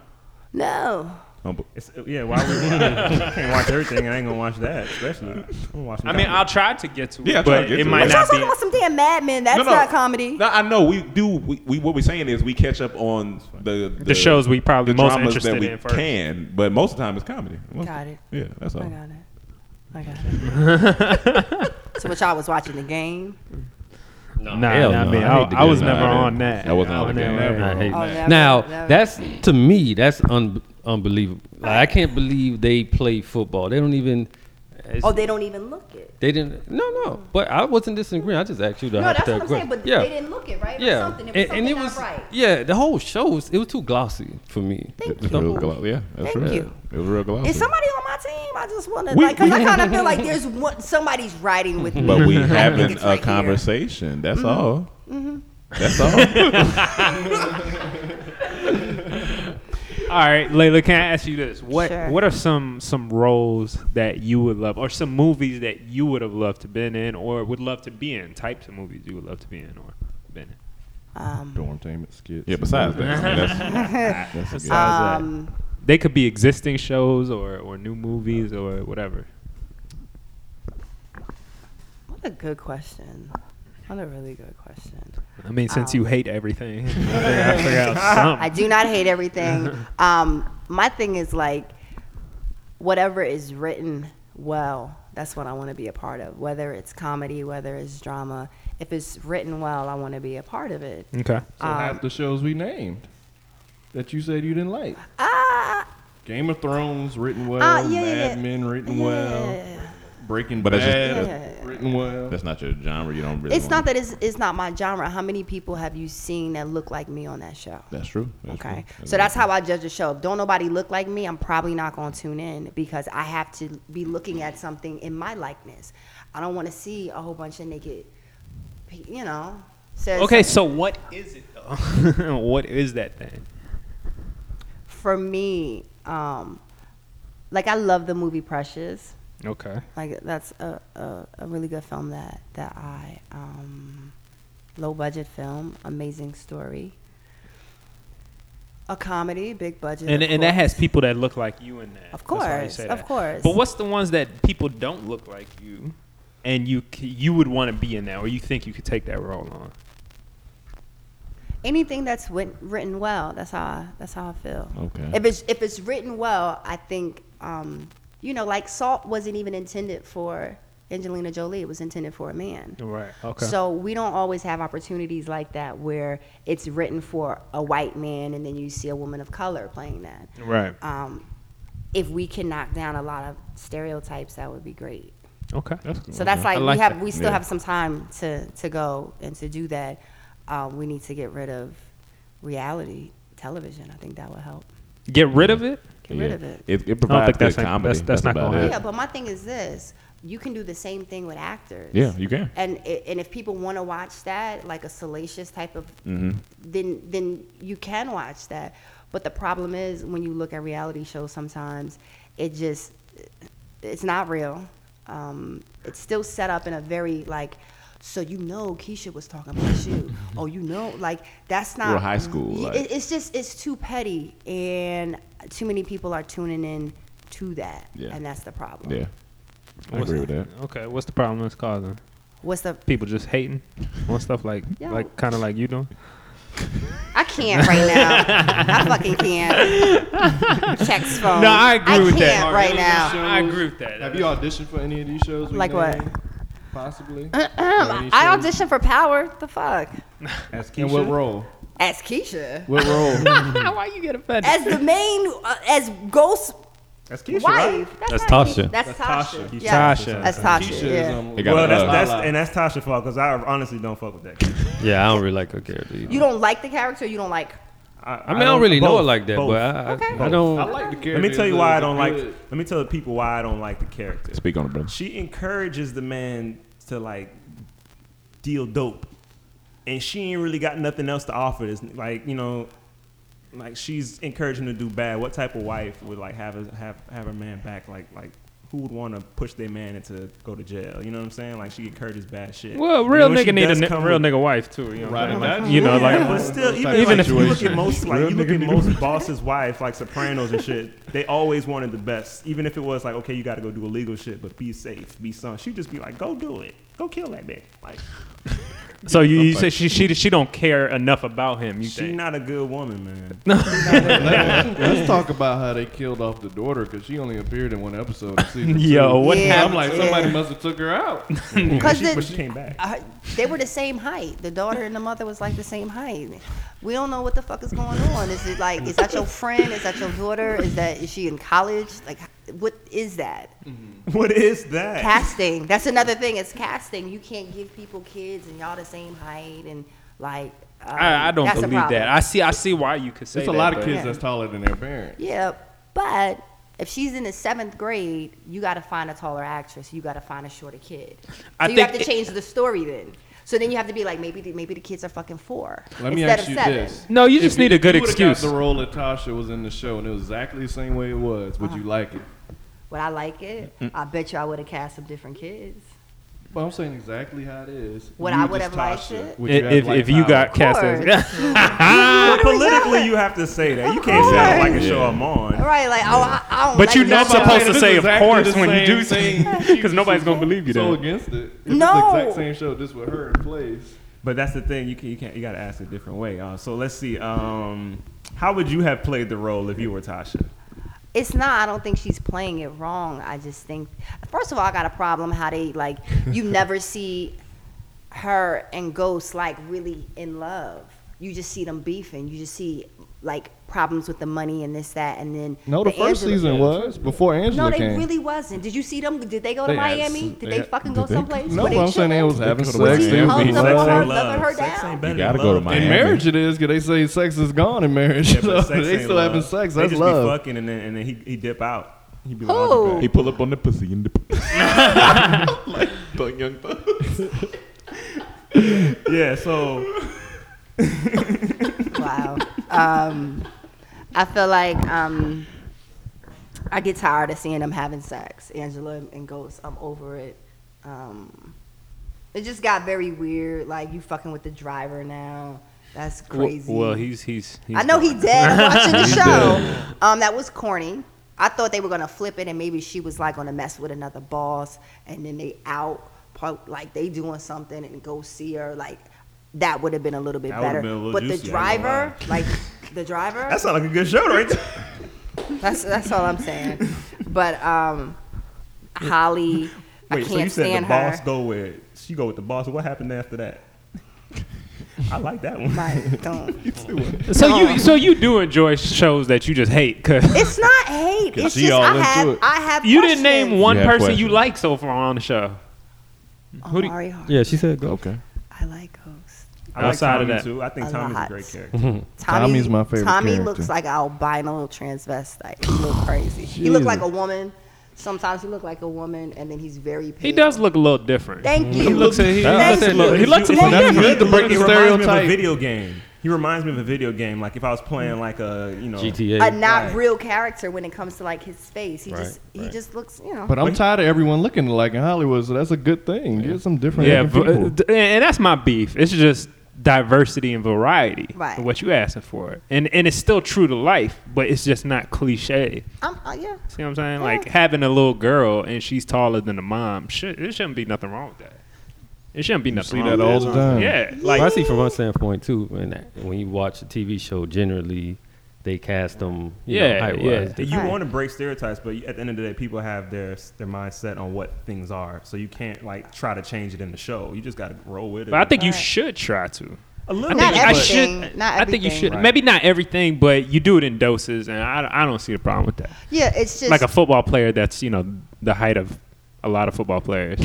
[SPEAKER 1] no.
[SPEAKER 3] Humble.
[SPEAKER 5] It's, yeah, why *laughs* would I can't watch everything? I ain't gonna watch that, especially. I'm gonna watch
[SPEAKER 4] I mean, I'll try to get to it,
[SPEAKER 3] Yeah, I'll try
[SPEAKER 4] but
[SPEAKER 3] to get
[SPEAKER 4] it
[SPEAKER 3] to
[SPEAKER 4] might
[SPEAKER 3] it.
[SPEAKER 1] But y'all
[SPEAKER 4] not
[SPEAKER 1] talking
[SPEAKER 4] be.
[SPEAKER 1] about some damn Mad Men. That's not comedy.
[SPEAKER 3] No, I know. We do. We, we what we're saying is we catch up on the the,
[SPEAKER 4] The shows we probably
[SPEAKER 3] the
[SPEAKER 4] most
[SPEAKER 3] dramas
[SPEAKER 4] interested
[SPEAKER 3] that we
[SPEAKER 4] in first.
[SPEAKER 3] can, but most of the time it's comedy. Most-
[SPEAKER 1] Got it.
[SPEAKER 3] Yeah, that's all.
[SPEAKER 1] I got it. I got it.
[SPEAKER 3] *laughs*
[SPEAKER 1] so what y'all was watching the game?
[SPEAKER 4] Nah,
[SPEAKER 8] Hell
[SPEAKER 4] not
[SPEAKER 8] no,
[SPEAKER 4] me.
[SPEAKER 8] I
[SPEAKER 4] I,
[SPEAKER 8] hate to
[SPEAKER 4] I
[SPEAKER 8] go
[SPEAKER 4] was
[SPEAKER 8] to
[SPEAKER 4] never
[SPEAKER 8] that.
[SPEAKER 4] on that.
[SPEAKER 3] I wasn't on
[SPEAKER 4] On
[SPEAKER 3] the game.
[SPEAKER 4] that
[SPEAKER 8] I
[SPEAKER 4] wave.
[SPEAKER 8] hate
[SPEAKER 1] Oh,
[SPEAKER 8] that.
[SPEAKER 1] never,
[SPEAKER 8] now
[SPEAKER 1] never.
[SPEAKER 8] that's to me that's un- unbelievable. Like, I can't believe they play football. They don't even. it's-
[SPEAKER 1] Oh, they don't even look it.
[SPEAKER 8] They didn't. No, no. But I wasn't disagreeing. I just asked you the
[SPEAKER 1] No, that's what
[SPEAKER 8] hypothetical
[SPEAKER 1] I'm saying.
[SPEAKER 8] question.
[SPEAKER 1] But they didn't look it, right? Or
[SPEAKER 8] yeah.
[SPEAKER 1] something. It was something
[SPEAKER 8] it was
[SPEAKER 1] not right.
[SPEAKER 8] yeah. The whole show was it was too glossy for me.
[SPEAKER 1] Thank
[SPEAKER 8] The
[SPEAKER 3] It's real
[SPEAKER 8] whole-
[SPEAKER 3] glo- yeah, that's
[SPEAKER 1] Thank
[SPEAKER 3] real.
[SPEAKER 1] you.
[SPEAKER 3] It was real glossy.
[SPEAKER 1] Is somebody on my team? I just want to
[SPEAKER 3] We-
[SPEAKER 1] like, cause I kind of feel
[SPEAKER 3] *laughs*
[SPEAKER 1] like there's one, somebody's riding with me.
[SPEAKER 3] but
[SPEAKER 1] *laughs*
[SPEAKER 3] we
[SPEAKER 1] I
[SPEAKER 3] uh,
[SPEAKER 1] think
[SPEAKER 3] having
[SPEAKER 1] it's
[SPEAKER 3] a
[SPEAKER 1] right here. Mm-hmm.
[SPEAKER 3] conversation. That's all.
[SPEAKER 1] *laughs*
[SPEAKER 3] That's all.
[SPEAKER 4] All right, Layla, can I ask you this? What
[SPEAKER 1] Sure.
[SPEAKER 4] What are some some roles that you would love, or some movies that you would have loved to been in, or would love to be in? Types of movies you would love to be in, or been in.
[SPEAKER 1] Um,
[SPEAKER 6] dormtainment skits.
[SPEAKER 3] yeah. Besides that, I mean,
[SPEAKER 1] *laughs*
[SPEAKER 3] that's,
[SPEAKER 4] Besides that, Um, they could be existing shows or or new movies or whatever.
[SPEAKER 1] What a good question. What a really good question.
[SPEAKER 4] I mean, since you hate everything, I think I forgot some.
[SPEAKER 1] I do not hate
[SPEAKER 6] *laughs*
[SPEAKER 1] everything. Um, my thing is like, whatever is written well, that's what I want to be a part of. Whether it's comedy, whether it's drama, if it's written well, I want to be a part of it.
[SPEAKER 4] *laughs*
[SPEAKER 1] Um,
[SPEAKER 4] Okay.
[SPEAKER 6] So half the shows we named that you said you didn't like.
[SPEAKER 1] Ah,
[SPEAKER 6] Game of Thrones written well.
[SPEAKER 1] Ah, yeah, yeah,
[SPEAKER 6] Mad
[SPEAKER 1] yeah.
[SPEAKER 6] Men written
[SPEAKER 1] yeah.
[SPEAKER 6] well. Breaking
[SPEAKER 3] But that's just-
[SPEAKER 6] Bad
[SPEAKER 1] Yeah.
[SPEAKER 6] written well.
[SPEAKER 3] that's not your genre. You don't really.
[SPEAKER 1] It's not
[SPEAKER 3] wanna-
[SPEAKER 1] that it's, it's not my genre. How many people have you seen that look like me on that show?
[SPEAKER 3] That's true. That's
[SPEAKER 1] Okay.
[SPEAKER 3] true.
[SPEAKER 1] So that's how I judge a show. If don't nobody look like me, I'm probably not going to tune in because I have to be looking at something in my likeness. I don't want to see a whole bunch of naked, pe- you know. So
[SPEAKER 4] Okay, so what is it though? *laughs* what is that thing?
[SPEAKER 1] for me, um, like I love the movie Precious.
[SPEAKER 4] Okay.
[SPEAKER 1] Like that's a, a, a really good film that that I um, low budget film, amazing story. A comedy, big budget,
[SPEAKER 4] And
[SPEAKER 1] of
[SPEAKER 4] and that
[SPEAKER 1] course.
[SPEAKER 4] has people that look like you in that.
[SPEAKER 1] Of
[SPEAKER 4] That's why you
[SPEAKER 1] course,
[SPEAKER 4] say
[SPEAKER 1] of
[SPEAKER 4] that.
[SPEAKER 1] course.
[SPEAKER 4] But what's the ones that people don't look like you, and you c- you would want to be in that, or you think you could take that role on?
[SPEAKER 1] anything that's wit- written well that's how I, that's how i feel
[SPEAKER 3] Okay.
[SPEAKER 1] if it's if it's written well i think um you know like salt wasn't even intended for angelina jolie it was intended for a man
[SPEAKER 4] Right. Okay.
[SPEAKER 1] so we don't always have opportunities like that where it's written for a white man and then you see a woman of color playing that
[SPEAKER 4] right.
[SPEAKER 1] um if we can knock down a lot of stereotypes that would be great
[SPEAKER 4] Okay.
[SPEAKER 1] so
[SPEAKER 3] Mm-hmm.
[SPEAKER 1] that's like,
[SPEAKER 4] I like
[SPEAKER 1] we have
[SPEAKER 4] that.
[SPEAKER 1] we still
[SPEAKER 3] Yeah.
[SPEAKER 1] have some time to to go and to do that. Uh, we need to get rid of reality television. I think that would help
[SPEAKER 4] Get rid of it.
[SPEAKER 1] get rid of it.
[SPEAKER 3] It, it provides
[SPEAKER 4] think
[SPEAKER 3] good
[SPEAKER 4] that's not-
[SPEAKER 3] comedy.
[SPEAKER 4] that's- that's not
[SPEAKER 3] about
[SPEAKER 4] gonna
[SPEAKER 3] it.
[SPEAKER 1] Yeah, but my thing is this: you can do the same thing with actors.
[SPEAKER 3] Yeah, you can.
[SPEAKER 1] And i- and if people want to watch that, like a salacious type of,
[SPEAKER 3] Mm-hmm.
[SPEAKER 1] then then you can watch that. But the problem is when you look at reality shows, sometimes it just it's not real. Um, it's still set up in a very like So you know Keisha was talking about
[SPEAKER 3] *laughs*
[SPEAKER 1] you. Oh, you know, like that's not
[SPEAKER 3] Real high school,
[SPEAKER 1] Yeah,
[SPEAKER 3] like-
[SPEAKER 1] it- it's just it's too petty, and too many people are tuning in to that,
[SPEAKER 3] Yeah.
[SPEAKER 1] and that's the problem.
[SPEAKER 3] Yeah. I
[SPEAKER 4] What's
[SPEAKER 3] agree with that.
[SPEAKER 4] Okay, what's the problem that's causing?
[SPEAKER 1] What's the?
[SPEAKER 4] People just hating on stuff like
[SPEAKER 1] Yo.
[SPEAKER 4] like kind of like you doing.
[SPEAKER 1] I can't right
[SPEAKER 4] *laughs*
[SPEAKER 1] now. I fucking can't. Text phone.
[SPEAKER 4] No, I agree with
[SPEAKER 1] can't
[SPEAKER 4] that.
[SPEAKER 1] right now.
[SPEAKER 4] I agree with that.
[SPEAKER 6] Have you auditioned for any of these shows? we
[SPEAKER 1] Like what? Uh,
[SPEAKER 6] named? Possibly.
[SPEAKER 1] I auditioned for Power. The fuck?
[SPEAKER 6] In what role?
[SPEAKER 1] As Keisha.
[SPEAKER 6] What
[SPEAKER 1] *laughs*
[SPEAKER 6] role?
[SPEAKER 4] *laughs* Why you get offended?
[SPEAKER 1] As the main, uh, as Ghost
[SPEAKER 5] That's Keisha, right?
[SPEAKER 1] wife.
[SPEAKER 8] That's
[SPEAKER 1] not
[SPEAKER 8] Tasha.
[SPEAKER 1] Keisha. That's, Tasha.
[SPEAKER 5] Tasha.
[SPEAKER 1] Yeah.
[SPEAKER 4] Tasha.
[SPEAKER 1] That's Tasha.
[SPEAKER 6] Keisha
[SPEAKER 1] yeah.
[SPEAKER 6] is, um,
[SPEAKER 3] It got
[SPEAKER 5] Well,
[SPEAKER 3] well,
[SPEAKER 5] that's, that's and that's Tasha fault because I honestly don't fuck with that. Kid.
[SPEAKER 8] Yeah, I don't really like her character. Either.
[SPEAKER 1] you don't like the character. You don't like.
[SPEAKER 5] I,
[SPEAKER 8] I mean, I don't really know
[SPEAKER 5] both,
[SPEAKER 8] it like that,
[SPEAKER 5] both.
[SPEAKER 8] but I, I-
[SPEAKER 1] Okay.
[SPEAKER 8] I don't.
[SPEAKER 6] I like the character.
[SPEAKER 5] let me tell you why I don't like.
[SPEAKER 6] Good.
[SPEAKER 5] Let me tell the people why I don't like the character.
[SPEAKER 3] Speak on it, brother.
[SPEAKER 5] She encourages the man to like deal dope, and she ain't really got nothing else to offer. This like you know, like she's encouraging him to do bad. What type of wife would like have a, have have her man back? Like like who would want to push their man into go to jail? You know what I'm saying? Like she encourages bad shit.
[SPEAKER 4] well,
[SPEAKER 5] And
[SPEAKER 4] real
[SPEAKER 5] when she
[SPEAKER 4] nigga need a
[SPEAKER 5] does
[SPEAKER 4] ni-
[SPEAKER 5] come
[SPEAKER 4] real
[SPEAKER 5] with-
[SPEAKER 4] nigga wife too. You know,
[SPEAKER 6] Right.
[SPEAKER 4] right.
[SPEAKER 6] Imagine-
[SPEAKER 4] you know
[SPEAKER 5] yeah,
[SPEAKER 4] like
[SPEAKER 5] but still, even,
[SPEAKER 6] type
[SPEAKER 5] like,
[SPEAKER 6] of
[SPEAKER 5] if you look at
[SPEAKER 6] situation.
[SPEAKER 5] most, like
[SPEAKER 6] Real
[SPEAKER 5] you look
[SPEAKER 6] nigga
[SPEAKER 5] at
[SPEAKER 6] do.
[SPEAKER 5] most bosses' wives, like Sopranos and shit, they always wanted the best, even if it was like, okay, you got to go do illegal shit, but be safe, be son. She'd just be like, go do it, go kill that bitch. Like
[SPEAKER 4] so you, you say she she she don't care enough about him. You
[SPEAKER 5] she
[SPEAKER 4] think?
[SPEAKER 5] not a good woman, man.
[SPEAKER 6] *laughs* Let's talk about how they killed off the daughter because she only appeared in one episode. Of
[SPEAKER 5] *laughs*
[SPEAKER 6] season
[SPEAKER 4] Yo,
[SPEAKER 6] two.
[SPEAKER 4] what
[SPEAKER 1] Yeah.
[SPEAKER 4] happened?
[SPEAKER 6] I'm like, somebody must have took her out.
[SPEAKER 1] Because
[SPEAKER 5] She, but she came back.
[SPEAKER 1] I, they were the same height. The daughter and the mother was like the same height. We don't know what the fuck is going on. Is it like is that your friend? Is that your daughter? Is that is she in college? Like what is that?
[SPEAKER 5] *laughs* What is that?
[SPEAKER 1] Casting. That's another thing. It's casting. You can't give people kids and y'all the same height and like. Um,
[SPEAKER 4] I, I don't
[SPEAKER 1] that's a
[SPEAKER 4] believe
[SPEAKER 1] problem.
[SPEAKER 4] that. I see I see why you could say
[SPEAKER 6] There's a
[SPEAKER 4] that,
[SPEAKER 6] lot of
[SPEAKER 4] but-
[SPEAKER 6] kids
[SPEAKER 1] Yeah.
[SPEAKER 6] that's taller than their parents.
[SPEAKER 1] Yeah, but if she's in the seventh grade, you got to find a taller actress. You got to find a shorter kid. So
[SPEAKER 4] I
[SPEAKER 1] you
[SPEAKER 4] think
[SPEAKER 1] have
[SPEAKER 4] it-
[SPEAKER 1] to change the story then. So then you have to be like, maybe the, maybe the kids are fucking four
[SPEAKER 6] Let me
[SPEAKER 1] instead
[SPEAKER 6] ask
[SPEAKER 1] of
[SPEAKER 6] you
[SPEAKER 1] seven.
[SPEAKER 6] this.
[SPEAKER 4] No, you
[SPEAKER 6] If
[SPEAKER 4] just need a
[SPEAKER 6] if
[SPEAKER 4] good
[SPEAKER 6] you would've got
[SPEAKER 4] excuse.
[SPEAKER 6] The role of Tasha was in the show, and it was exactly the same way it was. Would you like it?
[SPEAKER 1] Would I like it? I bet you I would have cast some different kids.
[SPEAKER 6] But I'm saying exactly how it is.
[SPEAKER 1] Would
[SPEAKER 6] You
[SPEAKER 1] I
[SPEAKER 6] just
[SPEAKER 1] would have liked
[SPEAKER 6] Tasha.
[SPEAKER 1] it?
[SPEAKER 6] Would
[SPEAKER 4] If
[SPEAKER 6] have
[SPEAKER 4] if,
[SPEAKER 6] liked
[SPEAKER 4] if you
[SPEAKER 6] Tyler?
[SPEAKER 4] got cast *laughs* as
[SPEAKER 5] Well,
[SPEAKER 1] What are we
[SPEAKER 5] politically,
[SPEAKER 1] doing?
[SPEAKER 5] you have to say that. You can't say I don't like a show
[SPEAKER 3] Yeah.
[SPEAKER 5] I'm on.
[SPEAKER 1] Right, like oh, I, I don't.
[SPEAKER 4] But
[SPEAKER 1] like
[SPEAKER 4] you're not
[SPEAKER 1] this show.
[SPEAKER 4] supposed to
[SPEAKER 6] This
[SPEAKER 4] say,
[SPEAKER 6] is
[SPEAKER 4] of
[SPEAKER 6] exactly
[SPEAKER 4] course,
[SPEAKER 6] the
[SPEAKER 4] when you
[SPEAKER 6] same
[SPEAKER 4] do *laughs*
[SPEAKER 6] thing.
[SPEAKER 4] because nobody's gonna believe you.
[SPEAKER 6] so
[SPEAKER 4] Though.
[SPEAKER 6] against it. If
[SPEAKER 1] No.
[SPEAKER 6] It's the exact same show, just with her in place.
[SPEAKER 5] But that's the thing. You can you can't you got to ask a different way. Uh, so let's see. Um, how would you have played the role if you were Tasha?
[SPEAKER 1] It's not. I don't think she's playing it wrong. I just think, first of all, I got a problem how they like.
[SPEAKER 6] *laughs*
[SPEAKER 1] You never see her and Ghost like really in love. You just see them beefing. You just see like problems with the money and this that, and then
[SPEAKER 6] No, the, first
[SPEAKER 1] Angela-
[SPEAKER 6] season was before Angela
[SPEAKER 1] No, they
[SPEAKER 6] came.
[SPEAKER 1] really wasn't. Did you see them? Did they go to
[SPEAKER 6] They had-
[SPEAKER 1] Miami? Did
[SPEAKER 6] they
[SPEAKER 1] they
[SPEAKER 6] had-
[SPEAKER 1] fucking go
[SPEAKER 3] did they-
[SPEAKER 1] someplace?
[SPEAKER 6] no,
[SPEAKER 1] Were
[SPEAKER 6] but
[SPEAKER 1] they
[SPEAKER 6] I'm saying they
[SPEAKER 1] chilling?
[SPEAKER 6] was having
[SPEAKER 3] They
[SPEAKER 6] sex.
[SPEAKER 3] could've
[SPEAKER 1] Was he
[SPEAKER 6] they
[SPEAKER 3] went
[SPEAKER 6] was
[SPEAKER 1] hung
[SPEAKER 6] having
[SPEAKER 1] up on
[SPEAKER 6] sex.
[SPEAKER 1] her,
[SPEAKER 5] Sex ain't
[SPEAKER 1] loving her
[SPEAKER 5] love. Sex
[SPEAKER 1] down?
[SPEAKER 5] ain't better
[SPEAKER 3] You
[SPEAKER 5] than
[SPEAKER 3] gotta go to
[SPEAKER 5] love.
[SPEAKER 3] Miami.
[SPEAKER 6] In marriage, it is because they say sex is gone in marriage.
[SPEAKER 5] Yeah, but
[SPEAKER 6] *laughs* so
[SPEAKER 5] sex
[SPEAKER 6] they
[SPEAKER 5] ain't
[SPEAKER 6] still
[SPEAKER 5] love.
[SPEAKER 6] having sex.
[SPEAKER 5] They
[SPEAKER 6] That's
[SPEAKER 5] just
[SPEAKER 6] love. Oh.
[SPEAKER 5] Be fucking and then, and then he, he dip out. He be like,
[SPEAKER 1] Who?
[SPEAKER 5] "I'll be
[SPEAKER 3] He
[SPEAKER 5] back."
[SPEAKER 3] pull up on the pussy and the like Thug young thug.
[SPEAKER 5] yeah. So
[SPEAKER 1] Wow. Um, I feel like um, I get tired of seeing them having sex. Angela and Ghost, I'm over it. Um, it just got very weird. Like you fucking with the driver now. That's crazy.
[SPEAKER 4] Well, he's he's. he's
[SPEAKER 1] I know he
[SPEAKER 4] gone. *laughs*
[SPEAKER 1] dead watching the show. Um, that was corny. I thought they were gonna flip it and maybe she was like gonna mess with another boss and then they out pro- like they doing something and go see her like that would have been a little bit
[SPEAKER 5] That would've
[SPEAKER 1] better.
[SPEAKER 5] been a little
[SPEAKER 1] but the
[SPEAKER 5] juicy, I ain't gonna
[SPEAKER 1] driver, *laughs* like the driver,
[SPEAKER 5] that sounds like a good show, right? there.
[SPEAKER 1] that's that's all I'm saying. But um, Holly, I
[SPEAKER 5] Wait.
[SPEAKER 1] can't
[SPEAKER 5] So you said
[SPEAKER 1] stand
[SPEAKER 5] the
[SPEAKER 1] her.
[SPEAKER 5] boss go with she go with the boss. What happened after that? I like that one. *laughs*
[SPEAKER 1] Like, don't. *laughs*
[SPEAKER 4] So you so you do enjoy shows that you just hate because *laughs*
[SPEAKER 1] It's not hate. It's
[SPEAKER 6] she
[SPEAKER 1] just
[SPEAKER 6] all
[SPEAKER 1] I
[SPEAKER 6] into
[SPEAKER 1] have
[SPEAKER 6] it.
[SPEAKER 1] I have.
[SPEAKER 4] you didn't name
[SPEAKER 1] questions.
[SPEAKER 4] one
[SPEAKER 3] You have
[SPEAKER 4] person you
[SPEAKER 3] questions.
[SPEAKER 4] like so far on the show. Who do you-
[SPEAKER 1] Omari Hart.
[SPEAKER 8] yeah, she said go.
[SPEAKER 3] Okay.
[SPEAKER 1] I like Ghost.
[SPEAKER 5] I like
[SPEAKER 4] Outside
[SPEAKER 5] Tommy
[SPEAKER 4] of that.
[SPEAKER 5] too. I think
[SPEAKER 1] A
[SPEAKER 5] Tommy's a
[SPEAKER 1] lot.
[SPEAKER 5] great character.
[SPEAKER 1] Tommy-
[SPEAKER 6] Tommy's my favorite
[SPEAKER 1] Tommy
[SPEAKER 6] character.
[SPEAKER 1] looks like an albino transvestite. He look crazy. He look like a woman. Sometimes he look like a woman, and then he's very pale.
[SPEAKER 4] He does look a little different.
[SPEAKER 1] Thank you.
[SPEAKER 4] He looks a, he,
[SPEAKER 1] Thank
[SPEAKER 4] looks a
[SPEAKER 1] you.
[SPEAKER 4] little- he looks a
[SPEAKER 5] You-
[SPEAKER 4] little
[SPEAKER 5] you-
[SPEAKER 4] different.
[SPEAKER 6] good to break
[SPEAKER 5] It reminds
[SPEAKER 6] the
[SPEAKER 5] me of a
[SPEAKER 6] stereotype.
[SPEAKER 5] video game. He He reminds me of a video game. Like if I was playing like a you know
[SPEAKER 8] GTA.
[SPEAKER 1] a not
[SPEAKER 5] Right.
[SPEAKER 1] real character when it comes to like his face. He
[SPEAKER 8] Right,
[SPEAKER 1] just he
[SPEAKER 8] right.
[SPEAKER 1] just looks, you know.
[SPEAKER 6] But I'm tired of everyone looking like in Hollywood, so that's a good thing. Get some different
[SPEAKER 4] yeah,
[SPEAKER 6] yeah,
[SPEAKER 4] but, uh,
[SPEAKER 6] people.
[SPEAKER 4] and and that's my beef. It's just diversity and variety.
[SPEAKER 1] Right.
[SPEAKER 4] What you asking for, and and it's still true to life, but it's just not cliche.
[SPEAKER 1] I'm, uh, yeah.
[SPEAKER 4] See what I'm saying? Like having a little girl and she's taller than the mom. Shit, there shouldn't be nothing wrong with that. It shouldn't be nothing
[SPEAKER 3] see
[SPEAKER 4] wrong
[SPEAKER 3] that
[SPEAKER 4] with
[SPEAKER 3] all
[SPEAKER 6] the time.
[SPEAKER 4] Yeah,
[SPEAKER 8] Well, I
[SPEAKER 4] like
[SPEAKER 8] see from my standpoint too, and when you watch a TV show, generally they cast them. You
[SPEAKER 4] Yeah,
[SPEAKER 8] know, height-wise.
[SPEAKER 4] yeah.
[SPEAKER 8] They-
[SPEAKER 5] You
[SPEAKER 1] Right.
[SPEAKER 5] want to break stereotypes, but at the end of the day, people have their their mindset on what things are. So you can't like try to change it in the show. You just got to roll with it.
[SPEAKER 4] but I think you
[SPEAKER 1] Right.
[SPEAKER 4] should try to.
[SPEAKER 5] a
[SPEAKER 4] I
[SPEAKER 5] little.
[SPEAKER 4] think
[SPEAKER 1] Not
[SPEAKER 5] bit.
[SPEAKER 4] I
[SPEAKER 1] everything.
[SPEAKER 4] should.
[SPEAKER 1] not
[SPEAKER 4] I think you
[SPEAKER 1] everything.
[SPEAKER 4] should. Maybe not everything, but you do it in doses, and I, I don't see the problem with that.
[SPEAKER 1] Yeah, it's just
[SPEAKER 4] like a football player that's you know the height of a lot of
[SPEAKER 1] *laughs*
[SPEAKER 4] football players.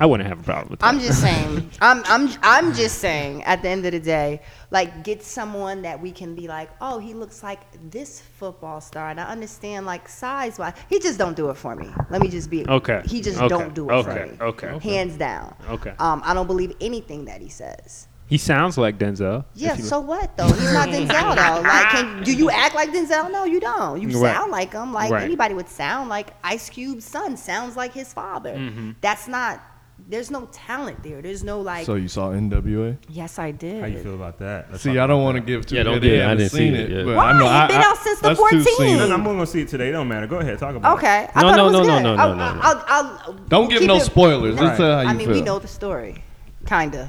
[SPEAKER 4] I wouldn't have a problem with
[SPEAKER 1] *laughs*
[SPEAKER 4] that.
[SPEAKER 1] I'm just saying. I'm I'm I'm just saying. At the end of the day, like get someone that we can be like, oh, he looks like this football star, and I understand like size wise, he just don't do it for me. Let me just be
[SPEAKER 4] Okay.
[SPEAKER 1] He just
[SPEAKER 4] Okay.
[SPEAKER 1] don't do it for
[SPEAKER 4] Okay.
[SPEAKER 1] me.
[SPEAKER 4] Okay. Okay.
[SPEAKER 1] Hands down.
[SPEAKER 4] Okay.
[SPEAKER 1] Um, I don't believe anything that he says.
[SPEAKER 4] he sounds like Denzel.
[SPEAKER 1] Yeah.
[SPEAKER 4] If you-
[SPEAKER 1] So what though? He's *laughs* not Denzel though. Like, can, do you act like Denzel? No, you don't. You
[SPEAKER 4] Right.
[SPEAKER 1] sound like him. Like
[SPEAKER 4] Right.
[SPEAKER 1] anybody would sound like Ice Cube's son sounds like his father. That's not. There's no talent there. There's no like.
[SPEAKER 6] so you saw NWA?
[SPEAKER 1] yes, I did.
[SPEAKER 5] How you feel about that? Let's
[SPEAKER 6] See,
[SPEAKER 5] talk
[SPEAKER 6] I don't
[SPEAKER 5] about
[SPEAKER 6] want to
[SPEAKER 5] that.
[SPEAKER 6] give too
[SPEAKER 8] Yeah, don't
[SPEAKER 6] many.
[SPEAKER 8] get it. I
[SPEAKER 6] haven't
[SPEAKER 8] didn't see
[SPEAKER 6] seen
[SPEAKER 8] it,
[SPEAKER 6] it.
[SPEAKER 8] yeah.
[SPEAKER 6] but
[SPEAKER 1] Why?
[SPEAKER 6] I know
[SPEAKER 1] It's
[SPEAKER 6] I,
[SPEAKER 1] been
[SPEAKER 6] I-
[SPEAKER 1] out since the
[SPEAKER 6] us two
[SPEAKER 1] 14.
[SPEAKER 6] seen it.
[SPEAKER 5] And I'm gonna see it today. It don't matter. Go ahead, talk about it.
[SPEAKER 1] Okay. I
[SPEAKER 8] No,
[SPEAKER 1] thought
[SPEAKER 8] no,
[SPEAKER 1] it was
[SPEAKER 8] no, no,
[SPEAKER 1] good.
[SPEAKER 8] no,
[SPEAKER 1] I'll-
[SPEAKER 8] no, no.
[SPEAKER 1] I'll- I'll-
[SPEAKER 6] Don't give
[SPEAKER 1] keep
[SPEAKER 6] no
[SPEAKER 1] it-
[SPEAKER 6] spoilers. Just tell how you
[SPEAKER 1] I mean,
[SPEAKER 6] feel.
[SPEAKER 1] we know the story, kinda.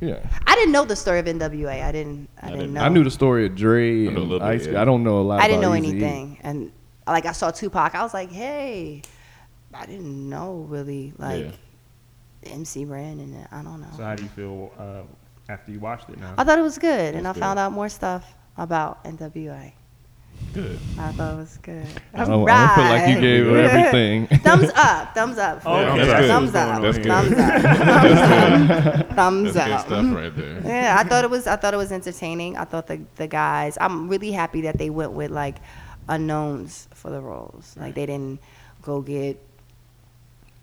[SPEAKER 6] Yeah.
[SPEAKER 1] I didn't know the story of NWA. I didn't. I, didn't, know.
[SPEAKER 6] I knew the story of Dre and
[SPEAKER 3] a little bit,
[SPEAKER 6] Ice.
[SPEAKER 3] yeah.
[SPEAKER 6] I don't know a lot.
[SPEAKER 1] I didn't
[SPEAKER 6] about
[SPEAKER 1] know
[SPEAKER 6] Eazy-E.
[SPEAKER 1] anything, and like I saw Tupac, I was like, hey, I didn't know really like MC ran and I don't know.
[SPEAKER 5] So how do you feel uh, after you watched it now?
[SPEAKER 1] I thought it was good, and I found out more stuff about NWA. Good. I thought it was good.
[SPEAKER 6] I don't, I don't feel like you gave her everything.
[SPEAKER 1] *laughs* Thumbs up, thumbs up. for
[SPEAKER 5] Okay.
[SPEAKER 1] it.
[SPEAKER 5] That's good.
[SPEAKER 1] Thumbs
[SPEAKER 5] That's
[SPEAKER 1] up,
[SPEAKER 5] good.
[SPEAKER 1] thumbs up,
[SPEAKER 3] *laughs*
[SPEAKER 1] thumbs
[SPEAKER 3] Good
[SPEAKER 1] up, thumbs
[SPEAKER 3] stuff
[SPEAKER 1] up. *laughs*
[SPEAKER 3] right there.
[SPEAKER 1] Yeah, I thought it was. I thought it was entertaining. I thought the the guys. I'm really happy that they went with like unknowns for the roles. Like they didn't go get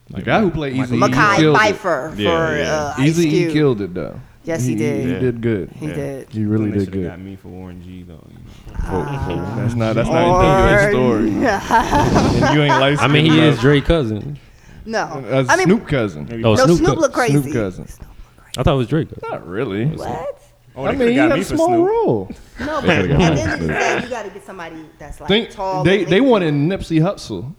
[SPEAKER 6] the guy who played Easy
[SPEAKER 1] Mackay
[SPEAKER 6] killed
[SPEAKER 1] Pfifer for uh, Ice
[SPEAKER 6] Easy
[SPEAKER 1] Cube.
[SPEAKER 6] E killed it though.
[SPEAKER 1] Yes, he did.
[SPEAKER 6] He did good.
[SPEAKER 1] He did.
[SPEAKER 6] He really
[SPEAKER 5] They
[SPEAKER 6] did
[SPEAKER 5] shoulda
[SPEAKER 6] good.
[SPEAKER 5] Got me for Warren G though. you know.
[SPEAKER 6] That's not. That's not a story. and you ain't like.
[SPEAKER 8] I mean, he is Dre cousin.
[SPEAKER 1] *laughs* No,
[SPEAKER 6] *laughs* A
[SPEAKER 1] I mean,
[SPEAKER 6] Snoop cousin.
[SPEAKER 8] Oh,
[SPEAKER 1] no, Snoop,
[SPEAKER 8] Cou-
[SPEAKER 1] looked crazy.
[SPEAKER 6] Snoop cousin.
[SPEAKER 8] I thought it was Drake.
[SPEAKER 6] Not really.
[SPEAKER 1] What?
[SPEAKER 5] Oh,
[SPEAKER 6] I
[SPEAKER 5] they
[SPEAKER 6] mean,
[SPEAKER 5] coulda
[SPEAKER 6] he
[SPEAKER 5] got
[SPEAKER 6] had
[SPEAKER 5] me
[SPEAKER 6] a
[SPEAKER 5] for
[SPEAKER 6] small
[SPEAKER 5] Snoop.
[SPEAKER 6] role.
[SPEAKER 1] No, but at the end of the day, you got to get somebody that's like
[SPEAKER 6] Think,
[SPEAKER 1] tall.
[SPEAKER 6] they
[SPEAKER 1] and
[SPEAKER 6] they
[SPEAKER 1] big.
[SPEAKER 6] wanted Nipsey Hussle,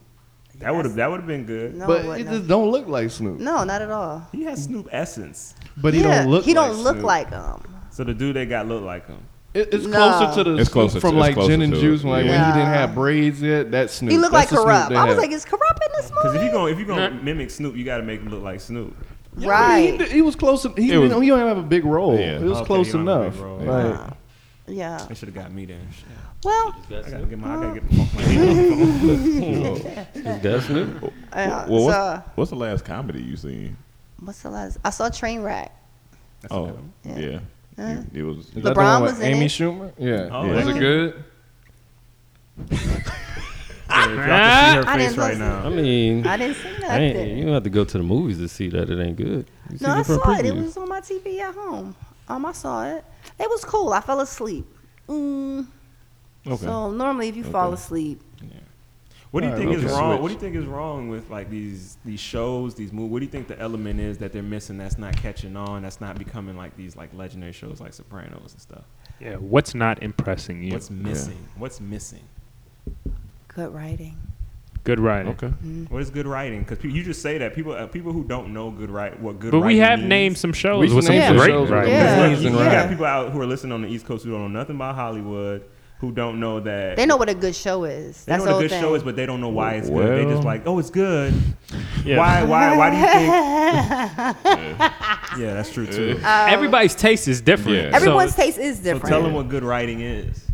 [SPEAKER 5] That would have that would have been good.
[SPEAKER 1] No,
[SPEAKER 6] but
[SPEAKER 1] it
[SPEAKER 6] it
[SPEAKER 1] wasn't.
[SPEAKER 6] just don't look like Snoop.
[SPEAKER 1] no, not at all.
[SPEAKER 5] He has Snoop essence.
[SPEAKER 6] But he
[SPEAKER 1] Yeah,
[SPEAKER 6] don't look.
[SPEAKER 1] He
[SPEAKER 6] like
[SPEAKER 1] don't look
[SPEAKER 6] Snoop.
[SPEAKER 1] like um.
[SPEAKER 5] So the dude they got looked like him.
[SPEAKER 6] It, it's
[SPEAKER 1] No.
[SPEAKER 6] closer to the
[SPEAKER 3] It's closer
[SPEAKER 6] from
[SPEAKER 3] to- it's
[SPEAKER 6] like gin
[SPEAKER 3] closer
[SPEAKER 6] and
[SPEAKER 3] to
[SPEAKER 6] juice
[SPEAKER 3] it,
[SPEAKER 6] when, like,
[SPEAKER 1] yeah.
[SPEAKER 6] when he didn't
[SPEAKER 1] Yeah.
[SPEAKER 6] have braids yet. That's Snoop.
[SPEAKER 1] He looked like
[SPEAKER 6] That's the Snoop
[SPEAKER 1] corrupt.
[SPEAKER 6] they
[SPEAKER 1] I was
[SPEAKER 6] had.
[SPEAKER 1] like, is corrupt in this
[SPEAKER 5] Because if
[SPEAKER 1] movie?
[SPEAKER 5] you going if you gonna mimic Snoop, you got to make him look like Snoop.
[SPEAKER 6] He,
[SPEAKER 1] right.
[SPEAKER 6] did- he was close. en- He,
[SPEAKER 3] It was-
[SPEAKER 6] didn't- he don't have a big role.
[SPEAKER 3] Yeah.
[SPEAKER 6] It was
[SPEAKER 5] Okay,
[SPEAKER 6] close
[SPEAKER 5] he don't have a
[SPEAKER 6] enough.
[SPEAKER 5] big role.
[SPEAKER 6] Like,
[SPEAKER 1] Yeah.
[SPEAKER 5] They should have got me then. Shit,
[SPEAKER 1] Well,
[SPEAKER 5] I gotta get *laughs* my I gotta get my
[SPEAKER 8] Definitely.
[SPEAKER 1] uh,
[SPEAKER 3] Well, what's,
[SPEAKER 1] so
[SPEAKER 3] what's the last comedy you seen?
[SPEAKER 1] what's the last? I saw Trainwreck.
[SPEAKER 3] Oh, yeah.
[SPEAKER 1] Uh.
[SPEAKER 3] It, it was.
[SPEAKER 6] is that the
[SPEAKER 1] LeBron
[SPEAKER 6] one with
[SPEAKER 1] was in
[SPEAKER 6] Amy
[SPEAKER 1] it.
[SPEAKER 6] Schumer? Yeah.
[SPEAKER 5] Oh,
[SPEAKER 6] Was
[SPEAKER 5] yeah.
[SPEAKER 6] it good?
[SPEAKER 5] If y'all can see her
[SPEAKER 1] I
[SPEAKER 5] face
[SPEAKER 1] didn't
[SPEAKER 5] right
[SPEAKER 1] listen.
[SPEAKER 5] now.
[SPEAKER 8] I mean,
[SPEAKER 1] I didn't see
[SPEAKER 8] I ain't- you
[SPEAKER 1] nothing.
[SPEAKER 8] don't have to go to the movies to see that it ain't good. You see
[SPEAKER 1] No, I
[SPEAKER 8] different
[SPEAKER 1] saw it. It
[SPEAKER 8] previews.
[SPEAKER 1] was on my TV at home. Um, I saw it. It was cool. I fell asleep. Mm.
[SPEAKER 3] Okay.
[SPEAKER 1] So normally, if you fall asleep,
[SPEAKER 5] What do you
[SPEAKER 6] All
[SPEAKER 5] think
[SPEAKER 6] right,
[SPEAKER 5] is
[SPEAKER 6] okay.
[SPEAKER 5] wrong?
[SPEAKER 6] Switch.
[SPEAKER 5] What do you think is wrong with like these these shows, these movies? What do you think the element is that they're missing? That's not catching on. That's not becoming like these like legendary shows like Sopranos and stuff.
[SPEAKER 4] Yeah, what's not impressing you?
[SPEAKER 5] What's missing? What's missing?
[SPEAKER 1] good writing.
[SPEAKER 4] Good writing.
[SPEAKER 3] Okay.
[SPEAKER 5] What is good writing? Because you just say that people uh, people who don't know good write what good.
[SPEAKER 4] But we
[SPEAKER 5] writing
[SPEAKER 4] have
[SPEAKER 5] means-
[SPEAKER 4] named some
[SPEAKER 6] We
[SPEAKER 4] shows
[SPEAKER 6] can
[SPEAKER 4] with some
[SPEAKER 6] name
[SPEAKER 1] some
[SPEAKER 4] great
[SPEAKER 6] shows with
[SPEAKER 4] writing.
[SPEAKER 6] good
[SPEAKER 1] Yeah.
[SPEAKER 5] Look,
[SPEAKER 6] writings
[SPEAKER 5] You
[SPEAKER 6] and
[SPEAKER 5] you
[SPEAKER 1] Yeah.
[SPEAKER 5] got people out who are listening on the East Coast who don't know nothing about Hollywood, who don't know that
[SPEAKER 1] They know what a good show is.
[SPEAKER 5] They
[SPEAKER 1] That's
[SPEAKER 5] know what
[SPEAKER 1] the
[SPEAKER 5] a
[SPEAKER 1] whole
[SPEAKER 5] good
[SPEAKER 1] thing.
[SPEAKER 5] show is, but they don't know why it's good. They just
[SPEAKER 3] Well-
[SPEAKER 5] like, oh, it's good.
[SPEAKER 4] Yeah.
[SPEAKER 5] Why? Why? Why do you think? yeah, that's true too.
[SPEAKER 4] Everybody's taste is different.
[SPEAKER 3] Yeah.
[SPEAKER 1] Everyone's taste is
[SPEAKER 5] So
[SPEAKER 1] different.
[SPEAKER 5] tell them what good writing is.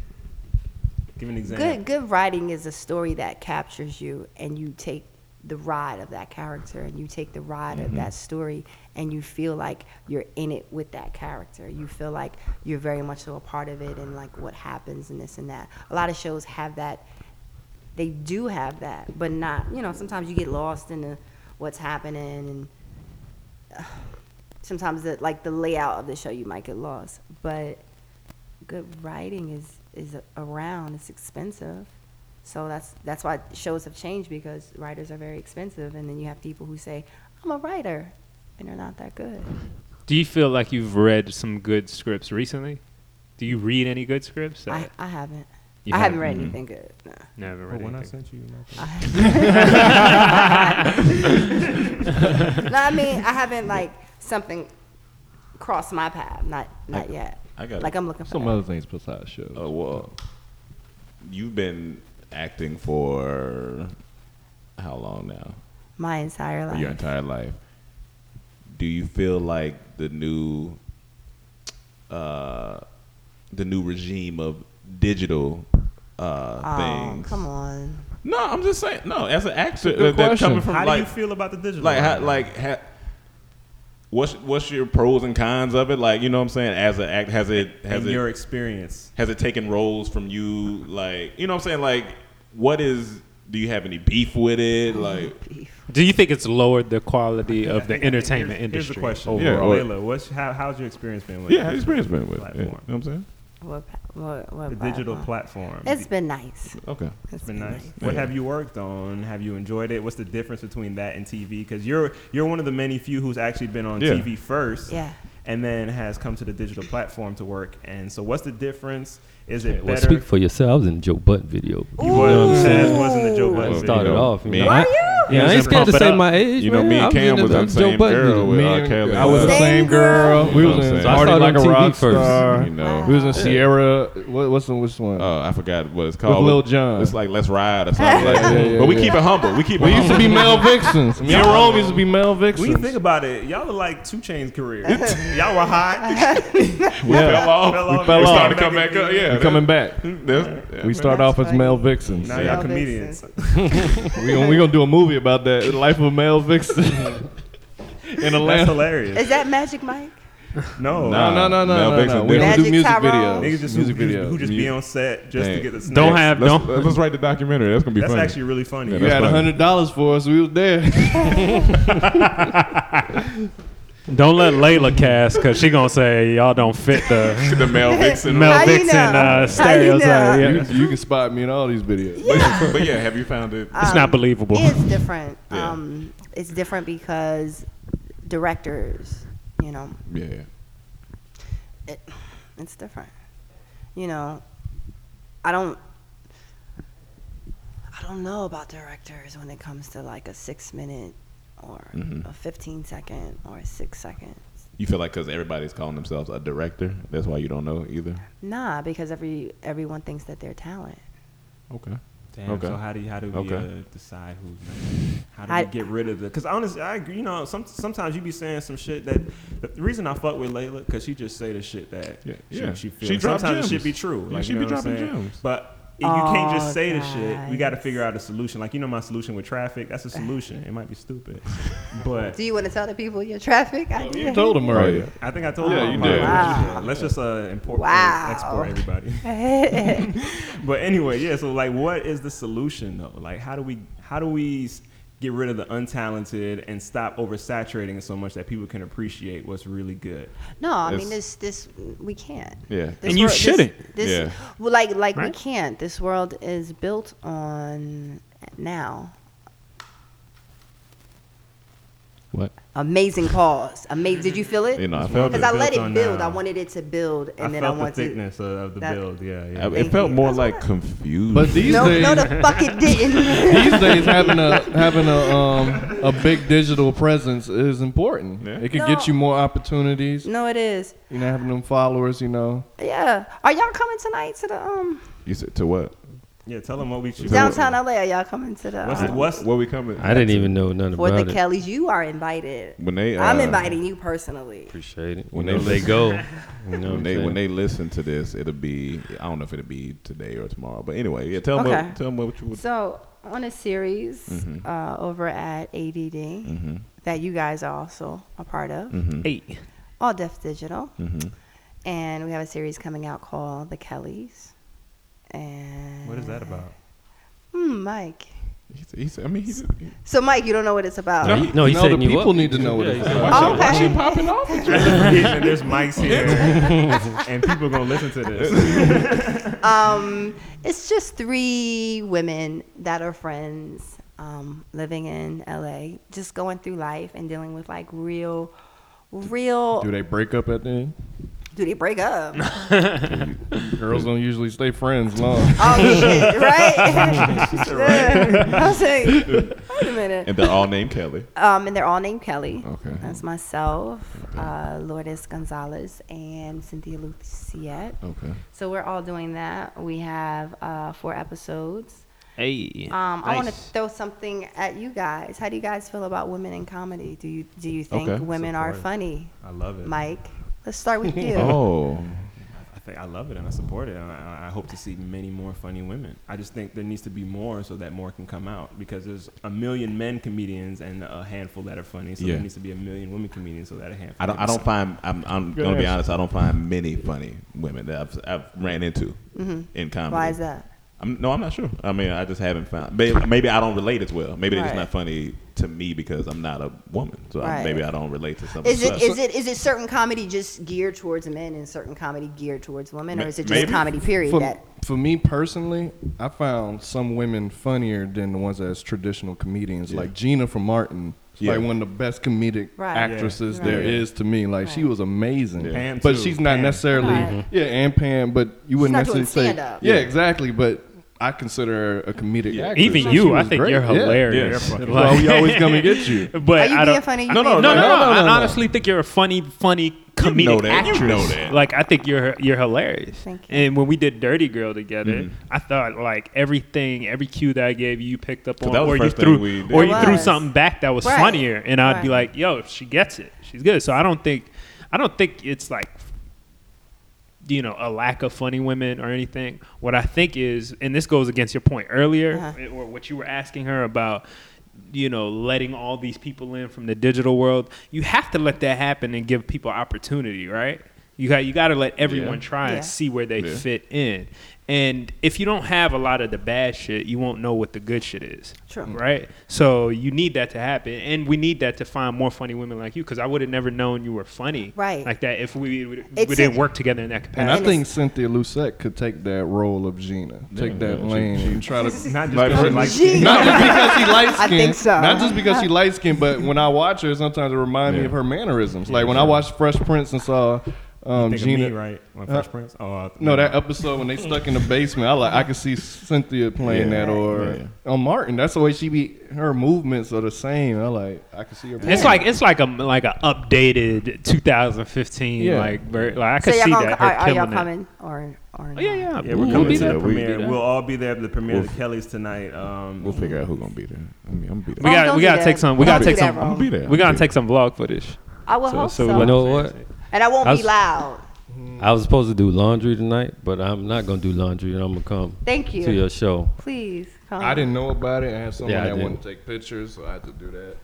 [SPEAKER 5] Give an example.
[SPEAKER 1] good good writing is a story that captures you, and you take the ride of that character, and you take the ride of that story, and you feel like you're in it with that character. You feel like you're very much so a part of it, and like what happens and this and that. A lot of shows have that. They do have that, but not. You know, sometimes you get lost in the, what's happening and. *sighs* sometimes the like the layout of the show you might get lost but good writing is is around. It's expensive, so that's that's why shows have changed because writers are very expensive, and then you have people who say, "I'm a writer," and they're not that good.
[SPEAKER 4] Do you feel like you've read some good scripts recently? Do you read any good scripts?
[SPEAKER 1] I, I haven't.
[SPEAKER 4] You
[SPEAKER 1] I haven't
[SPEAKER 4] haven't?
[SPEAKER 1] read
[SPEAKER 4] Mhm.
[SPEAKER 1] anything good. No.
[SPEAKER 4] never
[SPEAKER 5] But
[SPEAKER 4] read
[SPEAKER 5] when I
[SPEAKER 4] anything.
[SPEAKER 5] sent you, my-
[SPEAKER 1] *laughs* no, I mean I haven't like something crossed my path. Not not yet.
[SPEAKER 3] I got
[SPEAKER 1] like I'm looking for
[SPEAKER 6] Some
[SPEAKER 1] that.
[SPEAKER 6] other things besides shows.
[SPEAKER 3] Uh, well, you've been acting for how long now?
[SPEAKER 1] my entire
[SPEAKER 3] For
[SPEAKER 1] life.
[SPEAKER 3] your entire life. Do you feel like the new, uh, the new regime of digital uh,
[SPEAKER 1] oh,
[SPEAKER 3] things?
[SPEAKER 1] come on.
[SPEAKER 3] No, I'm just saying. No, as an actor, uh,
[SPEAKER 6] It's a good
[SPEAKER 3] that
[SPEAKER 6] question.
[SPEAKER 3] coming from
[SPEAKER 5] How do
[SPEAKER 3] like
[SPEAKER 5] you feel about the digital?
[SPEAKER 3] like how,
[SPEAKER 5] world?
[SPEAKER 3] like ha, what's what's your pros and cons of it like you know what i'm saying as an act has it has
[SPEAKER 5] in
[SPEAKER 3] it
[SPEAKER 5] your experience?
[SPEAKER 3] has it taken roles from you like you know what i'm saying like what is do you have any beef with it like
[SPEAKER 4] Do you think it's lowered the quality of the entertainment
[SPEAKER 5] Here's-
[SPEAKER 4] industry?
[SPEAKER 5] Here's the question.
[SPEAKER 3] overall?
[SPEAKER 5] Yeah, Layla, what's how, how's your experience been with?
[SPEAKER 3] yeah
[SPEAKER 5] the
[SPEAKER 3] how's your experience been with it you know
[SPEAKER 5] Platform.
[SPEAKER 3] what i'm saying
[SPEAKER 1] What pa- what what
[SPEAKER 5] The digital
[SPEAKER 1] platform?
[SPEAKER 5] platform.
[SPEAKER 1] It's been nice.
[SPEAKER 3] okay
[SPEAKER 1] It's
[SPEAKER 5] It's been nice.
[SPEAKER 1] nice.
[SPEAKER 5] What have you worked on? Have you enjoyed it? What's the difference between that and TV? Because you're you're one of the many few who's actually been on
[SPEAKER 3] Yeah.
[SPEAKER 5] TV first,
[SPEAKER 1] Yeah.
[SPEAKER 5] and then has come to the digital platform to work. And so, what's the difference? Is it
[SPEAKER 8] Well,
[SPEAKER 5] better?
[SPEAKER 8] speak for yoself. I was in the Joe Button video.
[SPEAKER 5] you was Chaz wasn't the Joe
[SPEAKER 8] I
[SPEAKER 5] Budden
[SPEAKER 8] started
[SPEAKER 5] video.
[SPEAKER 8] off. You
[SPEAKER 3] me-
[SPEAKER 8] know, I, yeah, I ain't scared to
[SPEAKER 5] Pump It
[SPEAKER 8] say
[SPEAKER 5] Up.
[SPEAKER 8] my age.
[SPEAKER 3] you know
[SPEAKER 8] man.
[SPEAKER 3] me
[SPEAKER 8] I
[SPEAKER 3] and cam
[SPEAKER 8] in
[SPEAKER 3] was
[SPEAKER 8] the
[SPEAKER 3] on the
[SPEAKER 8] Joe
[SPEAKER 3] same
[SPEAKER 8] Budden
[SPEAKER 3] girl with
[SPEAKER 6] Me
[SPEAKER 3] uh,
[SPEAKER 6] and-
[SPEAKER 3] Kelly.
[SPEAKER 6] I was the
[SPEAKER 1] Same
[SPEAKER 6] same girl.
[SPEAKER 1] girl.
[SPEAKER 3] You
[SPEAKER 6] We
[SPEAKER 3] know
[SPEAKER 6] was
[SPEAKER 3] what I'm
[SPEAKER 6] in
[SPEAKER 3] saying?
[SPEAKER 8] I
[SPEAKER 6] Party
[SPEAKER 8] started
[SPEAKER 6] Like a
[SPEAKER 8] on TV
[SPEAKER 6] Rock
[SPEAKER 8] first.
[SPEAKER 6] Star.
[SPEAKER 3] you know
[SPEAKER 6] We was in Sierra. What, what's the which one?
[SPEAKER 3] uh, i forgot what it's called
[SPEAKER 6] Lil Jon.
[SPEAKER 3] it's like let's ride or *laughs* something like
[SPEAKER 6] Yeah,
[SPEAKER 3] that.
[SPEAKER 6] yeah, yeah,
[SPEAKER 3] but we
[SPEAKER 6] yeah.
[SPEAKER 3] keep it humble we keep it
[SPEAKER 6] we used to
[SPEAKER 3] humble.
[SPEAKER 6] be male vixens. Me and Rome used to be male
[SPEAKER 5] When you
[SPEAKER 6] vixens.
[SPEAKER 5] think about it, y'all are like Two Chain's career. y'all were high. *laughs*
[SPEAKER 3] fell
[SPEAKER 6] Oh,
[SPEAKER 3] off.
[SPEAKER 5] Fell
[SPEAKER 3] we
[SPEAKER 5] off.
[SPEAKER 3] fell
[SPEAKER 5] We
[SPEAKER 3] off. started
[SPEAKER 5] started
[SPEAKER 3] to come back up yeah
[SPEAKER 6] We coming back.
[SPEAKER 3] *laughs* That's- yeah,
[SPEAKER 6] We start off as male vixens.
[SPEAKER 5] Now
[SPEAKER 3] Yeah.
[SPEAKER 5] y'all comedians.
[SPEAKER 6] We gonna, we gonna do a movie about that. The life of a male vixen in
[SPEAKER 5] *laughs* That's
[SPEAKER 6] Atlanta.
[SPEAKER 5] hilarious.
[SPEAKER 1] Is that Magic Mike?
[SPEAKER 5] No,
[SPEAKER 3] Nah.
[SPEAKER 6] No, no,
[SPEAKER 3] Male
[SPEAKER 6] no, no, no, no.
[SPEAKER 3] vixen
[SPEAKER 6] We don't do
[SPEAKER 1] different.
[SPEAKER 6] music
[SPEAKER 1] Magic
[SPEAKER 6] videos.
[SPEAKER 1] Tyrone.
[SPEAKER 5] Niggas just
[SPEAKER 6] music
[SPEAKER 5] who, who-
[SPEAKER 6] videos.
[SPEAKER 5] who just be on set just
[SPEAKER 3] Hey,
[SPEAKER 5] to get the
[SPEAKER 4] Don't
[SPEAKER 5] snacks.
[SPEAKER 4] have
[SPEAKER 3] Let's,
[SPEAKER 4] don't.
[SPEAKER 3] let's write the documentary. That's gonna be
[SPEAKER 5] That's
[SPEAKER 3] funny. *laughs*
[SPEAKER 5] actually really funny.
[SPEAKER 3] Yeah,
[SPEAKER 6] you had
[SPEAKER 3] That's funny.
[SPEAKER 6] hundred dollars for us. We was there.
[SPEAKER 4] *laughs* Don't let Layla cast because she gonna say y'all don't fit
[SPEAKER 1] *laughs*
[SPEAKER 4] the
[SPEAKER 3] the male vixen.
[SPEAKER 4] Mel
[SPEAKER 1] How you
[SPEAKER 4] Vixen
[SPEAKER 1] know? How
[SPEAKER 4] uh,
[SPEAKER 1] you
[SPEAKER 4] stereotype.
[SPEAKER 1] know?
[SPEAKER 4] Yeah.
[SPEAKER 6] you, you can spot me in all these videos.
[SPEAKER 3] *laughs* But, but yeah, have you found it?
[SPEAKER 4] It's not believable.
[SPEAKER 1] Um, It's different.
[SPEAKER 3] Yeah.
[SPEAKER 1] Um, it's different because directors, you know,
[SPEAKER 3] Yeah.
[SPEAKER 1] it, it's different. You know, I don't. I don't know about directors when it comes to like a six minute or a 15 second or six seconds.
[SPEAKER 3] You feel like because everybody's calling themselves a director, that's why you don't know either.
[SPEAKER 1] Nah, because every everyone thinks that they're talent.
[SPEAKER 3] Okay.
[SPEAKER 5] Damn.
[SPEAKER 3] Okay.
[SPEAKER 5] So how do you, how do we
[SPEAKER 3] Okay.
[SPEAKER 5] uh, decide who? How do
[SPEAKER 1] I-
[SPEAKER 5] we get rid of the? Because honestly, I agree. You know, some, sometimes you be saying some shit that the reason I fuck with Layla because she just say the shit that
[SPEAKER 3] Yeah,
[SPEAKER 5] she,
[SPEAKER 3] yeah.
[SPEAKER 5] she
[SPEAKER 3] She
[SPEAKER 5] feels.
[SPEAKER 3] drop
[SPEAKER 5] sometimes it
[SPEAKER 3] gems.
[SPEAKER 5] should be true.
[SPEAKER 3] Yeah,
[SPEAKER 5] Like
[SPEAKER 3] she
[SPEAKER 5] you
[SPEAKER 3] be
[SPEAKER 5] know what I'm
[SPEAKER 3] dropping
[SPEAKER 5] saying?
[SPEAKER 3] gems.
[SPEAKER 5] But if you can't just
[SPEAKER 1] Oh,
[SPEAKER 5] say the shit. We got to
[SPEAKER 1] guys.
[SPEAKER 5] figure out a solution. Like you know, my solution with
[SPEAKER 1] *laughs*
[SPEAKER 5] traffic. That's a solution. It might be stupid, but
[SPEAKER 1] Do you want to tell the people your traffic idea?
[SPEAKER 6] You
[SPEAKER 1] *laughs*
[SPEAKER 6] told
[SPEAKER 1] Oh,
[SPEAKER 6] him already.
[SPEAKER 3] yeah.
[SPEAKER 5] I think I told
[SPEAKER 6] Yeah,
[SPEAKER 5] her
[SPEAKER 6] you
[SPEAKER 5] about
[SPEAKER 6] did.
[SPEAKER 5] it.
[SPEAKER 1] Wow.
[SPEAKER 5] Yeah, Let's just uh, import,
[SPEAKER 1] Wow.
[SPEAKER 5] export everybody. *laughs*
[SPEAKER 1] *laughs* yeah,
[SPEAKER 5] but anyway, yeah. So like, what is the solution though? Like, how do we how do we s- get rid of the untalented and stop oversaturating it so much that people can appreciate what's really good?
[SPEAKER 1] No, I
[SPEAKER 3] It's-
[SPEAKER 1] mean this. This we can't.
[SPEAKER 3] Yeah.
[SPEAKER 1] This
[SPEAKER 4] And you
[SPEAKER 1] this-
[SPEAKER 4] shouldn't.
[SPEAKER 1] This,
[SPEAKER 3] Yeah.
[SPEAKER 1] well, like like
[SPEAKER 4] Right?
[SPEAKER 1] we can't. This world is built on now.
[SPEAKER 3] What?
[SPEAKER 1] Amazing pause. Amazing. Did you feel
[SPEAKER 3] You
[SPEAKER 1] it?
[SPEAKER 3] know, I felt
[SPEAKER 1] Because
[SPEAKER 3] it.
[SPEAKER 1] I let
[SPEAKER 5] Built on
[SPEAKER 1] it build.
[SPEAKER 5] now.
[SPEAKER 1] I wanted it to build, and
[SPEAKER 5] I
[SPEAKER 1] then I
[SPEAKER 5] felt the
[SPEAKER 1] wanted.
[SPEAKER 5] thickness of, of the
[SPEAKER 1] that-
[SPEAKER 5] build. Yeah, yeah.
[SPEAKER 3] I- it
[SPEAKER 1] Thank
[SPEAKER 3] felt
[SPEAKER 1] you.
[SPEAKER 3] more
[SPEAKER 1] That's
[SPEAKER 3] like
[SPEAKER 1] what
[SPEAKER 3] confused.
[SPEAKER 6] But these
[SPEAKER 1] No,
[SPEAKER 6] days,
[SPEAKER 1] no, the fuck it didn't.
[SPEAKER 6] these days having a having a um a big digital presence is important.
[SPEAKER 3] Yeah.
[SPEAKER 6] It can
[SPEAKER 1] No.
[SPEAKER 6] get you more opportunities.
[SPEAKER 1] no, it is.
[SPEAKER 6] You know, having them followers. You know,
[SPEAKER 1] Yeah. Are y'all coming tonight to the um
[SPEAKER 3] you said to what?
[SPEAKER 5] yeah. Tell them what we should.
[SPEAKER 1] downtown LA? Are y'all coming to the
[SPEAKER 5] What's,
[SPEAKER 1] um, *laughs*
[SPEAKER 5] what's
[SPEAKER 3] Where we coming?
[SPEAKER 8] I didn't even know nothing
[SPEAKER 1] for the
[SPEAKER 8] about it.
[SPEAKER 1] Kellys? You are invited.
[SPEAKER 3] When they, uh,
[SPEAKER 1] I'm inviting you personally.
[SPEAKER 8] Appreciate it.
[SPEAKER 3] When
[SPEAKER 8] When
[SPEAKER 3] they
[SPEAKER 8] they, they
[SPEAKER 3] listen-
[SPEAKER 8] go, *laughs* you know what
[SPEAKER 3] When
[SPEAKER 8] I'm
[SPEAKER 3] they
[SPEAKER 8] saying?
[SPEAKER 3] when they listen to this, it'll be I don't know if it'll be today or tomorrow, but anyway, yeah. Tell them
[SPEAKER 1] Okay.
[SPEAKER 3] what, tell them what you would.
[SPEAKER 1] So on a series uh, over at ADD that you guys are also a part of,
[SPEAKER 4] Mm-hmm. Eight.
[SPEAKER 1] All Deaf Digital, and we have a series coming out called The Kellys. And *laughs*
[SPEAKER 5] what is that about? *laughs*
[SPEAKER 1] Hmm, Mike,
[SPEAKER 3] He said, he said I mean, he said,
[SPEAKER 1] So, Mike, you don't know what it's about.
[SPEAKER 8] No, he- no, he's
[SPEAKER 6] the
[SPEAKER 8] setting you
[SPEAKER 6] people
[SPEAKER 8] up.
[SPEAKER 6] need to know what it's about.
[SPEAKER 1] Oh, okay.
[SPEAKER 3] popping off with you.
[SPEAKER 5] and there's mics
[SPEAKER 1] *laughs*
[SPEAKER 5] here, and people gonna listen to this.
[SPEAKER 1] um, it's just three women that are friends um, living in LA, just going through life and dealing with like real, real.
[SPEAKER 6] Oh. Do they break up at the end?
[SPEAKER 1] Do they break up?
[SPEAKER 7] *laughs*
[SPEAKER 6] Girls don't usually stay friends long.
[SPEAKER 1] oh
[SPEAKER 7] *laughs*
[SPEAKER 1] shit! Right? *laughs* I was like, wait a minute.
[SPEAKER 3] And they're all named Kelly.
[SPEAKER 1] Um, and they're all named Kelly.
[SPEAKER 3] Okay.
[SPEAKER 1] That's myself, uh, Lourdes Gonzalez, and Cynthia Luciette.
[SPEAKER 3] Okay.
[SPEAKER 1] So we're all doing that. We have uh, four episodes.
[SPEAKER 7] Hey.
[SPEAKER 1] Um, I want to
[SPEAKER 7] Nice.
[SPEAKER 1] throw something at you guys. How do you guys feel about women in comedy? Do you do you think
[SPEAKER 3] Okay.
[SPEAKER 1] women are funny,
[SPEAKER 5] I love it.
[SPEAKER 1] Mike? Let's start
[SPEAKER 3] *laughs*
[SPEAKER 1] with you.
[SPEAKER 3] Oh.
[SPEAKER 5] I think I love it and I support it, and I, I hope to see many more funny women. I just think there needs to be more so that more can come out because there's a million men comedians and a handful that are funny, so
[SPEAKER 3] Yeah.
[SPEAKER 5] there needs to be a million women comedians so that a handful.
[SPEAKER 3] I don't.
[SPEAKER 5] can
[SPEAKER 3] I don't
[SPEAKER 5] come out.
[SPEAKER 3] find. I'm. I'm gonna be honest. I don't find many funny women that I've, I've ran into in comedy.
[SPEAKER 1] Mm-hmm. Why is that?
[SPEAKER 3] I'm, no, I'm not sure. I mean, I just haven't found. Maybe, maybe I don't relate as well. Maybe they're just
[SPEAKER 1] Right.
[SPEAKER 3] not funny to me because I'm not a woman. So I,
[SPEAKER 1] Right.
[SPEAKER 3] maybe I don't relate to something.
[SPEAKER 1] Is it is it is it certain comedy just geared towards men and certain comedy geared towards women, or
[SPEAKER 3] Ma-
[SPEAKER 1] is it just
[SPEAKER 3] maybe.
[SPEAKER 1] comedy period?
[SPEAKER 6] for,
[SPEAKER 1] that
[SPEAKER 6] for me personally, I found some women funnier than the ones that's traditional comedians. Like Gina from Martin, is
[SPEAKER 3] Yeah.
[SPEAKER 6] like one of the best comedic
[SPEAKER 1] Right. Yeah.
[SPEAKER 6] actresses there is
[SPEAKER 1] Right.
[SPEAKER 6] to me. Like she was amazing,
[SPEAKER 5] Pam
[SPEAKER 6] but
[SPEAKER 5] too.
[SPEAKER 6] she's not
[SPEAKER 5] Pam.
[SPEAKER 6] necessarily
[SPEAKER 1] Right.
[SPEAKER 6] yeah, and Pam. But you wouldn't
[SPEAKER 1] not
[SPEAKER 6] necessarily
[SPEAKER 1] doing
[SPEAKER 6] say
[SPEAKER 1] stand-up.
[SPEAKER 6] yeah, exactly. But I consider her a comedic. actress.
[SPEAKER 4] Even
[SPEAKER 6] She
[SPEAKER 4] you, I
[SPEAKER 6] was
[SPEAKER 4] think
[SPEAKER 6] great.
[SPEAKER 4] you're
[SPEAKER 6] Yeah.
[SPEAKER 4] hilarious.
[SPEAKER 5] Yeah,
[SPEAKER 4] Like-
[SPEAKER 6] That's why we always
[SPEAKER 4] *laughs*
[SPEAKER 6] come and get you.
[SPEAKER 4] But
[SPEAKER 1] are you
[SPEAKER 4] I
[SPEAKER 1] being
[SPEAKER 4] don't,
[SPEAKER 1] funny?
[SPEAKER 3] No,
[SPEAKER 1] You
[SPEAKER 3] no,
[SPEAKER 1] think-
[SPEAKER 4] No, no, no,
[SPEAKER 3] no, no, no.
[SPEAKER 4] I honestly think you're a funny, funny comedic
[SPEAKER 3] know that. You
[SPEAKER 4] actress.
[SPEAKER 3] know that.
[SPEAKER 4] Like I think you're you're hilarious.
[SPEAKER 1] Thank you.
[SPEAKER 4] And when we did Dirty Girl together,
[SPEAKER 3] Mm-hmm.
[SPEAKER 4] I thought like everything, every cue that I gave you, you picked up on,
[SPEAKER 3] that was
[SPEAKER 4] or
[SPEAKER 3] the
[SPEAKER 4] you
[SPEAKER 3] first thing
[SPEAKER 4] threw,
[SPEAKER 3] we did.
[SPEAKER 4] or
[SPEAKER 1] It
[SPEAKER 4] you threw
[SPEAKER 1] was.
[SPEAKER 4] something back that was
[SPEAKER 1] Right.
[SPEAKER 4] funnier, and I'd be
[SPEAKER 1] Right.
[SPEAKER 4] like, "Yo, she gets it. She's good." So I don't think, I don't think it's like you know a lack of funny women or anything what i think is and this goes against your point earlier eh,
[SPEAKER 1] Uh-huh.
[SPEAKER 4] or what you were asking her about you know letting all these people in from the digital world you have to let that happen and give people opportunity right you got you got to let everyone try
[SPEAKER 1] Yeah.
[SPEAKER 4] and see where they fit in and if you don't have a lot of the bad shit you won't know what the good shit is
[SPEAKER 1] True.
[SPEAKER 4] right so you need that to happen and we need that to find more funny women like you because i would have never known you were funny
[SPEAKER 1] Right.
[SPEAKER 4] like that if we, we,
[SPEAKER 1] It's
[SPEAKER 4] didn't
[SPEAKER 1] a-
[SPEAKER 4] work together in that capacity
[SPEAKER 6] And I
[SPEAKER 1] And
[SPEAKER 6] think Cynthia Lucette could take that role of Gina, take that lane, and try to
[SPEAKER 5] Not just
[SPEAKER 6] Like,
[SPEAKER 5] 'cause
[SPEAKER 6] for-
[SPEAKER 5] you like
[SPEAKER 1] Gee.
[SPEAKER 6] *laughs* not just because she light
[SPEAKER 1] I
[SPEAKER 6] skinned.
[SPEAKER 1] think so.
[SPEAKER 6] Not just because she light skinned, but when I watch her, sometimes it reminds me
[SPEAKER 3] Yeah.
[SPEAKER 6] of her mannerisms. Like when I watched Fresh Prince and saw um,
[SPEAKER 5] think of me,
[SPEAKER 6] Gina.
[SPEAKER 5] right? When Fresh Prince. Oh, I-
[SPEAKER 6] No, that episode when they stuck in the basement, I like I could see Cynthia playing that or on Martin. That's the way she be. Her movements are the same. I like I could see her.
[SPEAKER 4] It's
[SPEAKER 6] playing.
[SPEAKER 4] like it's like a like a updated 2015
[SPEAKER 6] Yeah.
[SPEAKER 4] like ver- like I
[SPEAKER 1] so
[SPEAKER 4] could
[SPEAKER 1] y'all
[SPEAKER 4] see
[SPEAKER 1] gonna,
[SPEAKER 4] that her
[SPEAKER 1] are, are y'all
[SPEAKER 4] killing it.
[SPEAKER 1] coming or or?
[SPEAKER 4] Oh, yeah, yeah,
[SPEAKER 5] Yeah, we're
[SPEAKER 4] We'll
[SPEAKER 5] coming
[SPEAKER 4] be
[SPEAKER 5] to
[SPEAKER 4] there.
[SPEAKER 5] the
[SPEAKER 3] We-
[SPEAKER 5] premiere.
[SPEAKER 3] yeah.
[SPEAKER 5] We'll all be there for the premiere of the Kellys tonight. Um,
[SPEAKER 3] We'll figure out who's gonna be there. I mean, I'm gonna be
[SPEAKER 4] We
[SPEAKER 3] there.
[SPEAKER 1] Oh,
[SPEAKER 4] gotta-
[SPEAKER 1] don't
[SPEAKER 4] we
[SPEAKER 1] do
[SPEAKER 4] gotta
[SPEAKER 1] that.
[SPEAKER 4] take some- we
[SPEAKER 1] Don't
[SPEAKER 4] gotta
[SPEAKER 1] do
[SPEAKER 4] take
[SPEAKER 1] that,
[SPEAKER 4] some-
[SPEAKER 1] Ron.
[SPEAKER 3] I'll be there.
[SPEAKER 4] We're gonna take some vlog footage.
[SPEAKER 1] I will
[SPEAKER 4] So-
[SPEAKER 1] hope
[SPEAKER 4] so
[SPEAKER 1] so.
[SPEAKER 4] we
[SPEAKER 8] You know what?
[SPEAKER 1] and I won't
[SPEAKER 8] I
[SPEAKER 1] be
[SPEAKER 8] was-
[SPEAKER 1] loud.
[SPEAKER 8] I was supposed to do laundry tonight, but I'm not gonna do laundry, and I'm gonna come
[SPEAKER 1] Thank you.
[SPEAKER 8] to your show.
[SPEAKER 1] Please come.
[SPEAKER 6] I didn't know about it. I had someone
[SPEAKER 8] Yeah, I
[SPEAKER 6] that
[SPEAKER 8] didn't.
[SPEAKER 6] wanted to take pictures, so I had to do that.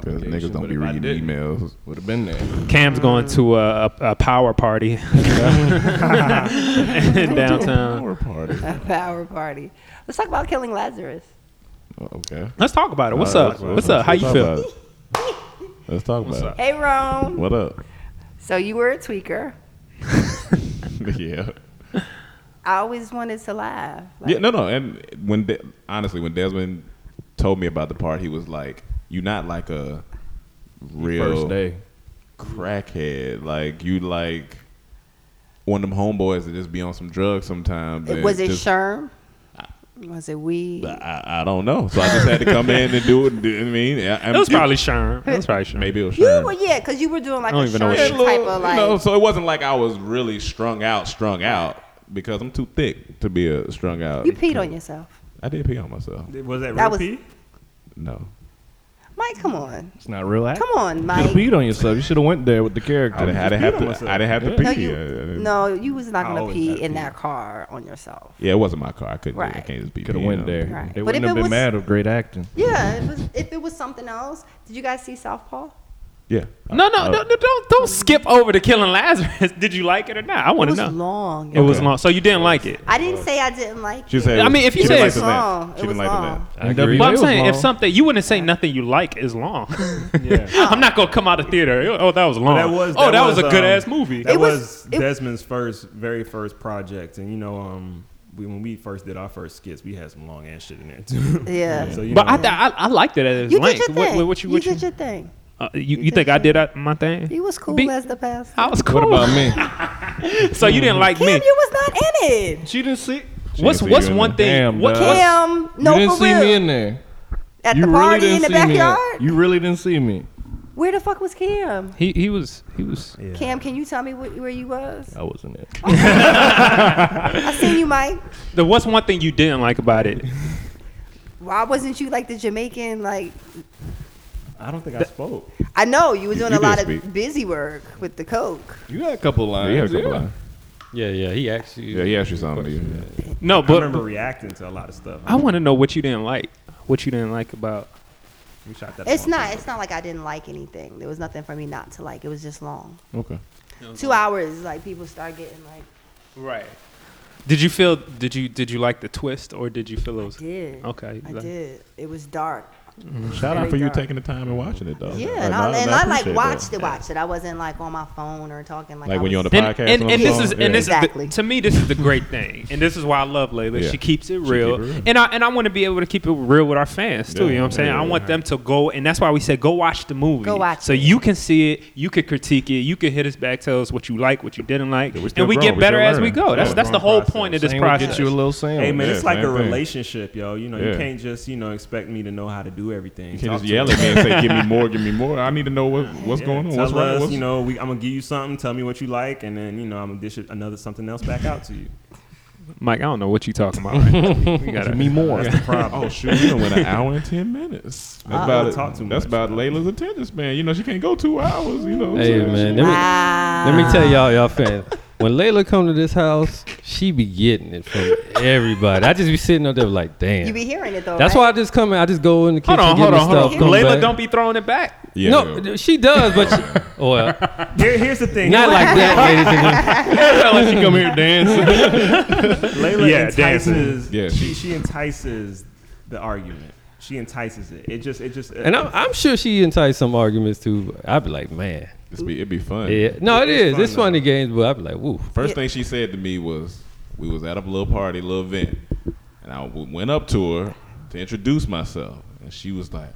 [SPEAKER 3] Because niggas don't be reading
[SPEAKER 4] *laughs*
[SPEAKER 3] emails.
[SPEAKER 6] Would have been there.
[SPEAKER 4] Cam's going to a, a, a power
[SPEAKER 6] *laughs*
[SPEAKER 4] party *laughs* in downtown.
[SPEAKER 3] Power party.
[SPEAKER 1] *laughs* Power party. Let's talk about killing Lazarus.
[SPEAKER 3] Oh, okay.
[SPEAKER 4] Let's talk about it. What's
[SPEAKER 6] Uh,
[SPEAKER 3] All right,
[SPEAKER 4] up? What's up? How
[SPEAKER 3] let's
[SPEAKER 4] you
[SPEAKER 3] talk
[SPEAKER 4] feel?
[SPEAKER 3] about it. Let's talk about it.
[SPEAKER 1] Hey, Rome.
[SPEAKER 3] What up? *laughs*
[SPEAKER 1] So you were a tweaker.
[SPEAKER 3] yeah.
[SPEAKER 1] I always wanted to laugh. Like,
[SPEAKER 3] Yeah, no, no. And when De- honestly, when Desmond told me about the part, he was like, "You're not like a real
[SPEAKER 6] First day.
[SPEAKER 3] crackhead. Like you like one of them homeboys that just be on some drugs sometimes."
[SPEAKER 1] it-
[SPEAKER 3] and
[SPEAKER 1] was it
[SPEAKER 3] just,
[SPEAKER 1] Sherm? Was it weed?
[SPEAKER 3] I, I don't know. So I just had to come in and do it. do- I mean, I,
[SPEAKER 4] It was probably Sherm. It was probably
[SPEAKER 3] *laughs*
[SPEAKER 4] Sherm.
[SPEAKER 3] maybe it was
[SPEAKER 1] You
[SPEAKER 3] Sherm.
[SPEAKER 1] were, yeah, because you were doing like a
[SPEAKER 4] I don't even know
[SPEAKER 1] Sherm
[SPEAKER 4] what
[SPEAKER 3] Yeah,
[SPEAKER 1] type
[SPEAKER 4] she-
[SPEAKER 3] little,
[SPEAKER 1] of
[SPEAKER 4] *laughs*
[SPEAKER 1] like.
[SPEAKER 3] you know, so it wasn't like I was really strung out, strung out because I'm too thick to be a strung out.
[SPEAKER 1] you peed on yourself.
[SPEAKER 3] I did pee on myself.
[SPEAKER 5] was that,
[SPEAKER 1] That
[SPEAKER 5] that
[SPEAKER 1] was-
[SPEAKER 3] No.
[SPEAKER 1] Mike, come on.
[SPEAKER 6] It's not real.
[SPEAKER 1] Come on,
[SPEAKER 6] You
[SPEAKER 1] Mike.
[SPEAKER 6] beat on yourself. You should have went there with the
[SPEAKER 3] I
[SPEAKER 6] character.
[SPEAKER 3] didn't, I didn't have to. I didn't have Uh, to
[SPEAKER 1] No
[SPEAKER 3] pee.
[SPEAKER 1] you,
[SPEAKER 3] I- I didn't-
[SPEAKER 1] no, you was not
[SPEAKER 5] I
[SPEAKER 1] going to
[SPEAKER 5] always
[SPEAKER 1] pee
[SPEAKER 5] had
[SPEAKER 1] in that car on yourself.
[SPEAKER 3] Yeah, it wasn't my car. I couldn't. do it. I
[SPEAKER 1] Right.
[SPEAKER 3] can't just be.
[SPEAKER 6] Could have
[SPEAKER 3] peeing
[SPEAKER 6] went
[SPEAKER 3] on
[SPEAKER 6] there.
[SPEAKER 3] it.
[SPEAKER 1] Right.
[SPEAKER 6] They
[SPEAKER 1] But
[SPEAKER 6] wouldn't
[SPEAKER 1] if
[SPEAKER 6] have
[SPEAKER 1] it
[SPEAKER 6] been
[SPEAKER 1] was-
[SPEAKER 6] mad of great acting.
[SPEAKER 1] Yeah, it was, if it was something else, did you guys see Southpaw?
[SPEAKER 3] Yeah. Uh,
[SPEAKER 4] No, no,
[SPEAKER 6] Oh.
[SPEAKER 4] no, no, don't don't skip over to Killing Lazarus. *laughs* Did you like it or not? I
[SPEAKER 1] It
[SPEAKER 4] want to
[SPEAKER 1] was
[SPEAKER 4] know.
[SPEAKER 1] long.
[SPEAKER 4] It was long. So you didn't like it.
[SPEAKER 1] I didn't say I didn't like
[SPEAKER 3] She
[SPEAKER 1] it.
[SPEAKER 3] said.
[SPEAKER 4] I mean, if you
[SPEAKER 3] she
[SPEAKER 4] say
[SPEAKER 3] didn't like
[SPEAKER 4] it's
[SPEAKER 3] the
[SPEAKER 1] long,
[SPEAKER 3] lamp.
[SPEAKER 1] it
[SPEAKER 3] she didn't
[SPEAKER 1] was
[SPEAKER 3] like the
[SPEAKER 1] long.
[SPEAKER 3] lamp.
[SPEAKER 7] I agree.
[SPEAKER 4] But I'm
[SPEAKER 7] It was
[SPEAKER 4] saying if
[SPEAKER 7] long.
[SPEAKER 4] something you wouldn't say nothing you like is long. *laughs* I'm not gonna come out of theater. Oh, that was long.
[SPEAKER 5] That was,
[SPEAKER 4] oh, that was, a
[SPEAKER 5] um,
[SPEAKER 4] good ass movie.
[SPEAKER 5] That
[SPEAKER 1] It
[SPEAKER 5] was,
[SPEAKER 1] was- it-
[SPEAKER 5] Desmond's first, very first project, and you know, um, we, when we first did our first skits, we had some long ass shit in there too.
[SPEAKER 1] *laughs* Yeah.
[SPEAKER 5] so you
[SPEAKER 4] but
[SPEAKER 5] know,
[SPEAKER 4] I, th- I I liked it at its
[SPEAKER 1] You did
[SPEAKER 4] length.
[SPEAKER 1] your thing.
[SPEAKER 4] What, what, what you what you,
[SPEAKER 1] did your thing.
[SPEAKER 4] uh, you, you think I did that, my thing?
[SPEAKER 1] You was cool
[SPEAKER 4] Be-
[SPEAKER 1] as the past.
[SPEAKER 4] I was cool.
[SPEAKER 6] What about me?
[SPEAKER 4] *laughs* so you didn't like
[SPEAKER 1] Kim,
[SPEAKER 4] me?
[SPEAKER 1] you was not in it.
[SPEAKER 6] She didn't see.
[SPEAKER 4] What's
[SPEAKER 3] see
[SPEAKER 4] what's
[SPEAKER 3] you in
[SPEAKER 4] one
[SPEAKER 3] there.
[SPEAKER 4] thing?
[SPEAKER 6] Damn,
[SPEAKER 4] what,
[SPEAKER 6] dog.
[SPEAKER 4] what's-
[SPEAKER 1] Kim, no
[SPEAKER 6] you didn't
[SPEAKER 1] for
[SPEAKER 6] see
[SPEAKER 1] real.
[SPEAKER 6] me in there.
[SPEAKER 1] At
[SPEAKER 6] You
[SPEAKER 1] the
[SPEAKER 6] really
[SPEAKER 1] party
[SPEAKER 6] didn't
[SPEAKER 1] in the
[SPEAKER 6] see me. there.
[SPEAKER 1] backyard.
[SPEAKER 6] You really didn't see me.
[SPEAKER 1] Where the fuck was Kim?
[SPEAKER 4] he he was he was.
[SPEAKER 1] Cam, can you tell me wh- where you was?
[SPEAKER 6] I wasn't there.
[SPEAKER 1] I seen you, Mike.
[SPEAKER 4] The what's one thing you didn't like about
[SPEAKER 5] *laughs*
[SPEAKER 4] it?
[SPEAKER 1] Why wasn't you like the Jamaican? Like
[SPEAKER 5] I don't think I spoke.
[SPEAKER 1] I know you were doing
[SPEAKER 3] you
[SPEAKER 1] a lot
[SPEAKER 3] did
[SPEAKER 1] of
[SPEAKER 3] speak.
[SPEAKER 1] busy work with the coke.
[SPEAKER 6] You had a couple lines.
[SPEAKER 3] Yeah, a couple lines.
[SPEAKER 8] Yeah, yeah. He actually.
[SPEAKER 3] Yeah, he actually sounded like you.
[SPEAKER 4] No,
[SPEAKER 5] I
[SPEAKER 4] but
[SPEAKER 5] remember reacting to a lot of stuff.
[SPEAKER 4] I want to know what you didn't like. What you didn't like about?
[SPEAKER 5] We shot that
[SPEAKER 1] It's
[SPEAKER 5] long.
[SPEAKER 1] not. It's not like I didn't like anything. There was nothing for me not to like. It was just long.
[SPEAKER 6] Okay.
[SPEAKER 1] Two hours. Like people start getting like,
[SPEAKER 4] Right. Did you feel? Did you did you like the twist or did you feel it was?
[SPEAKER 1] did.
[SPEAKER 4] Okay. you
[SPEAKER 1] I
[SPEAKER 4] like-
[SPEAKER 1] did. It was dark.
[SPEAKER 3] Shout out
[SPEAKER 1] Very
[SPEAKER 3] for you
[SPEAKER 1] dark.
[SPEAKER 3] taking the time and watching it though.
[SPEAKER 1] Yeah,
[SPEAKER 3] Like,
[SPEAKER 1] and I, and I, like
[SPEAKER 3] appreciate
[SPEAKER 1] watched
[SPEAKER 3] that.
[SPEAKER 1] it. Watched it. I wasn't like on my phone or talking like.
[SPEAKER 3] Like
[SPEAKER 1] I
[SPEAKER 3] when you're on
[SPEAKER 1] was-
[SPEAKER 3] the
[SPEAKER 4] And,
[SPEAKER 3] podcast.
[SPEAKER 4] and,
[SPEAKER 3] on
[SPEAKER 4] and
[SPEAKER 3] the
[SPEAKER 4] this
[SPEAKER 3] phone.
[SPEAKER 4] is
[SPEAKER 3] Yeah.
[SPEAKER 4] and this
[SPEAKER 1] Exactly.
[SPEAKER 4] is the, to me this is the great thing, and this is why I love Layla.
[SPEAKER 3] Yeah.
[SPEAKER 4] She keeps it
[SPEAKER 3] She keep
[SPEAKER 4] real,
[SPEAKER 3] it real.
[SPEAKER 4] and I and I want to be able to keep it real with our fans too.
[SPEAKER 3] Yeah.
[SPEAKER 4] You know what I'm saying?
[SPEAKER 3] Yeah.
[SPEAKER 4] I want them to go, and that's why we say go watch the movie.
[SPEAKER 1] Go watch
[SPEAKER 4] so
[SPEAKER 1] it.
[SPEAKER 4] you can see it, you can critique it, you can hit us back, tell us what you like, what you didn't like,
[SPEAKER 3] Yeah, we still
[SPEAKER 4] and we
[SPEAKER 3] growing,
[SPEAKER 4] get
[SPEAKER 3] we
[SPEAKER 4] better
[SPEAKER 3] still
[SPEAKER 4] as we
[SPEAKER 3] learning.
[SPEAKER 4] go. That's
[SPEAKER 3] Yeah.
[SPEAKER 4] that's the
[SPEAKER 5] Growing
[SPEAKER 4] wille
[SPEAKER 5] process.
[SPEAKER 4] point of this
[SPEAKER 6] Same will
[SPEAKER 4] process.
[SPEAKER 6] get you a little sandwich.
[SPEAKER 5] Hey man,
[SPEAKER 3] Yeah,
[SPEAKER 5] it's like a
[SPEAKER 3] same thing.
[SPEAKER 5] relationship, yo. You know,
[SPEAKER 3] Yeah.
[SPEAKER 5] you can't just you know expect me to know how to do everything.
[SPEAKER 3] You can
[SPEAKER 5] Talk
[SPEAKER 3] just
[SPEAKER 5] to
[SPEAKER 3] yell
[SPEAKER 5] me.
[SPEAKER 3] at me and say, "Give me more, give me more." I need to know what what's
[SPEAKER 5] Yeah,
[SPEAKER 3] going on.
[SPEAKER 5] Tell
[SPEAKER 3] What's
[SPEAKER 5] us,
[SPEAKER 3] right? What's
[SPEAKER 5] you
[SPEAKER 3] *laughs*
[SPEAKER 5] know, we, I'm gonna give you something. Tell me what you like, and then you know, I'm gonna dish it another something else back out to you.
[SPEAKER 4] Mike, I don't know what you talking about. Right now.
[SPEAKER 3] *laughs*
[SPEAKER 4] We gotta-
[SPEAKER 6] Me more.
[SPEAKER 3] Oh shoot, we done went an hour and ten minutes. That's about
[SPEAKER 5] Talk too
[SPEAKER 3] That's
[SPEAKER 5] much.
[SPEAKER 3] about Layla's attention span. You know, she can't go two hours. You know.
[SPEAKER 8] Hey
[SPEAKER 3] so
[SPEAKER 8] man,
[SPEAKER 3] she-
[SPEAKER 8] let me,
[SPEAKER 1] Ah.
[SPEAKER 8] let me tell y'all, y'all fans. When Layla come to this house, she be getting it from everybody. I just be sitting up there like, damn.
[SPEAKER 1] You be hearing it though.
[SPEAKER 8] That's
[SPEAKER 1] right?
[SPEAKER 8] why I just come in. I just go in the kitchen,
[SPEAKER 4] Hold on,
[SPEAKER 8] get
[SPEAKER 4] hold
[SPEAKER 8] the
[SPEAKER 4] on,
[SPEAKER 8] stuff.
[SPEAKER 4] hold on.
[SPEAKER 8] Come
[SPEAKER 4] Layla,
[SPEAKER 8] back.
[SPEAKER 4] don't be throwing it back.
[SPEAKER 3] yeah,
[SPEAKER 8] no,
[SPEAKER 3] yeah.
[SPEAKER 8] th- she does, but
[SPEAKER 6] *laughs*
[SPEAKER 8] she, oh, well,
[SPEAKER 5] Here, here's the thing.
[SPEAKER 8] not like that,
[SPEAKER 6] Unless she come here dancing.
[SPEAKER 5] Layla
[SPEAKER 4] Yeah, dancing.
[SPEAKER 5] entices.
[SPEAKER 3] Yeah,
[SPEAKER 5] she she entices the argument. She entices it. It just it just.
[SPEAKER 8] and I'm, I'm sure she enticed some arguments too. I'd be like, man,
[SPEAKER 3] It's be, it'd be fun.
[SPEAKER 8] yeah, no, it
[SPEAKER 5] It's
[SPEAKER 8] is.
[SPEAKER 5] fun,
[SPEAKER 8] It's funny games, but I'd be like, woo.
[SPEAKER 3] First thing she said to me was, "We was at a little party, little event, and I w- went up to her to introduce myself, and she was like."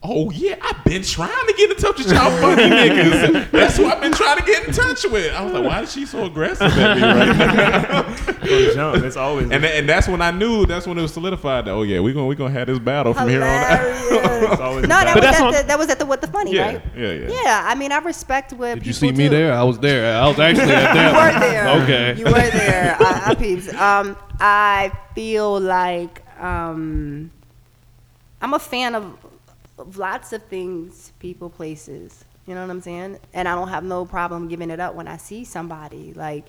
[SPEAKER 3] Oh yeah, I've been trying to get in touch with y'all
[SPEAKER 1] *laughs*
[SPEAKER 3] funny niggas. That's who I've been trying to get in touch with. I was like, why is she so aggressive at me right
[SPEAKER 5] from jump. It's always.
[SPEAKER 3] And, and that's when I knew. That's when it was solidified. That, oh yeah, we're gonna we gonna have this battle from here on out.
[SPEAKER 1] Hilarious.
[SPEAKER 5] always
[SPEAKER 1] no, that
[SPEAKER 5] But
[SPEAKER 1] was
[SPEAKER 4] that's
[SPEAKER 1] at
[SPEAKER 4] on-
[SPEAKER 1] the, that was at the what the funny,
[SPEAKER 3] *laughs* Yeah,
[SPEAKER 1] right?
[SPEAKER 3] yeah, yeah.
[SPEAKER 1] Yeah, I mean, I respect what
[SPEAKER 6] Did
[SPEAKER 1] people
[SPEAKER 6] you see
[SPEAKER 1] do.
[SPEAKER 6] me there? I was there. I was actually
[SPEAKER 1] You
[SPEAKER 6] at that.
[SPEAKER 1] were there.
[SPEAKER 6] Okay.
[SPEAKER 1] You were there. I, I peeps. Um, I feel like um, I'm a fan of, of lots of things, people, places. You know what I'm saying? And I don't have no problem giving it up when I see somebody. Like,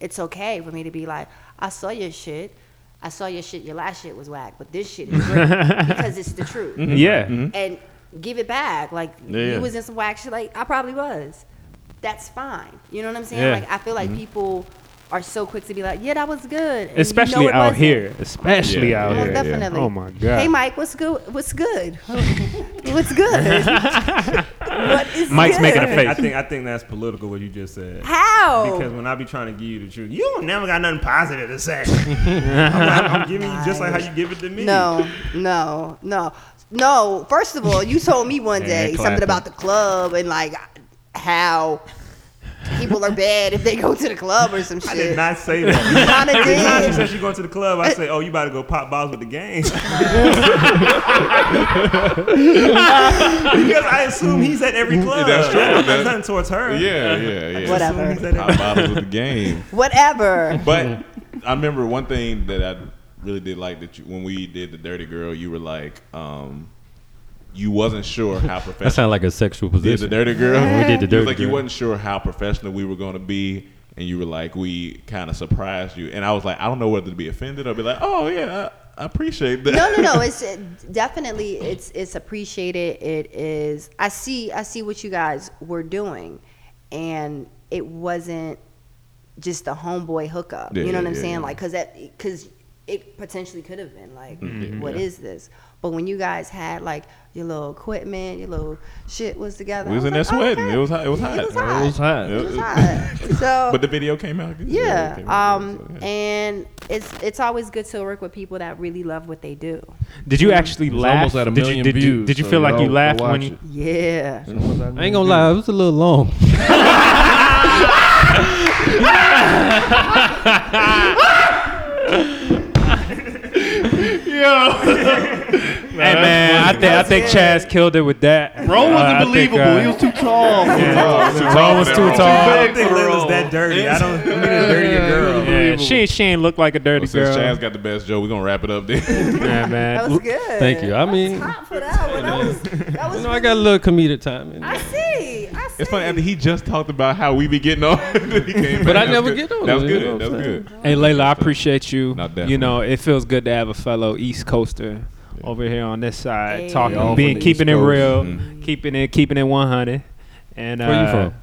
[SPEAKER 1] it's okay for me to be like, I saw your shit. I saw your shit. Your last shit was whack, but this shit is great because it's the truth
[SPEAKER 4] *laughs* Yeah.
[SPEAKER 1] and give it back. Like
[SPEAKER 3] yeah.
[SPEAKER 1] you was in some whack shit. Like I probably was. That's fine. You know what I'm saying?
[SPEAKER 4] Yeah. Hmm?
[SPEAKER 1] Like I feel like people are so quick to be like, yeah, that was good. and you
[SPEAKER 4] Mm-hmm. Especially
[SPEAKER 1] know it
[SPEAKER 4] out
[SPEAKER 1] wasn't.
[SPEAKER 4] here. Especially
[SPEAKER 3] Yeah,
[SPEAKER 4] out
[SPEAKER 1] Most
[SPEAKER 4] here.
[SPEAKER 3] yeah.
[SPEAKER 1] definitely.
[SPEAKER 4] Oh my god.
[SPEAKER 1] Hey Mike, what's good? What's good? *laughs* what's good? what is
[SPEAKER 4] *laughs* Mike's
[SPEAKER 1] good?
[SPEAKER 4] making a
[SPEAKER 5] I
[SPEAKER 4] face.
[SPEAKER 5] think I think that's political what you just said.
[SPEAKER 1] How?
[SPEAKER 5] Because when I be trying to give you the truth, you don't never got nothing positive to say. *laughs* I'm, like, I'm giving you just like how you give it to me.
[SPEAKER 1] No, no, no, no. First of all, you told me
[SPEAKER 5] *laughs*
[SPEAKER 1] one day something about the club and like how people are bad if they go to the club or some shit.
[SPEAKER 5] I did not say
[SPEAKER 1] *laughs*
[SPEAKER 5] that.
[SPEAKER 1] Kinda
[SPEAKER 5] *laughs* Every time
[SPEAKER 1] did.
[SPEAKER 5] she says she going to the club, I say, "Oh, you about to go pop bottles with
[SPEAKER 1] *laughs*
[SPEAKER 5] the gang?" because I assume he's at every club.
[SPEAKER 3] That's true.
[SPEAKER 5] That-
[SPEAKER 3] That-
[SPEAKER 5] That's nothing towards her.
[SPEAKER 3] Yeah, yeah, yeah.
[SPEAKER 1] Whatever.
[SPEAKER 5] Assume he's at
[SPEAKER 3] Pop
[SPEAKER 5] every-
[SPEAKER 3] bottles with the game.
[SPEAKER 1] Whatever.
[SPEAKER 3] But
[SPEAKER 8] Mm-hmm.
[SPEAKER 3] I remember one thing that I really did like that you, when we did the Dirty Girl, you were like, um, you wasn't sure how
[SPEAKER 8] *laughs* *laughs* That
[SPEAKER 3] professional.
[SPEAKER 8] sounds like a sexual
[SPEAKER 3] did the
[SPEAKER 8] position.
[SPEAKER 3] Dirty Girl.
[SPEAKER 8] We did
[SPEAKER 3] You
[SPEAKER 8] the
[SPEAKER 3] was
[SPEAKER 8] Dirty
[SPEAKER 3] like you
[SPEAKER 8] Girl.
[SPEAKER 3] wasn't sure how professional we were going to be. And you were like, we kind of surprised you, and I was like, I don't know whether to be offended or be like, oh yeah, I appreciate that.
[SPEAKER 1] No,
[SPEAKER 3] *laughs*
[SPEAKER 1] no, no. It's it, definitely it's it's appreciated. It is. I see. I see what you guys were doing, and it wasn't just a homeboy hookup.
[SPEAKER 3] Yeah,
[SPEAKER 1] you know what
[SPEAKER 3] yeah,
[SPEAKER 1] I'm
[SPEAKER 3] yeah,
[SPEAKER 1] saying?
[SPEAKER 3] yeah.
[SPEAKER 1] Like, cause that cause it potentially could have been like, what
[SPEAKER 3] Mm-hmm.
[SPEAKER 1] is this? But when you guys had like your little equipment, your little shit was together.
[SPEAKER 3] We
[SPEAKER 1] I
[SPEAKER 3] was in there
[SPEAKER 1] like, oh,
[SPEAKER 3] sweating.
[SPEAKER 1] okay.
[SPEAKER 3] It was hot. It was
[SPEAKER 1] It
[SPEAKER 3] hot.
[SPEAKER 1] was hot. It was hot.
[SPEAKER 3] It was- *laughs*
[SPEAKER 1] So,
[SPEAKER 3] But the video came out. good. it
[SPEAKER 1] yeah,
[SPEAKER 3] came out good,
[SPEAKER 1] um,
[SPEAKER 3] so, yeah.
[SPEAKER 1] and it's it's always good to work with people that really love what they do.
[SPEAKER 4] Did you actually
[SPEAKER 6] It's
[SPEAKER 4] laugh?
[SPEAKER 6] almost at a
[SPEAKER 4] did you
[SPEAKER 6] million
[SPEAKER 4] did you
[SPEAKER 6] views,
[SPEAKER 4] did you
[SPEAKER 6] so
[SPEAKER 4] feel like
[SPEAKER 6] y'all
[SPEAKER 4] you
[SPEAKER 6] go
[SPEAKER 4] laughed
[SPEAKER 6] watch
[SPEAKER 4] when you?
[SPEAKER 1] Yeah,
[SPEAKER 6] it.
[SPEAKER 8] I ain't gonna lie, it was a little long.
[SPEAKER 4] Hey man, I think I think Chaz killed it with that.
[SPEAKER 6] Bro
[SPEAKER 4] Uh, I
[SPEAKER 6] wasn't
[SPEAKER 4] think,
[SPEAKER 6] believable.
[SPEAKER 4] uh,
[SPEAKER 6] he was too tall.
[SPEAKER 8] Oh,
[SPEAKER 4] Rome was too
[SPEAKER 5] I
[SPEAKER 4] tall.
[SPEAKER 5] don't think Layla's that dirty. I don't. I mean, a dirty girl.
[SPEAKER 4] Yeah, she she ain't look like a dirty
[SPEAKER 3] Well, since
[SPEAKER 4] girl. *laughs*
[SPEAKER 3] Chaz got the best joke, we're gonna wrap it up then. *laughs*
[SPEAKER 4] Yeah, man.
[SPEAKER 1] that was good.
[SPEAKER 8] *laughs* Thank you. I mean,
[SPEAKER 1] Top for that one. That was that was.
[SPEAKER 8] you know, I got a little comedic time. In
[SPEAKER 1] I
[SPEAKER 8] there.
[SPEAKER 1] see. I see.
[SPEAKER 3] it's funny after he just talked about how we be getting on. *laughs* he came
[SPEAKER 8] But
[SPEAKER 3] back. That
[SPEAKER 8] I
[SPEAKER 3] was
[SPEAKER 8] never
[SPEAKER 3] good.
[SPEAKER 8] get on
[SPEAKER 3] That was
[SPEAKER 8] it, you
[SPEAKER 3] good.
[SPEAKER 8] know what
[SPEAKER 3] That
[SPEAKER 8] I'm
[SPEAKER 3] was
[SPEAKER 8] saying?
[SPEAKER 3] good.
[SPEAKER 4] Hey Layla, I appreciate you.
[SPEAKER 3] No, definitely.
[SPEAKER 4] you know, it feels good to have a fellow East Coaster over here on this side
[SPEAKER 1] Hey.
[SPEAKER 4] talking,
[SPEAKER 6] Y'all from
[SPEAKER 4] being
[SPEAKER 6] the
[SPEAKER 4] keeping it
[SPEAKER 6] East Coast. Mm-hmm.
[SPEAKER 4] real, keeping it keeping it one hundred. And
[SPEAKER 8] Where you
[SPEAKER 4] uh,
[SPEAKER 8] from?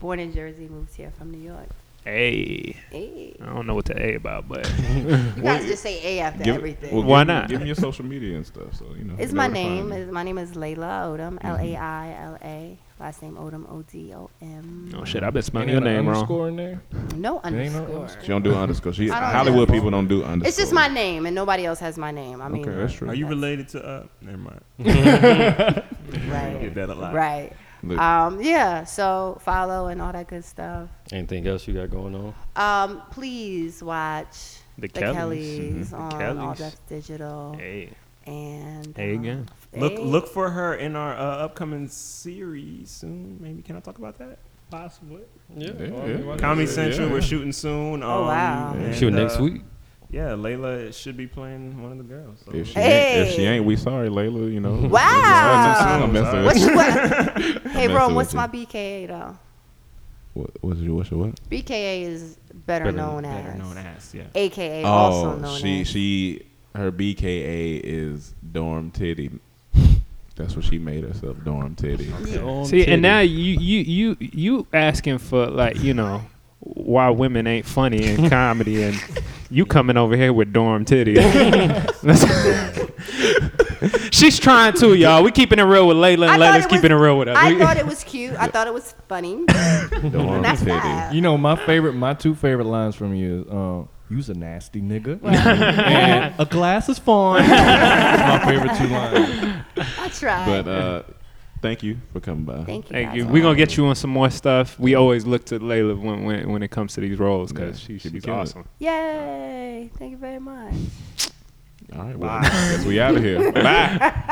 [SPEAKER 1] Born in Jersey, moved here from New York.
[SPEAKER 4] Hey,
[SPEAKER 1] Hey.
[SPEAKER 3] Uh-huh.
[SPEAKER 4] I don't know what to a about, but
[SPEAKER 1] You guys just say A after
[SPEAKER 3] Give-
[SPEAKER 1] everything.
[SPEAKER 3] well, give
[SPEAKER 4] Why
[SPEAKER 3] him-
[SPEAKER 4] not?
[SPEAKER 3] Give him your social media and stuff. So you know.
[SPEAKER 1] it's
[SPEAKER 3] you
[SPEAKER 1] my
[SPEAKER 3] know where to find Mm-hmm.
[SPEAKER 1] name.
[SPEAKER 3] you.
[SPEAKER 1] Is my name is Layla Odom. L A I L A. Last name Odom. O D O M.
[SPEAKER 4] oh shit, I've been spelling your name wrong.
[SPEAKER 3] Uh-huh.
[SPEAKER 1] No
[SPEAKER 6] ain't no
[SPEAKER 1] underscore.
[SPEAKER 3] She don't do underscore. She
[SPEAKER 1] I don't
[SPEAKER 3] Hollywood
[SPEAKER 1] know.
[SPEAKER 3] people don't do underscore.
[SPEAKER 1] It's just my name, and nobody else has my name. I mean,
[SPEAKER 3] Okay, that's true.
[SPEAKER 5] Are you related to? Uh, never mind.
[SPEAKER 1] right?
[SPEAKER 5] Get that a lot.
[SPEAKER 1] Right.
[SPEAKER 3] Look.
[SPEAKER 1] Um, yeah. So follow and all that good stuff.
[SPEAKER 8] Anything else you got going on?
[SPEAKER 1] Um, please watch
[SPEAKER 4] The
[SPEAKER 1] the,
[SPEAKER 4] Kellys.
[SPEAKER 1] Kellys,
[SPEAKER 4] Mhm.
[SPEAKER 1] on All
[SPEAKER 4] Kellys.
[SPEAKER 1] Def Digital
[SPEAKER 4] Hey,
[SPEAKER 1] and
[SPEAKER 4] Hey again.
[SPEAKER 1] um,
[SPEAKER 5] Look,
[SPEAKER 1] hey.
[SPEAKER 5] look for her in our uh, upcoming series soon. Maybe can I talk about that? Possibly.
[SPEAKER 8] Yeah.
[SPEAKER 5] Comedy Central, we're shooting soon.
[SPEAKER 1] Oh,
[SPEAKER 5] um,
[SPEAKER 1] wow. Yeah.
[SPEAKER 5] and,
[SPEAKER 8] Shoot next
[SPEAKER 5] uh,
[SPEAKER 8] week.
[SPEAKER 5] Yeah, Layla should be playing one of the girls. so-
[SPEAKER 3] If she, ain't, if she
[SPEAKER 1] Hey.
[SPEAKER 3] ain't, we sorry, Layla. You know.
[SPEAKER 1] Wow.
[SPEAKER 3] I'm messing with
[SPEAKER 1] What's
[SPEAKER 3] you.
[SPEAKER 1] your, what? hey,
[SPEAKER 3] messing
[SPEAKER 1] Rome,
[SPEAKER 3] with
[SPEAKER 1] what's
[SPEAKER 3] you.
[SPEAKER 1] my BKA though?
[SPEAKER 3] What- What's your what's your what?
[SPEAKER 1] BKA is better, known, as,
[SPEAKER 5] Better known as, yeah.
[SPEAKER 4] Oh,
[SPEAKER 1] AKA also known
[SPEAKER 3] Oh, she
[SPEAKER 1] as.
[SPEAKER 3] she her BKA is dorm titty. *laughs* That's what she made herself, dorm titty.
[SPEAKER 8] Own
[SPEAKER 4] see,
[SPEAKER 8] titty.
[SPEAKER 4] and
[SPEAKER 5] *laughs*
[SPEAKER 4] now you you you you asking for like you know why women ain't
[SPEAKER 3] *laughs*
[SPEAKER 4] funny in comedy, and you coming over here with dorm titty. *laughs* She's trying to, y'all. We keeping it real with Layla,
[SPEAKER 1] I
[SPEAKER 4] and
[SPEAKER 1] thought it
[SPEAKER 4] Layla's
[SPEAKER 1] was-
[SPEAKER 4] keeping it real with us.
[SPEAKER 1] I
[SPEAKER 4] We-
[SPEAKER 1] thought it was cute. I thought it was funny.
[SPEAKER 3] Dorm *laughs*
[SPEAKER 1] That's
[SPEAKER 3] titty.
[SPEAKER 1] that.
[SPEAKER 6] You know, my favorite, my two favorite lines from you is, um, "You's a
[SPEAKER 4] *laughs*
[SPEAKER 6] nasty nigga."
[SPEAKER 8] a glass
[SPEAKER 6] *laughs*
[SPEAKER 8] is fine.
[SPEAKER 6] my favorite
[SPEAKER 1] *laughs*
[SPEAKER 6] two lines.
[SPEAKER 1] I tried.
[SPEAKER 3] But uh, thank you for coming by.
[SPEAKER 1] Thank you.
[SPEAKER 4] *laughs* Thank
[SPEAKER 1] guys.
[SPEAKER 4] you. We're gonna get you on some more stuff. We always look to Layla when when, when it comes to these roles because
[SPEAKER 3] Yeah,
[SPEAKER 4] she,
[SPEAKER 3] she be
[SPEAKER 4] she's
[SPEAKER 3] killing it.
[SPEAKER 4] awesome.
[SPEAKER 1] Yay! Thank you very much.
[SPEAKER 3] All right, well, I guess we out of here. Bye.